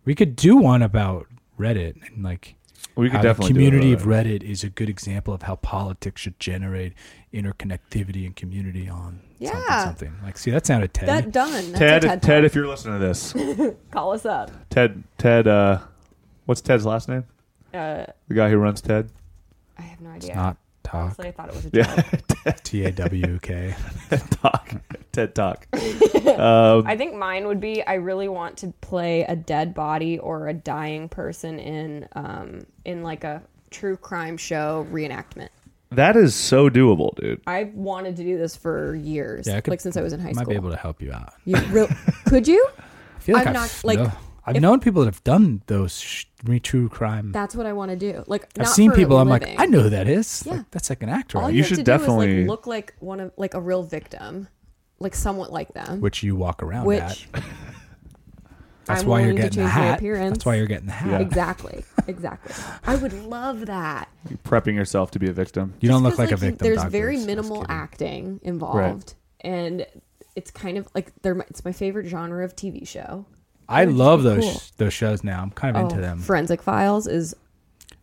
Speaker 5: We could do one about Reddit and like.
Speaker 6: We could
Speaker 5: how
Speaker 6: definitely
Speaker 5: the community
Speaker 6: do
Speaker 5: of Reddit is a good example of how politics should generate interconnectivity and community on
Speaker 8: Yeah.
Speaker 5: something, something. Like, see, that sounded TED.
Speaker 8: That done. That's
Speaker 6: Ted,
Speaker 8: a
Speaker 6: Ted,
Speaker 8: TED, Talk.
Speaker 6: if you're listening to this,
Speaker 8: Call us up.
Speaker 6: Ted, Ted, uh, what's Ted's last name?
Speaker 8: Uh,
Speaker 6: The guy who runs Ted.
Speaker 8: I have no idea.
Speaker 5: Not talk.
Speaker 8: Honestly, I thought it was a joke.
Speaker 6: Yeah,
Speaker 5: T A W K.
Speaker 6: Talk. Ted Talk.
Speaker 8: I think mine would be I really want to play a dead body or a dying person in um in like a true crime show reenactment.
Speaker 6: That is so doable, dude.
Speaker 8: I wanted to do this for years,
Speaker 5: Yeah, I could-
Speaker 8: like since I was in high
Speaker 5: Might
Speaker 8: school.
Speaker 5: be able to help you out.
Speaker 4: You real- could you?
Speaker 5: I feel like
Speaker 4: I'm
Speaker 5: I've
Speaker 4: not, like,
Speaker 5: know- I've
Speaker 4: if-
Speaker 5: known people that have done those sh- Me Too crime.
Speaker 4: That's what I want to do. Like
Speaker 5: I've
Speaker 4: not
Speaker 5: seen
Speaker 4: for a
Speaker 5: people. I'm like,
Speaker 4: living.
Speaker 5: I know who that is.
Speaker 4: Yeah.
Speaker 5: Like, that's like an actor,
Speaker 8: All
Speaker 5: right?
Speaker 8: you,
Speaker 6: You
Speaker 8: have
Speaker 6: should
Speaker 8: to do is
Speaker 6: definitely-
Speaker 8: like look like one of like a real victim, like somewhat like them.
Speaker 5: which you walk around
Speaker 4: Which
Speaker 5: at. That's
Speaker 4: I'm
Speaker 5: why you're
Speaker 4: willing to
Speaker 5: getting the
Speaker 4: change my
Speaker 5: hat.
Speaker 4: appearance.
Speaker 5: That's why you're getting the hat.
Speaker 4: exactly, exactly. I would love that.
Speaker 6: You're prepping yourself to be a victim.
Speaker 5: You don't
Speaker 4: Just
Speaker 5: look
Speaker 4: 'cause,
Speaker 5: like, a
Speaker 4: you-
Speaker 5: victim.
Speaker 4: There's
Speaker 5: doctor.
Speaker 4: very
Speaker 5: Just
Speaker 4: minimal
Speaker 5: kidding.
Speaker 4: acting involved, and it's kind of like they're my, it's my favorite genre of TV show.
Speaker 5: I love those
Speaker 4: cool. Oh.
Speaker 5: those shows now. I'm kind of
Speaker 8: Oh,
Speaker 5: into them.
Speaker 4: Forensic Files is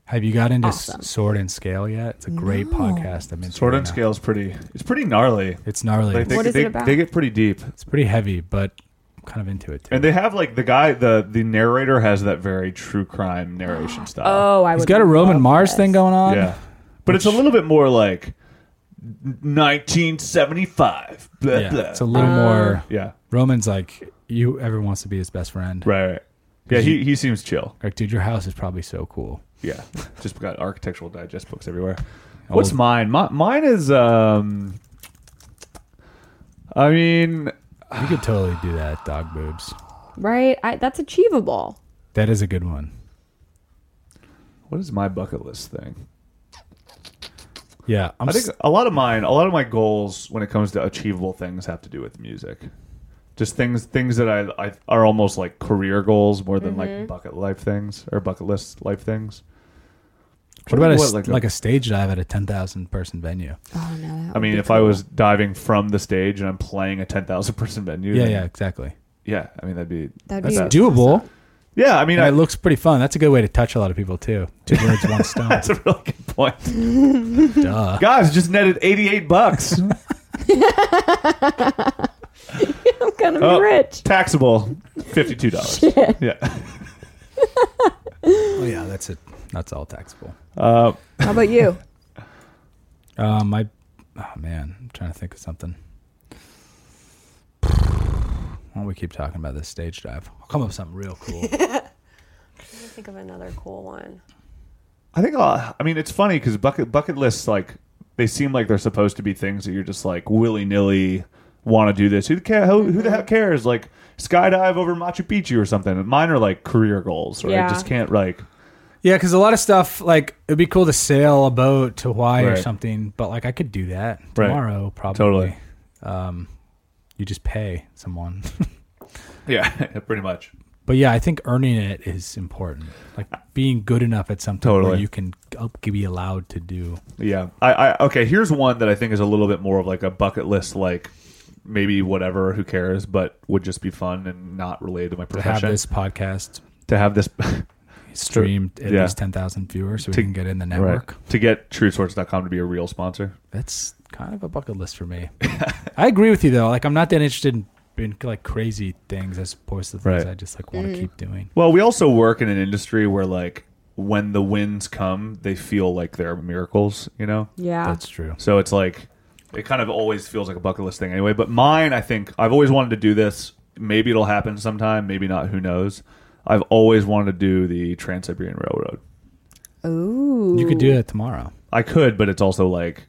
Speaker 5: Have you got into S
Speaker 4: Awesome.
Speaker 5: Sword and Scale yet? It's a great podcast. I'm into
Speaker 6: Sword
Speaker 5: right
Speaker 6: and
Speaker 5: now.
Speaker 6: Scale's pretty. It's pretty gnarly.
Speaker 5: It's gnarly.
Speaker 6: Like, they,
Speaker 8: What is
Speaker 6: they,
Speaker 8: it about?
Speaker 6: They get pretty deep,
Speaker 5: it's pretty heavy, but I'm kind of into it too.
Speaker 6: and they have like the guy, the the narrator has that very true crime narration style.
Speaker 8: oh, um, I would.
Speaker 5: He's got a Roman
Speaker 8: love
Speaker 5: Mars
Speaker 8: this.
Speaker 5: thing going on.
Speaker 6: yeah, but it's a little bit more like 1975. Blah,
Speaker 5: Yeah,
Speaker 6: blah.
Speaker 5: It's a little
Speaker 8: Uh,
Speaker 5: more.
Speaker 6: yeah,
Speaker 5: Roman's like you. Ever wants to be his best friend.
Speaker 6: right, right. Yeah, he he seems chill.
Speaker 5: Like, dude, your house is probably so cool.
Speaker 6: Yeah, just got architectural digest books everywhere. What's
Speaker 5: Old-
Speaker 6: mine? My, mine is um. I mean,
Speaker 5: You could totally do that, dog boobs.
Speaker 8: right? I, that's achievable.
Speaker 5: That is a good one.
Speaker 6: what is my bucket list thing?
Speaker 5: Yeah, I'm
Speaker 6: I
Speaker 5: s-
Speaker 6: think a lot of mine, a lot of my goals when it comes to achievable things have to do with music. Just things, things that I, I are almost like career goals more than
Speaker 4: Mm-hmm.
Speaker 6: like bucket life things or bucket list life things.
Speaker 5: What about a,
Speaker 6: What,
Speaker 5: s-
Speaker 6: like
Speaker 5: like,
Speaker 6: a-
Speaker 5: a, stage dive at a ten thousand person venue?
Speaker 4: oh no, that
Speaker 6: I
Speaker 4: would
Speaker 6: mean,
Speaker 4: be
Speaker 6: if I
Speaker 4: cool.
Speaker 6: was diving from the stage and I'm playing a ten thousand person venue,
Speaker 5: Yeah,
Speaker 6: then-
Speaker 5: yeah, exactly.
Speaker 6: yeah. I mean, that'd be
Speaker 4: That'd
Speaker 5: That's
Speaker 4: be
Speaker 6: that-
Speaker 5: doable,
Speaker 6: yeah. I mean,
Speaker 5: and
Speaker 6: I,
Speaker 5: it looks pretty fun. That's a good way to touch a lot of people too. Two birds, one stone.
Speaker 6: that's a really good point.
Speaker 5: Duh.
Speaker 6: Guys, just netted eighty eight bucks,
Speaker 8: I'm gonna be
Speaker 6: Oh.
Speaker 8: rich.
Speaker 6: taxable fifty two dollars. Yeah.
Speaker 5: Oh yeah, that's it. That's all taxable.
Speaker 4: How about you?
Speaker 5: Um, I, oh man, I'm trying to think of something. Why don't we keep talking about this stage dive? I'll come up with something real cool.
Speaker 8: Think of another cool one.
Speaker 6: I think I'll, I mean it's funny because bucket bucket lists like they seem like they're supposed to be things that you're just like willy nilly want to do this. Who the care? Who, who the heck cares? Like skydive over Machu Picchu or something. Mine are like career goals, right?
Speaker 8: Yeah.
Speaker 6: Just can't like
Speaker 5: yeah, because a lot of stuff like it'd be cool to sail a boat to Hawaii or
Speaker 6: Right.
Speaker 5: something, but like I could do that
Speaker 6: Right.
Speaker 5: tomorrow probably.
Speaker 6: Totally.
Speaker 5: Um, you just pay someone.
Speaker 6: yeah, pretty much.
Speaker 5: But yeah, I think earning it is important. Like being good enough at something where
Speaker 6: Totally.
Speaker 5: you can uh, be allowed to do.
Speaker 6: Yeah. I, I okay, here's one that I think is a little bit more of like a bucket list like maybe whatever, who cares, but would just be fun and not related to my
Speaker 5: To have
Speaker 6: profession.
Speaker 5: this podcast
Speaker 6: to have this
Speaker 5: streamed at
Speaker 6: Yeah.
Speaker 5: least 10,000 viewers so we
Speaker 6: To-
Speaker 5: can get in the
Speaker 6: right,
Speaker 5: network.
Speaker 6: to get truesorts.com to be a real sponsor.
Speaker 5: That's kind of a bucket list for me. I agree with you though. Like I'm not that interested in being like crazy things as opposed to things
Speaker 6: Right.
Speaker 5: I just like
Speaker 8: Mm.
Speaker 5: want to keep doing.
Speaker 6: Well, we also work in an industry where like when the wins come, they feel like they're miracles, you know?
Speaker 8: Yeah.
Speaker 5: That's true.
Speaker 6: So it's like it kind of always feels like a bucket list thing anyway. But mine, I think I've always wanted to do this. Maybe it'll happen sometime. Maybe not. Who knows? I've always wanted to do the Trans Siberian Railroad.
Speaker 4: Ooh.
Speaker 5: You could do that tomorrow.
Speaker 6: I could, but it's also like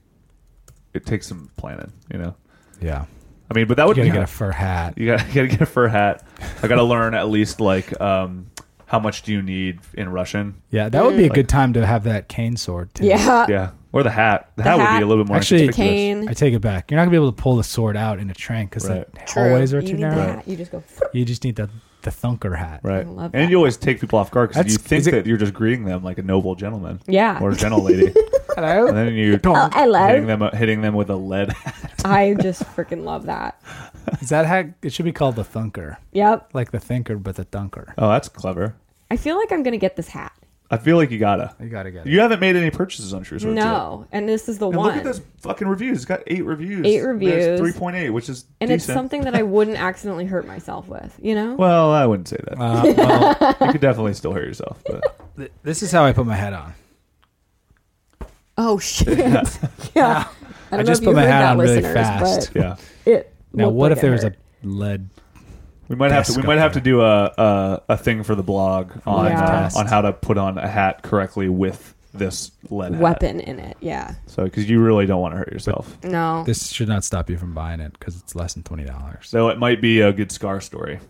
Speaker 6: it takes some planning. You know.
Speaker 5: Yeah.
Speaker 6: I mean, but that
Speaker 5: You
Speaker 6: would
Speaker 5: got
Speaker 6: be
Speaker 5: to get a fur hat.
Speaker 6: you gotta, you gotta get a fur hat. I gotta learn at least like um, how much do you need in Russian?
Speaker 5: Yeah, that would be a good time to have that cane sword too.
Speaker 8: Mm. yeah.
Speaker 6: Yeah, or the hat. The, hat, would be
Speaker 8: Uh, hat.
Speaker 6: a little bit more
Speaker 5: Actually-
Speaker 6: inconspicuous.
Speaker 8: Cane.
Speaker 5: I take it back. You're not gonna be able to pull the sword out in a trank because the
Speaker 6: Right.
Speaker 5: hallways are
Speaker 8: you
Speaker 5: too
Speaker 8: need
Speaker 5: narrow.
Speaker 8: that. You just go.
Speaker 5: You just need the the thunker hat.
Speaker 6: Right,
Speaker 8: love
Speaker 6: and
Speaker 8: that.
Speaker 6: you always take people off guard because
Speaker 5: That's-
Speaker 6: you think
Speaker 5: is it-
Speaker 6: that you're just greeting them like a noble gentleman.
Speaker 8: Yeah.
Speaker 6: or gentle lady.
Speaker 5: Hello.
Speaker 6: And then you
Speaker 8: Oh,
Speaker 6: hitting
Speaker 8: hello.
Speaker 6: them uh, hitting them with a lead.
Speaker 8: I just freaking love that.
Speaker 5: Is that how it should be called the thunker?
Speaker 8: Yep.
Speaker 5: Like the thinker, but the thunker.
Speaker 6: oh, that's clever.
Speaker 8: I feel like I'm gonna get this hat.
Speaker 6: I feel like you gotta.
Speaker 5: You gotta get it.
Speaker 6: You haven't made any purchases on True Swords yet.
Speaker 8: No, and this is the
Speaker 6: And
Speaker 8: one.
Speaker 6: look at those fucking reviews. It's got eight reviews.
Speaker 8: Eight reviews.
Speaker 6: Three point eight, which is
Speaker 8: and it's
Speaker 6: decent.
Speaker 8: something that I wouldn't accidentally hurt myself with. You know.
Speaker 6: Well, I wouldn't say that.
Speaker 5: Uh, well,
Speaker 6: you could definitely still hurt yourself, but
Speaker 5: th- this is how I put my hat on.
Speaker 4: Oh shit. yeah.
Speaker 5: I,
Speaker 4: don't know
Speaker 5: just
Speaker 4: if you
Speaker 5: put my
Speaker 4: heard
Speaker 5: hat
Speaker 4: that,
Speaker 5: on really
Speaker 4: listeners,
Speaker 5: fast.
Speaker 6: yeah.
Speaker 4: but it
Speaker 5: Now,
Speaker 4: looked
Speaker 5: what
Speaker 4: like
Speaker 5: if
Speaker 4: it
Speaker 5: there was a
Speaker 4: hurt.
Speaker 5: lead?
Speaker 6: We might have to. We
Speaker 5: Desk
Speaker 6: might
Speaker 5: up
Speaker 6: have to
Speaker 5: there.
Speaker 6: do a a, a thing for the blog on
Speaker 8: Yeah.
Speaker 6: uh,
Speaker 5: Test.
Speaker 6: on how to put on a hat correctly with this lead hat.
Speaker 8: Weapon in it. Yeah.
Speaker 6: So, because you really don't want to hurt yourself.
Speaker 8: No.
Speaker 5: This should not stop you from buying it because it's less than twenty dollars.
Speaker 6: So it might be a good scar story.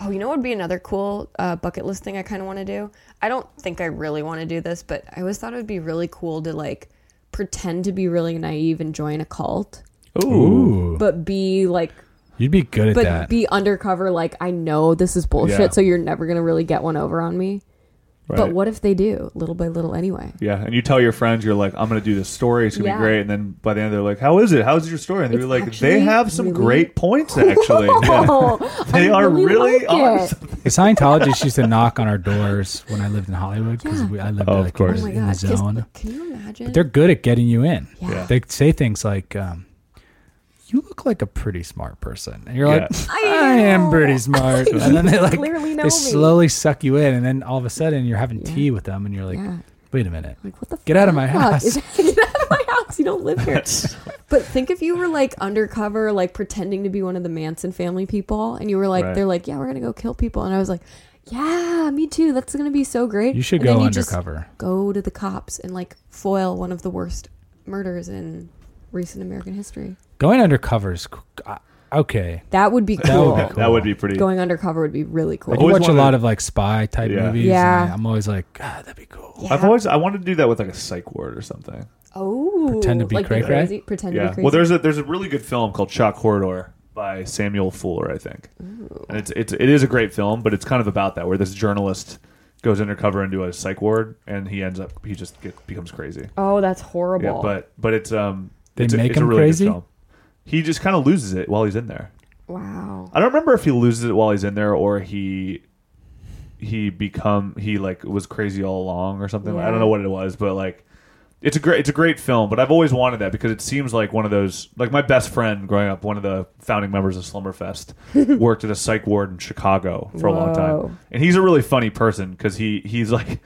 Speaker 8: Oh, you know what would be another cool uh, bucket list thing I kind of want to do? I don't think I really want to do this, but I always thought it would be really cool to like pretend to be really naive and join a cult,
Speaker 5: Ooh,
Speaker 4: but be like
Speaker 5: you'd be good at
Speaker 4: but
Speaker 5: that.
Speaker 4: be undercover like I know this is bullshit
Speaker 6: Yeah.
Speaker 4: so you're never going to really get one over on me. But
Speaker 6: Right.
Speaker 4: what if they do little by little anyway?
Speaker 6: Yeah, and you tell your friends you're like, I'm gonna do this story. It's gonna
Speaker 8: Yeah.
Speaker 6: be great. And then by the end, they're like, How is it? How's your story? And they're
Speaker 4: It's
Speaker 6: like, They
Speaker 4: actually
Speaker 6: have some
Speaker 4: really
Speaker 6: great points actually. Yeah.
Speaker 4: Oh,
Speaker 6: They
Speaker 4: I
Speaker 6: are really
Speaker 4: like
Speaker 6: on
Speaker 4: it. Oh
Speaker 6: something.
Speaker 5: The Scientologists used to knock on our doors when I lived in Hollywood because I lived
Speaker 6: Oh, of
Speaker 5: like,
Speaker 6: course.
Speaker 5: in,
Speaker 8: Oh my
Speaker 5: in the
Speaker 8: god! just-
Speaker 5: zone.
Speaker 8: can you imagine?
Speaker 5: They're good at getting you in.
Speaker 6: Yeah.
Speaker 5: They say things like, um, "You look like a pretty smart person," and you're like,
Speaker 6: Yeah.
Speaker 5: "I am pretty smart." and then they like
Speaker 4: Clearly know
Speaker 5: they
Speaker 4: me.
Speaker 5: slowly suck you in, and then all of a sudden you're having
Speaker 4: Yeah.
Speaker 5: tea with them, and you're like,
Speaker 4: Yeah.
Speaker 5: "Wait a minute,
Speaker 4: Like, what the
Speaker 5: Get out of my
Speaker 4: fuck
Speaker 5: house.
Speaker 4: is- get out of my house. You don't live here. but think if you were like undercover, like pretending to be one of the Manson family people, and you were like,
Speaker 6: Right.
Speaker 4: they're like, yeah, we're gonna go kill people, and I was like, yeah, me too. That's gonna be so great.
Speaker 5: you should
Speaker 4: And then
Speaker 5: go
Speaker 4: just
Speaker 5: undercover."
Speaker 4: Go to the cops and like foil one of the worst murders in recent American history.
Speaker 5: Going undercover is c- uh, okay.
Speaker 4: That would be cool.
Speaker 5: would be cool.
Speaker 6: That would be pretty.
Speaker 4: Going undercover would be really cool.
Speaker 5: I do
Speaker 6: Always
Speaker 5: watch a
Speaker 6: wanted-
Speaker 5: lot of like spy type
Speaker 6: Yeah.
Speaker 5: movies.
Speaker 4: Yeah.
Speaker 5: and I, am always like, God, that'd be cool.
Speaker 6: I've always I wanted to do that with like a psych ward or something.
Speaker 4: oh,
Speaker 5: Pretend to be
Speaker 4: like
Speaker 5: cray-cray?
Speaker 4: crazy. Pretend to
Speaker 6: Yeah.
Speaker 4: be crazy.
Speaker 6: Well, there's a there's a really good film called Shock Corridor by Samuel Fuller, I think. And it's it's it is a great film, but it's kind of about that where this journalist goes undercover into a psych ward and he ends up he just get, becomes crazy.
Speaker 8: oh, that's horrible.
Speaker 6: Yeah, but but it's um
Speaker 5: They
Speaker 6: it's a-
Speaker 5: make
Speaker 6: it's a
Speaker 5: him
Speaker 6: really good
Speaker 5: crazy?
Speaker 6: film. He just kind of loses it while he's in there.
Speaker 8: wow.
Speaker 6: I don't remember if he loses it while he's in there or he he become he like was crazy all along or something. I don't know what it was, but like it's a great it's a great film, but I've always wanted that because it seems like one of those like my best friend growing up, one of the founding members of Slumberfest, worked at a psych ward in Chicago for a long
Speaker 8: Whoa.
Speaker 6: time. And he's a really funny person cuz he he's like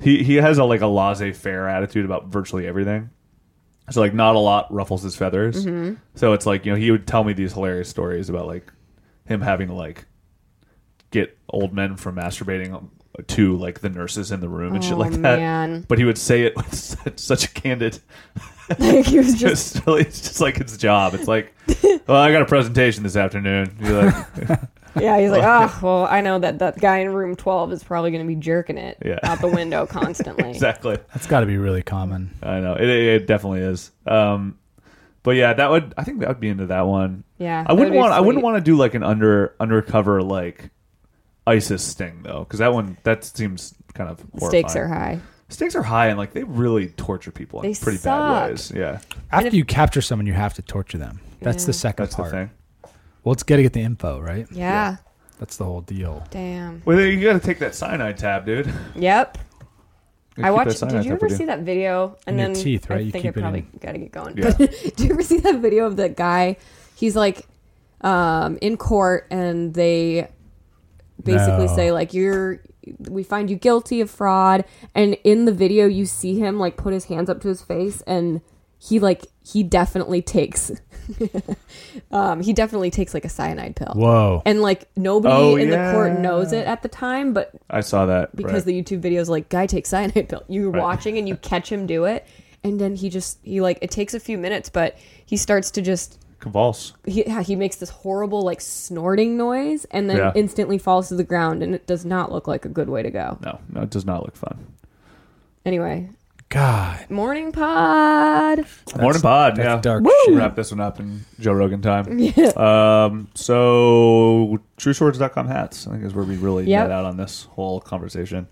Speaker 6: he he has a like a laissez-faire attitude about virtually everything. So like not a lot ruffles his feathers. So it's like you know he would tell me these hilarious stories about like him having to like get old men from masturbating to like the nurses in the room and shit
Speaker 8: Oh,
Speaker 6: like that.
Speaker 8: man.
Speaker 6: But he would say it with such- such a candid
Speaker 8: Like he was just
Speaker 6: just it's just like his job. It's like, well, I got a presentation this afternoon. You're like,
Speaker 8: Yeah, he's like, oh, well, I know that that guy in room 12 is probably going to be jerking it
Speaker 6: Yeah.
Speaker 8: out the window constantly.
Speaker 6: exactly.
Speaker 5: That's got to be really common.
Speaker 6: I know it, it definitely is. Um, but yeah, that would I think that would be into that one.
Speaker 8: Yeah,
Speaker 6: I wouldn't
Speaker 8: that'd be
Speaker 6: want I wouldn't
Speaker 8: sweet.
Speaker 6: want to do like an under undercover like ISIS sting though, because that one that seems kind of horrifying.
Speaker 8: Stakes are high.
Speaker 6: Stakes are high, and like they really torture people in
Speaker 8: They
Speaker 6: pretty
Speaker 8: suck.
Speaker 6: bad ways. Yeah,
Speaker 5: After you capture someone, you have to torture them. That's the second
Speaker 6: that's
Speaker 5: part.
Speaker 6: the thing.
Speaker 5: Well, it's got to get the info right.
Speaker 8: Yeah.
Speaker 5: That's the whole deal.
Speaker 8: Damn.
Speaker 6: Well, you got to take that cyanide tab, dude. You
Speaker 8: Yep.
Speaker 6: gotta
Speaker 8: I
Speaker 6: keep
Speaker 8: watched.
Speaker 6: that cyanide
Speaker 8: Did you
Speaker 6: tab
Speaker 8: ever
Speaker 6: with
Speaker 8: see that video? And
Speaker 5: In your
Speaker 8: then
Speaker 5: teeth, right?
Speaker 8: I
Speaker 5: You
Speaker 8: think
Speaker 5: keep it
Speaker 8: I
Speaker 5: in.
Speaker 8: probably got to get going.
Speaker 6: Yeah.
Speaker 4: Do you ever see that video of that guy? He's like um, in court, and they basically
Speaker 5: No.
Speaker 4: say like you're. We find you guilty of fraud, and in the video you see him like put his hands up to his face, and he like he definitely takes, um, he definitely takes like a cyanide pill,
Speaker 5: Whoa.
Speaker 4: and like nobody
Speaker 6: Oh,
Speaker 4: in the court
Speaker 6: yeah.
Speaker 4: knows it at the time, but
Speaker 6: I saw that
Speaker 4: because
Speaker 6: right.
Speaker 4: the YouTube videos like guy takes cyanide pill. You're watching and you catch him do it, and then he just he like it takes a few minutes, but he starts to just
Speaker 6: convulse.
Speaker 4: he yeah, he makes this horrible like snorting noise, and then
Speaker 6: Yeah.
Speaker 4: instantly falls to the ground, and it does not look like a good way to go.
Speaker 6: No, no, it does not look fun.
Speaker 4: Anyway,
Speaker 5: God.
Speaker 4: morning pod.
Speaker 6: Morning pod.
Speaker 5: That's
Speaker 6: yeah.
Speaker 5: dark
Speaker 6: We'll
Speaker 5: shit.
Speaker 6: Wrap this one up in Joe Rogan time. Yeah. Um, so, trueswords.com hats, I think, is where we really
Speaker 8: Yep.
Speaker 6: net out on this whole conversation.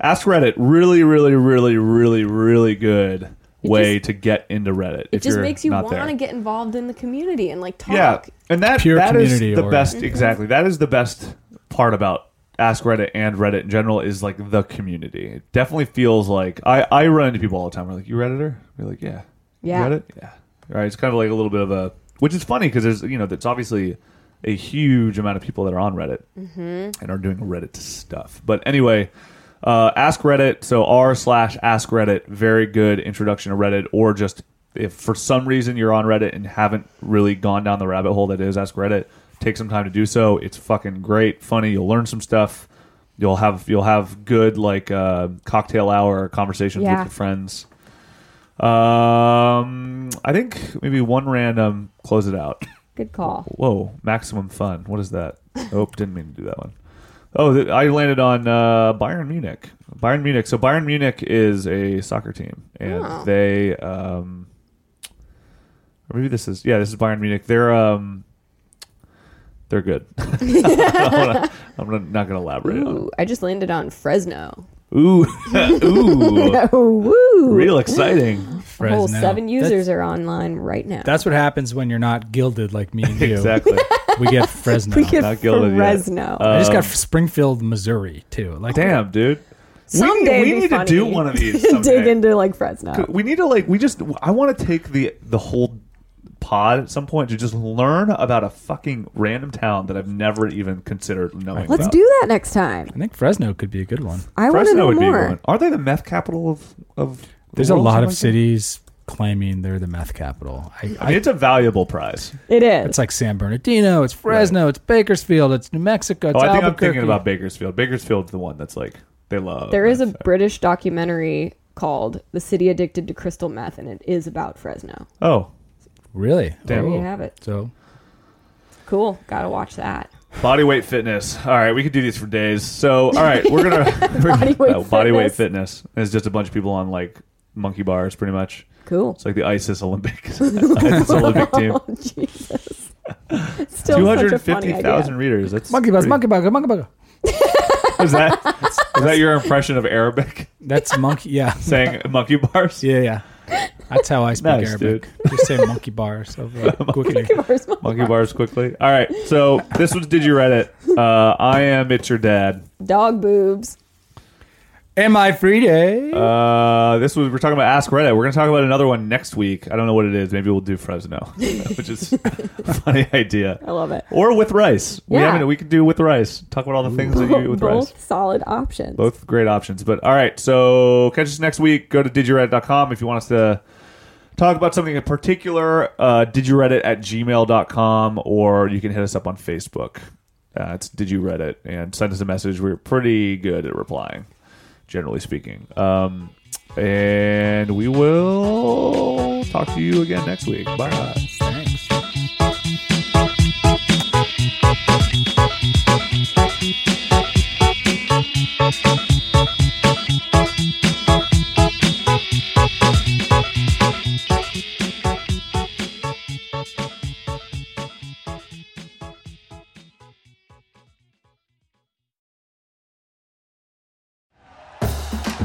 Speaker 6: Ask Reddit. Really, really, really, really, really good way to get into Reddit.
Speaker 8: It just
Speaker 6: you're
Speaker 8: makes you
Speaker 6: not
Speaker 8: want
Speaker 6: there.
Speaker 8: to get involved in the community and like talk.
Speaker 6: Yeah, and that
Speaker 5: Pure
Speaker 6: that is
Speaker 5: community
Speaker 6: the
Speaker 5: org.
Speaker 6: best. Exactly, that is the best part about Ask Reddit and Reddit in general is like the community. It definitely feels like I I run into people all the time. We're like, you redditor? We're like, yeah, You
Speaker 8: Yeah.
Speaker 6: Reddit, yeah. All right, it's kind of like a little bit of a which is funny because there's you know that's obviously a huge amount of people that are on Reddit and are doing Reddit stuff. But anyway, uh, Ask Reddit. So r slash Ask Reddit. Very good introduction to Reddit, or just if for some reason you're on Reddit and haven't really gone down the rabbit hole that is Ask Reddit, take some time to do so. It's fucking great, funny. You'll learn some stuff. You'll have you'll have good like uh, cocktail hour conversations
Speaker 8: Yeah.
Speaker 6: with your friends. Um, I think maybe one random close it out.
Speaker 8: Good call.
Speaker 6: Whoa, maximum fun. What is that? Oh, didn't mean to do that one. Oh, th- I landed on uh, Bayern Munich. Bayern Munich. So Bayern Munich is a soccer team, and
Speaker 8: Oh.
Speaker 6: they, um, or maybe this is yeah, this is Bayern Munich. They're um, they're good. I don't wanna- I'm not- not going to elaborate on.
Speaker 8: Ooh, I just landed on Fresno.
Speaker 6: it. Ooh, ooh,
Speaker 8: Oh, woo!
Speaker 6: real exciting.
Speaker 8: The whole
Speaker 5: Fresno.
Speaker 8: seven users
Speaker 5: That's,
Speaker 8: are online right now.
Speaker 5: that's what happens when you're not gilded like me and you.
Speaker 6: Exactly.
Speaker 5: We get Fresno.
Speaker 8: we get
Speaker 6: not gilded yet. Uh,
Speaker 8: Fresno.
Speaker 5: I just got Springfield, Missouri, too. Like,
Speaker 6: Um, Damn, dude. We need-
Speaker 8: Someday
Speaker 6: we
Speaker 8: it'd be
Speaker 6: need to do
Speaker 8: funny
Speaker 6: one of these
Speaker 8: to dig
Speaker 6: someday.
Speaker 8: into like Fresno.
Speaker 6: Could- we need to like we just i want to take the the whole pod at some point to just learn about a fucking random town that i've never even considered knowing
Speaker 4: Let's
Speaker 6: about.
Speaker 4: do that next time.
Speaker 5: I think Fresno could be a good one.
Speaker 4: I want to
Speaker 6: Fresno
Speaker 4: know
Speaker 6: would be
Speaker 4: more.
Speaker 6: one. Are they the meth capital of of? the
Speaker 5: There's a
Speaker 6: world,
Speaker 5: lot
Speaker 6: something
Speaker 5: of
Speaker 6: like
Speaker 5: cities claiming they're the meth capital. I,
Speaker 6: that? I mean, it's a valuable prize.
Speaker 8: it is.
Speaker 5: it's like San Bernardino, it's Fresno, it's Bakersfield, it's New Mexico. It's
Speaker 6: Oh, I think I'm
Speaker 5: Albuquerque.
Speaker 6: thinking about Bakersfield. Bakersfield's the one that's like they love.
Speaker 8: There is a
Speaker 6: meth.
Speaker 8: British documentary called "The City Addicted to Crystal Meth," and it is about Fresno.
Speaker 6: oh
Speaker 5: really.
Speaker 6: Damn.
Speaker 8: There
Speaker 5: Oh.
Speaker 8: you have it.
Speaker 5: So
Speaker 8: Cool. Gotta watch that.
Speaker 6: body weight fitness. All right, we could do these for days. So all right, we're gonna body,
Speaker 8: weight
Speaker 6: body weight
Speaker 8: fitness.
Speaker 6: fitness is just a bunch of people on like monkey bars, pretty much.
Speaker 8: Cool.
Speaker 6: It's like the ISIS Olympic ISIS Olympic team.
Speaker 8: Oh, Jesus.
Speaker 6: Two
Speaker 8: Still such a
Speaker 6: hundred
Speaker 8: funny
Speaker 6: fifty thousand
Speaker 8: idea.
Speaker 6: readers. That's
Speaker 5: monkey bus, monkey
Speaker 6: pretty-
Speaker 5: bugger, monkey bugger.
Speaker 6: Is that is that your impression of Arabic?
Speaker 5: That's monkey. Yeah,
Speaker 6: Saying monkey bars,
Speaker 5: yeah, yeah. That's how I speak
Speaker 6: Nice,
Speaker 5: Arabic. Just say monkey bars over quickly.
Speaker 6: monkey bars quickly. All right. So this was did you Reddit? Uh, I am it's your dad.
Speaker 8: Dog boobs.
Speaker 5: Am I free day?
Speaker 6: Uh, this was we're talking about Ask Reddit. We're gonna talk about another one next week. I don't know what it is. Maybe we'll do Fresno, which is a funny idea.
Speaker 8: I love it.
Speaker 6: Or with rice. We
Speaker 8: Yeah.
Speaker 6: haven't. We could do with rice. Talk about all the things that you eat with rice.
Speaker 8: Both solid options.
Speaker 6: both great options. But all right, so catch us next week. Go to digireddit.com if you want us to talk about something in particular, uh, did you Reddit at gmail.com or you can hit us up on Facebook. Uh, it's did you Reddit and send us a message. We're pretty good at replying, generally speaking. Um, and we will talk to you again next week. Bye.
Speaker 5: Thanks.